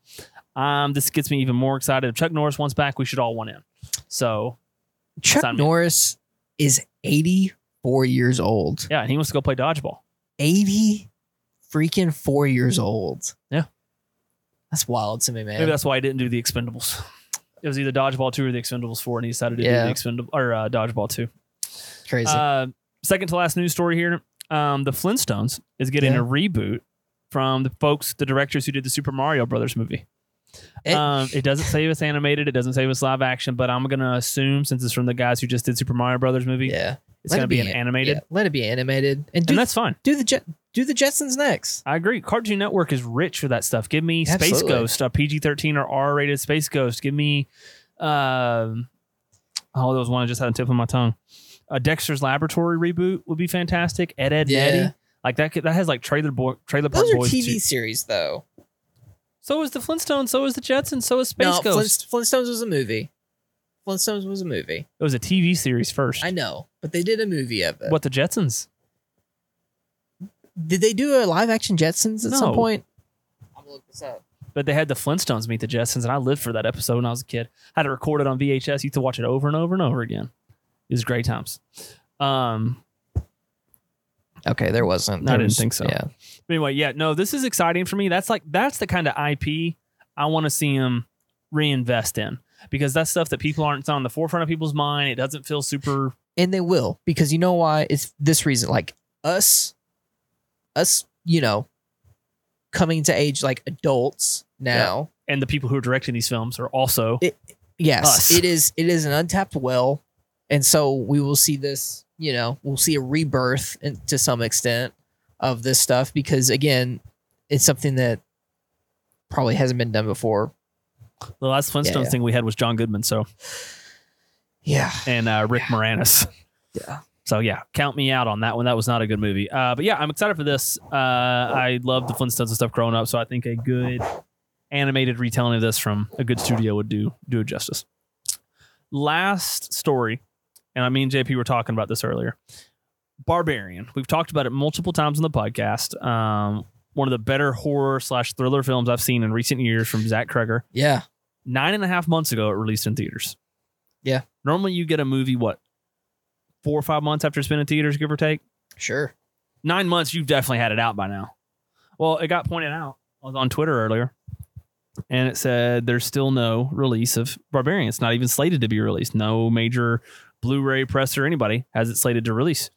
S1: Um, this gets me even more excited. If Chuck Norris wants back, we should all want in. So
S2: Chuck
S1: Sign me up.
S2: Norris is 84 years old.
S1: yeah, and he wants to go play dodgeball.
S2: 80 freaking four years old.
S1: Yeah.
S2: That's wild to me, man.
S1: Maybe that's why he didn't do the Expendables. It was either Dodgeball Two or the Expendables Four, and he decided to
S2: Yeah.
S1: do the Expendable or uh, Dodgeball Two.
S2: crazy.
S1: Uh, second to last news story here. Um, the Flintstones is getting
S2: Yeah.
S1: a reboot from the folks, the directors who did the Super Mario Brothers movie.
S2: It-
S1: um, it doesn't say if it's animated. It doesn't say if it's live action. But I'm gonna assume since it's from the guys who just did Super Mario Brothers movie,
S2: yeah.
S1: it's
S2: Let
S1: gonna
S2: it
S1: be,
S2: be
S1: an
S2: an-
S1: animated,
S2: yeah. Let it be animated. And do,
S1: and that's fine.
S2: do the Je- do the Jetsons next.
S1: I agree. Cartoon Network is rich with that stuff. Give me Space
S2: Absolutely.
S1: Ghost, uh, a PG-13 or R-rated Space Ghost. Give me, um, oh, there was one I just had on the tip of my tongue. A Dexter's Laboratory reboot would be fantastic. Ed, Ed,
S2: Yeah.
S1: Nettie, like that. could- That has like Trailer Boy, Trailer Park
S2: Those are
S1: Boys.
S2: TV
S1: too.
S2: series though.
S1: So is the Flintstones. So is the Jetsons. So is Space
S2: no,
S1: Ghost.
S2: Flint- Flintstones was a movie. Flintstones was a movie.
S1: it was a TV series first.
S2: I know, but they did a movie of it.
S1: What the Jetsons?
S2: Did they do a live action Jetsons at some
S1: No.
S2: point? I'm gonna look this up.
S1: But they had the Flintstones meet the Jetsons, and I lived for that episode when I was a kid. had it recorded on VHS. Used to watch it over and over and over again. It was great times. Um,
S2: Okay, there wasn't.
S1: I
S2: There
S1: didn't
S2: was-
S1: think so.
S2: Yeah.
S1: But anyway, yeah, no, this is exciting for me. That's like that's the kind of IP I want to see him reinvest in because that's stuff that people aren't it's not on the forefront of people's mind. It doesn't feel super.
S2: and they will because you know why it's this reason like us us you know coming to age like adults now
S1: And the people who are directing these films are also
S2: It- yes
S1: Us.
S2: it is it is an untapped well and so we will see this you know we'll see a rebirth in, to some extent of this stuff because again it's something that probably hasn't been done before
S1: the last Flintstones
S2: yeah.
S1: thing we had was John Goodman, so
S2: yeah
S1: and uh, Rick Moranis.
S2: yeah
S1: So yeah, count me out on that one. That was not a good movie. Uh, but yeah, I'm excited for this. Uh, I love the Flintstones and stuff growing up, so I think a good animated retelling of this from a good studio would do do it justice. Last story, and I mean JP were talking about this earlier. Barbarian. We've talked about it multiple times on the podcast. Um, one of the better horror slash thriller films I've seen in recent years from Zach Kreger.
S2: yeah
S1: Nine and a half months ago, it released in theaters.
S2: Yeah.
S1: Normally, you get a movie what four or five months after it's been in theaters, give or take
S2: sure
S1: nine months, you've definitely had it out by now. Well, it got pointed out. I was on Twitter earlier, and it said there's still no release of Barbarian. It's not even slated to be released. No major Blu-ray press or anybody has it slated to release.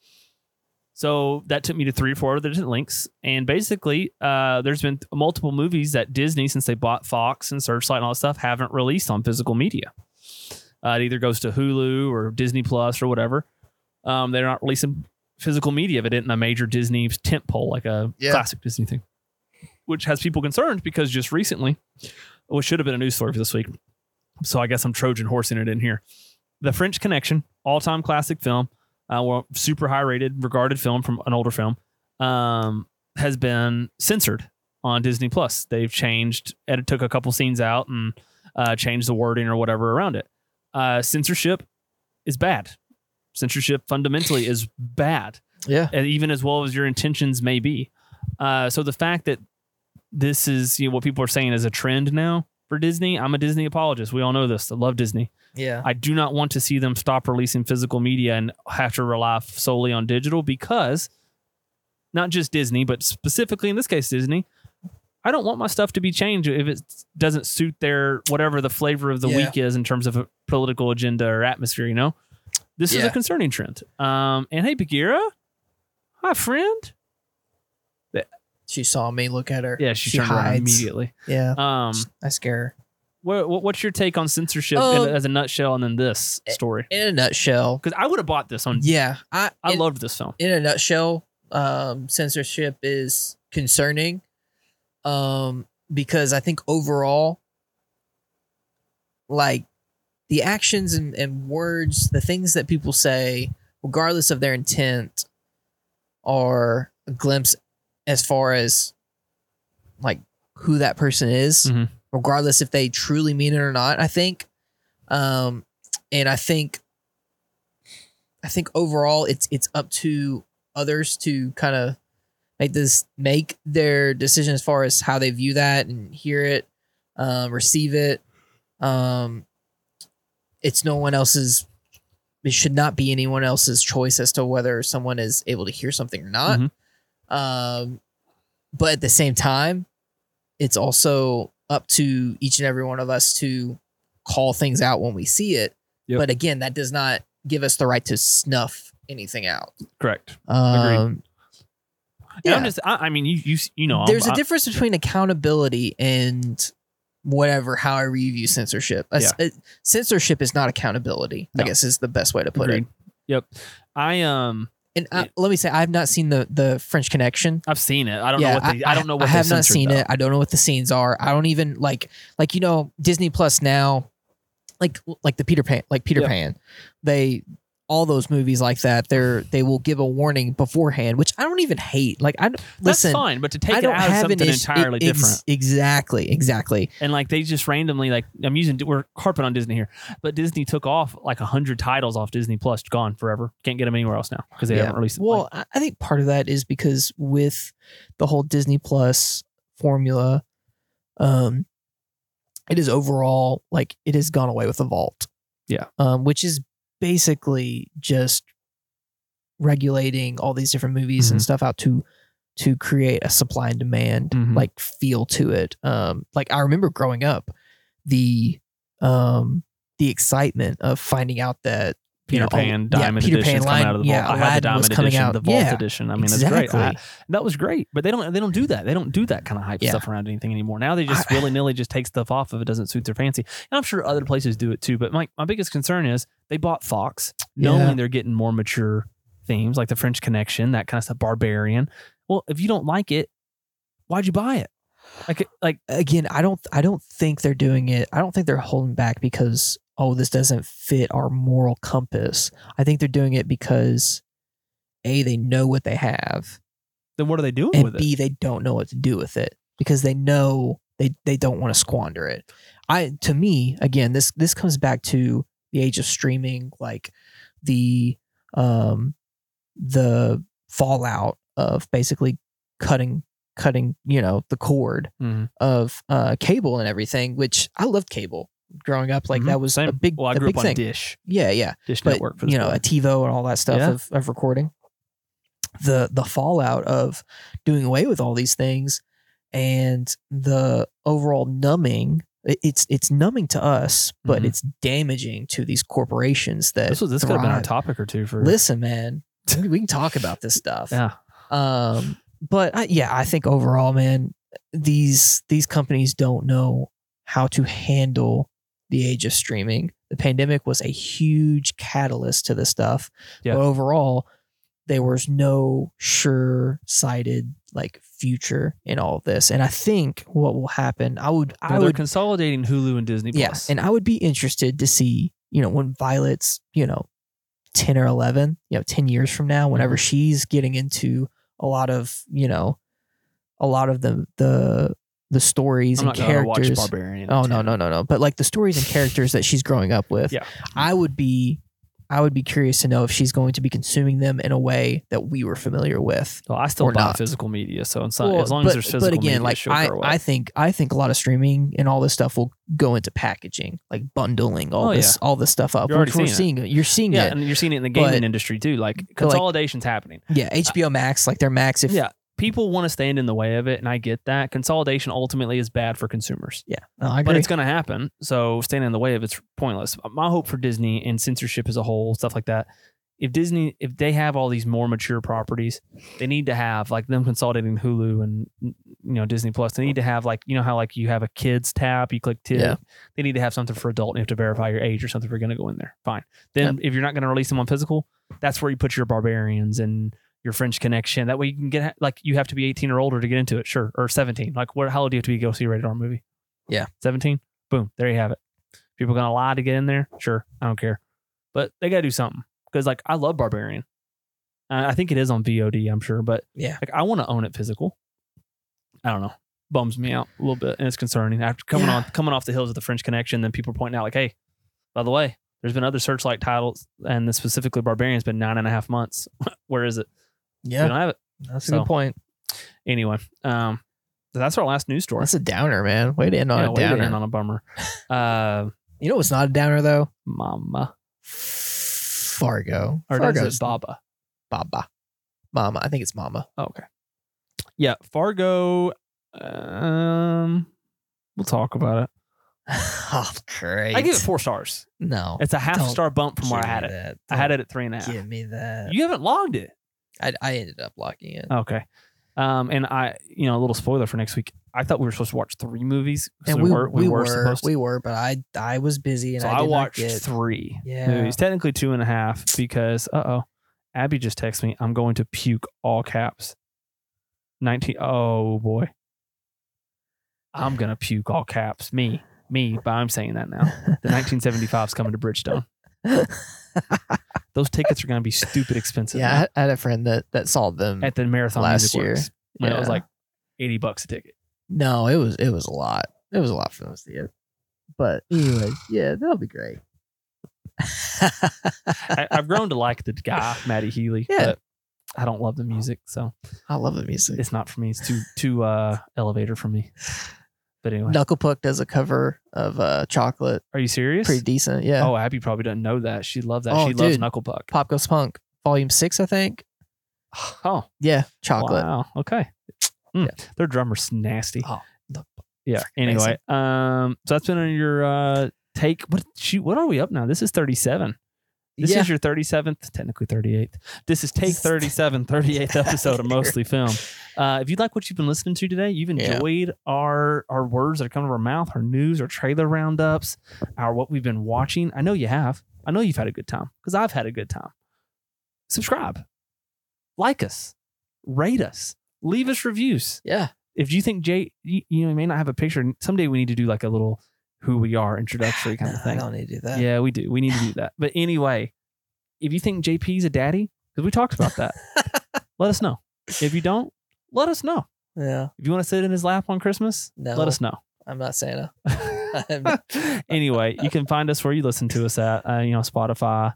S1: So that took me to three or four other different links, and basically, uh, there's been multiple movies that Disney, since they bought Fox and Searchlight and all that stuff, haven't released on physical media. Uh, it either goes to Hulu or Disney Plus or whatever. Um, they're not releasing physical media if it isn't a major Disney tent pole like a
S4: Yeah.
S1: classic Disney thing, which has people concerned because just recently, which should have been a news story for this week. So I guess I'm Trojan horsing it in here. The French Connection, all time classic film, uh, well, super high rated, regarded film from an older film, um, has been censored on Disney Plus. They've changed, and it took a couple scenes out and uh, changed the wording or whatever around it. Uh, censorship is bad. Censorship fundamentally is bad
S2: Yeah.
S1: and even as well as your intentions may be. Uh, so the fact that this is you know, what people are saying is a trend now for Disney, I'm a Disney apologist. We all know this. I love Disney.
S2: Yeah.
S1: I do not want to see them stop releasing physical media and have to rely solely on digital because not just Disney, but specifically in this case, Disney. I don't want my stuff to be changed if it doesn't suit their whatever the flavor of the
S2: Yeah.
S1: week is in terms of a political agenda or atmosphere. You know, this is
S4: Yeah.
S1: a concerning trend. Um, and hey, Bagheera, hi friend.
S2: She saw me look at her.
S1: Yeah, she,
S2: She
S1: turned around
S2: hides.
S1: immediately.
S2: Yeah.
S1: Um,
S2: I scare her.
S1: what, what- what's your take on censorship
S2: Um, eh,
S1: in, as a nutshell, and then this story?
S2: In a nutshell.
S1: Because I would have bought this on.
S2: Yeah. I
S1: I
S2: in-
S1: loved this film.
S2: in a nutshell, um, censorship is concerning um, because I think overall, like the actions and, and words, the things that people say, regardless of their intent, are a glimpse as far as like who that person is,
S1: Mhm.
S2: regardless if they truly mean it or not. I think, um, and I think I think overall it's it's up to others to kind of make this make their decision as far as how they view that and hear it, um, receive it. Um, it's no one else's. It should not be anyone else's choice as to whether someone is able to hear something or not.
S1: Mhm.
S2: Um, but at the same time, it's also up to each and every one of us to call things out when we see it.
S1: Yep.
S2: But again, that does not give us the right to snuff anything out.
S1: Correct.
S2: Um,
S1: Yeah.
S2: yeah.
S1: I'm just. I, I mean, you you you know.
S2: There's
S1: a
S2: a difference between accountability and whatever, however you view censorship. A- a- censorship is not accountability,
S1: No.
S2: I guess is the best way to put
S1: Agreed.
S2: it.
S1: Yep. I um
S2: And I,
S1: Yeah.
S2: let me say, I've not seen the, the French Connection.
S1: I've seen it. I don't know what they, I, don't know what
S2: I
S1: they
S2: have not
S1: censored,
S2: seen
S1: though.
S2: it. I don't know what the scenes are. I don't even like like you know Disney Plus now, like like the Peter Pan like Peter
S1: Yep.
S2: Pan, they all those movies like that. They're they will give a warning beforehand, which I don't even hate. Like I listen,
S1: That's fine, but to take
S2: I
S1: it
S2: don't
S1: out of
S2: have an
S1: something
S2: issue-
S1: entirely
S2: ex-
S1: different,
S2: Exactly, exactly.
S1: and like they just randomly like I'm using we're harping on Disney here, but Disney took off like hundred titles off Disney Plus, gone forever. Can't get them anywhere else now because they
S2: Yeah.
S1: haven't released. It.
S2: Well, I I think part of that is because with the whole Disney Plus formula, um, it is overall like it has gone away with the vault.
S1: Yeah.
S2: Um, which is basically just regulating all these different movies and
S1: Mhm.
S2: stuff out to to create a supply and demand
S1: Mhm.
S2: like feel to it. Um, like I remember growing up, the um the excitement of finding out that you
S1: Peter
S2: know, all-
S1: Pan
S2: yeah,
S1: Diamond
S2: Peter
S1: Edition
S2: Pan
S1: is coming
S2: Lion-
S1: out of the
S2: yeah,
S1: vault. I had the
S2: Aladdin was
S1: Diamond
S2: coming
S1: Edition,
S2: out.
S1: the vault
S2: Yeah,
S1: edition. I mean, that's
S2: exactly.
S1: great. I- that was great, but they don't they don't do that. They don't do that kind of hype
S2: Yeah.
S1: stuff around anything anymore. Now they just
S2: I-
S1: willy nilly just take stuff off if it doesn't suit their fancy. And I'm sure other places do it too. But my my biggest concern is they bought Fox, knowing
S2: Yeah.
S1: they're getting more mature themes like the French Connection, that kind of stuff, Barbarian. Well, if you don't like it, why'd you buy it? Like like
S2: again, I don't I don't think they're doing it. I don't think they're holding back because oh this doesn't fit our moral compass. I think they're doing it because a they know what they have
S1: then what are they doing
S2: and
S1: with it?
S2: b they don't know what to do with it because they know they they don't want to squander it. I to me again this this comes back to the age of streaming like the um the fallout of basically cutting cutting you know the cord
S1: Mhm.
S2: of uh, cable and everything, which I loved cable growing up. Like
S1: Mhm.
S2: that was a
S1: Same.
S2: big,
S1: Well, I
S2: a
S1: grew
S2: big
S1: up on
S2: thing.
S1: Dish,
S2: Yeah, yeah.
S1: Dish
S2: But
S1: Network for the
S2: you know, a TiVo and all that stuff
S1: Yeah.
S2: of, of recording. The the fallout of doing away with all these things and the overall numbing. it- It's it's numbing to us, but
S1: Mhm.
S2: it's damaging to these corporations that
S1: this was this could have been our
S2: thrive.
S1: topic or two for
S2: Listen, man, we we can talk about this stuff.
S1: yeah.
S2: Um, but I, yeah, I think overall, man, these these companies don't know how to handle the age of streaming. The pandemic was a huge catalyst to this stuff.
S1: Yeah.
S2: But overall, there was no sure sighted like future in all of this. And I think what will happen, I would, I
S1: No, they're
S2: would,
S1: consolidating Hulu and Disney
S2: yeah,
S1: Plus.
S2: and I would be interested to see, you know, when Violet's, you know, 10 or 11, you know, 10 years from now, whenever
S1: Mm-hmm.
S2: she's getting into a lot of, you know, a lot of the, the, the stories
S1: I'm
S2: and
S1: not gonna
S2: characters.
S1: watch Barbarian.
S2: Oh no, no, no, no. But like the stories and characters that she's growing up with.
S1: Yeah.
S2: I would be I would be curious to know if she's going to be consuming them in a way that we were familiar with.
S1: Well, I still
S2: Or
S1: buy
S2: not.
S1: physical media, so it's not,
S2: Well,
S1: as long
S2: but,
S1: as there's physical
S2: but again,
S1: media,
S2: like
S1: she'll
S2: I,
S1: grow up.
S2: I think I think a lot of streaming and all this stuff will go into packaging, like bundling all
S1: Oh,
S2: this all this stuff up.
S1: You're
S2: which
S1: already
S2: we're
S1: seeing
S2: seeing it. You're seeing
S1: yeah,
S2: it.
S1: and you're seeing it in the gaming
S2: But-
S1: industry too. Like
S2: but, like-
S1: consolidation's happening.
S2: yeah, HBO Max, like their Max if
S1: yeah, people want to stand in the way of it, and I get that. Consolidation ultimately is bad for consumers,
S2: yeah. No, I
S1: but
S2: agree.
S1: it's going to happen. So standing in the way of it's pointless. My hope for Disney and censorship as a whole, stuff like that. If Disney, if they have all these more mature properties, they need to have like them consolidating Hulu and you know Disney Plus. They need to have like you know how like you have a kids tab, you click kid.
S2: Yeah.
S1: They need to have something for adult. And you have to verify your age or something. If you're going to go in there, fine. Then if you're not going to release them on physical, that's where you put your barbarians and your French connection. That way you can get like you have to be 18 or older to get into it, sure, or 17. Like what? How old do you have to be to go see a rated R movie?
S2: Yeah.
S1: 17. Boom. There you have it. People gonna lie to get in there? Sure, I don't care, but they gotta do something because like I love Barbarian. Uh, I think it is on VOD, I'm sure, but
S2: Yeah.
S1: like I want to own it physical. I don't know. Bums me out a little bit, and it's concerning. After coming
S2: Yeah.
S1: on coming off the hills of the French Connection, then people are pointing out like, hey, by the way, there's been other Searchlight titles, and this specifically Barbarian's been nine and a half months. (laughs) Where is it? We
S2: Yeah.
S1: don't have it
S2: That's a
S1: so-
S2: good point.
S1: anyway. Um, that's our last news story.
S2: That's a downer, man. Way to end on
S1: Yeah,
S2: a
S1: way to end
S2: downer.
S1: on a
S2: (laughs)
S1: bummer. Uh,
S2: you know what's not a downer though?
S1: Mama
S2: Fargo.
S1: or is
S2: Fargo's
S1: it Baba?
S2: Baba. Mama. I think it's Mama. (laughs)
S1: Oh, okay. Yeah, Fargo. Um, we'll talk about it.
S2: oh, great.
S1: I give it four stars.
S2: No.
S1: It's a half
S2: Don't
S1: star bump from where I had it. I had it at three and a half.
S2: Give me that.
S1: You haven't logged it.
S2: I, I ended up locking it.
S1: Okay. Um, and I, you know, a little spoiler for next week. I thought we were supposed to watch three movies. 'cause
S2: and we,
S1: were, we, were, supposed to.
S2: we were, but I I was busy and
S1: so
S2: I,
S1: I,
S2: did
S1: watched
S2: Not get, (laughs)
S1: three
S2: Yeah.
S1: movies, technically two and a half, because uh oh, Abby just texted me. I'm going to puke all caps. Nineteen. Oh boy, I'm gonna puke all caps. Me, me. But I'm saying that now.
S2: (laughs)
S1: The 1975's coming to Bridgestone. Those tickets are gonna be stupid expensive.
S2: yeah, I had- I had a friend that that saw them.
S1: now at the marathon
S2: Last
S1: Music
S2: year.
S1: Works, when it was
S2: Yeah.
S1: like eighty bucks a ticket.
S2: no, it was it was a lot. It was a lot for them to see it. But anyway, yeah, that'll be great. (laughs)
S1: I, I've grown to like the guy, Matty Healy.
S2: (laughs) Yeah.
S1: But I don't love the music, so
S2: I love the music.
S1: it's not for me. It's too too uh, elevator for me. But anyway,
S2: Knuckle Puck does a cover of uh, Chocolate,
S1: are you serious?
S2: pretty decent. Yeah,
S1: Oh, Abby probably doesn't know that. She loved that.
S2: Oh,
S1: she loves
S2: dude.
S1: Knuckle Puck.
S2: Pop Goes Punk, Volume Six, I think.
S1: Oh,
S2: Yeah, Chocolate.
S1: wow. Okay. Mm, Their drummer's nasty.
S2: Oh, the-
S1: Yeah. Anyway, um, so that's been on your uh take. What shoot? What are we up now? This is thirty-seven. This
S2: yeah,
S1: is your thirty-seventh, technically thirty-eighth. This is take 37,
S2: (laughs)
S1: 38th episode of Mostly Film. Uh, if you like what you've been listening to today, you've
S2: Yeah.
S1: enjoyed our our words that are coming out of our mouth, our news, our trailer roundups, our what we've been watching. I know you have. I know you've had a good time because I've had a good time. Subscribe, like us, rate us, leave us reviews.
S2: yeah.
S1: If you think Jay, you, you know, may not have a picture. Someday we need to do like a little who we are introductory kind
S2: No,
S1: of thing.
S2: (laughs) I don't need to do that.
S1: Yeah, we do. We need to do that. But anyway, if you think JP's a daddy, because we talked about that, let us know. If you don't, let us know.
S2: (laughs) yeah.
S1: If you want to sit in his lap on Christmas,
S2: No.
S1: let us
S2: (laughs)
S1: know. (laughs)
S2: I'm not Santa. I'm
S1: anyway, you can find us where you listen to us at, uh, you know, Spotify,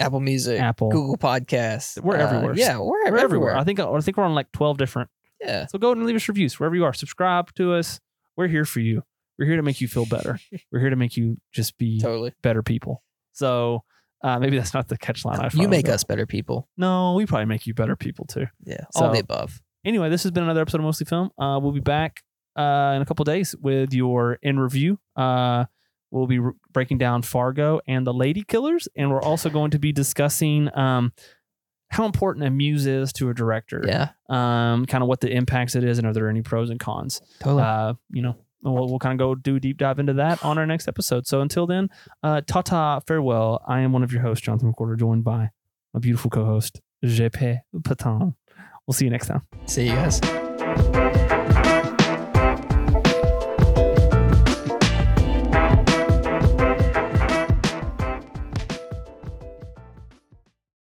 S2: Apple Music,
S1: Apple.
S2: Google Podcasts. Uh,
S1: We're everywhere.
S2: Yeah, we're,
S1: We're
S2: everywhere.
S1: everywhere. I think I think we're on like twelve different.
S2: Yeah.
S1: So go and leave us reviews wherever you are. Subscribe to us. We're here for you. We're here to make you feel
S2: (laughs)
S1: better. We're here to make you just be
S2: Totally.
S1: better people. So uh, maybe that's not the catchline. I
S2: You
S1: follow,
S2: make
S1: but-
S2: us better people.
S1: No, we probably make you better people too.
S2: Yeah.
S1: So-
S2: all the above.
S1: anyway, this has been another episode of Mostly Film. Uh, we'll be back uh, in a couple days with your in review. Uh, we'll be re- breaking down Fargo and the Lady Killers, and we're also going to be discussing um, how important a muse is to a director.
S2: Yeah.
S1: Um, kind of what the impacts it is, and are there any pros and cons?
S2: Totally.
S1: Uh, you know, and we'll, we'll kind of go do a deep dive into that on our next episode. So until then, uh, ta ta, farewell. I am one of your hosts, Jonathan McCorder, joined by my beautiful co-host JP Paton. We'll see you next time.
S2: See you guys.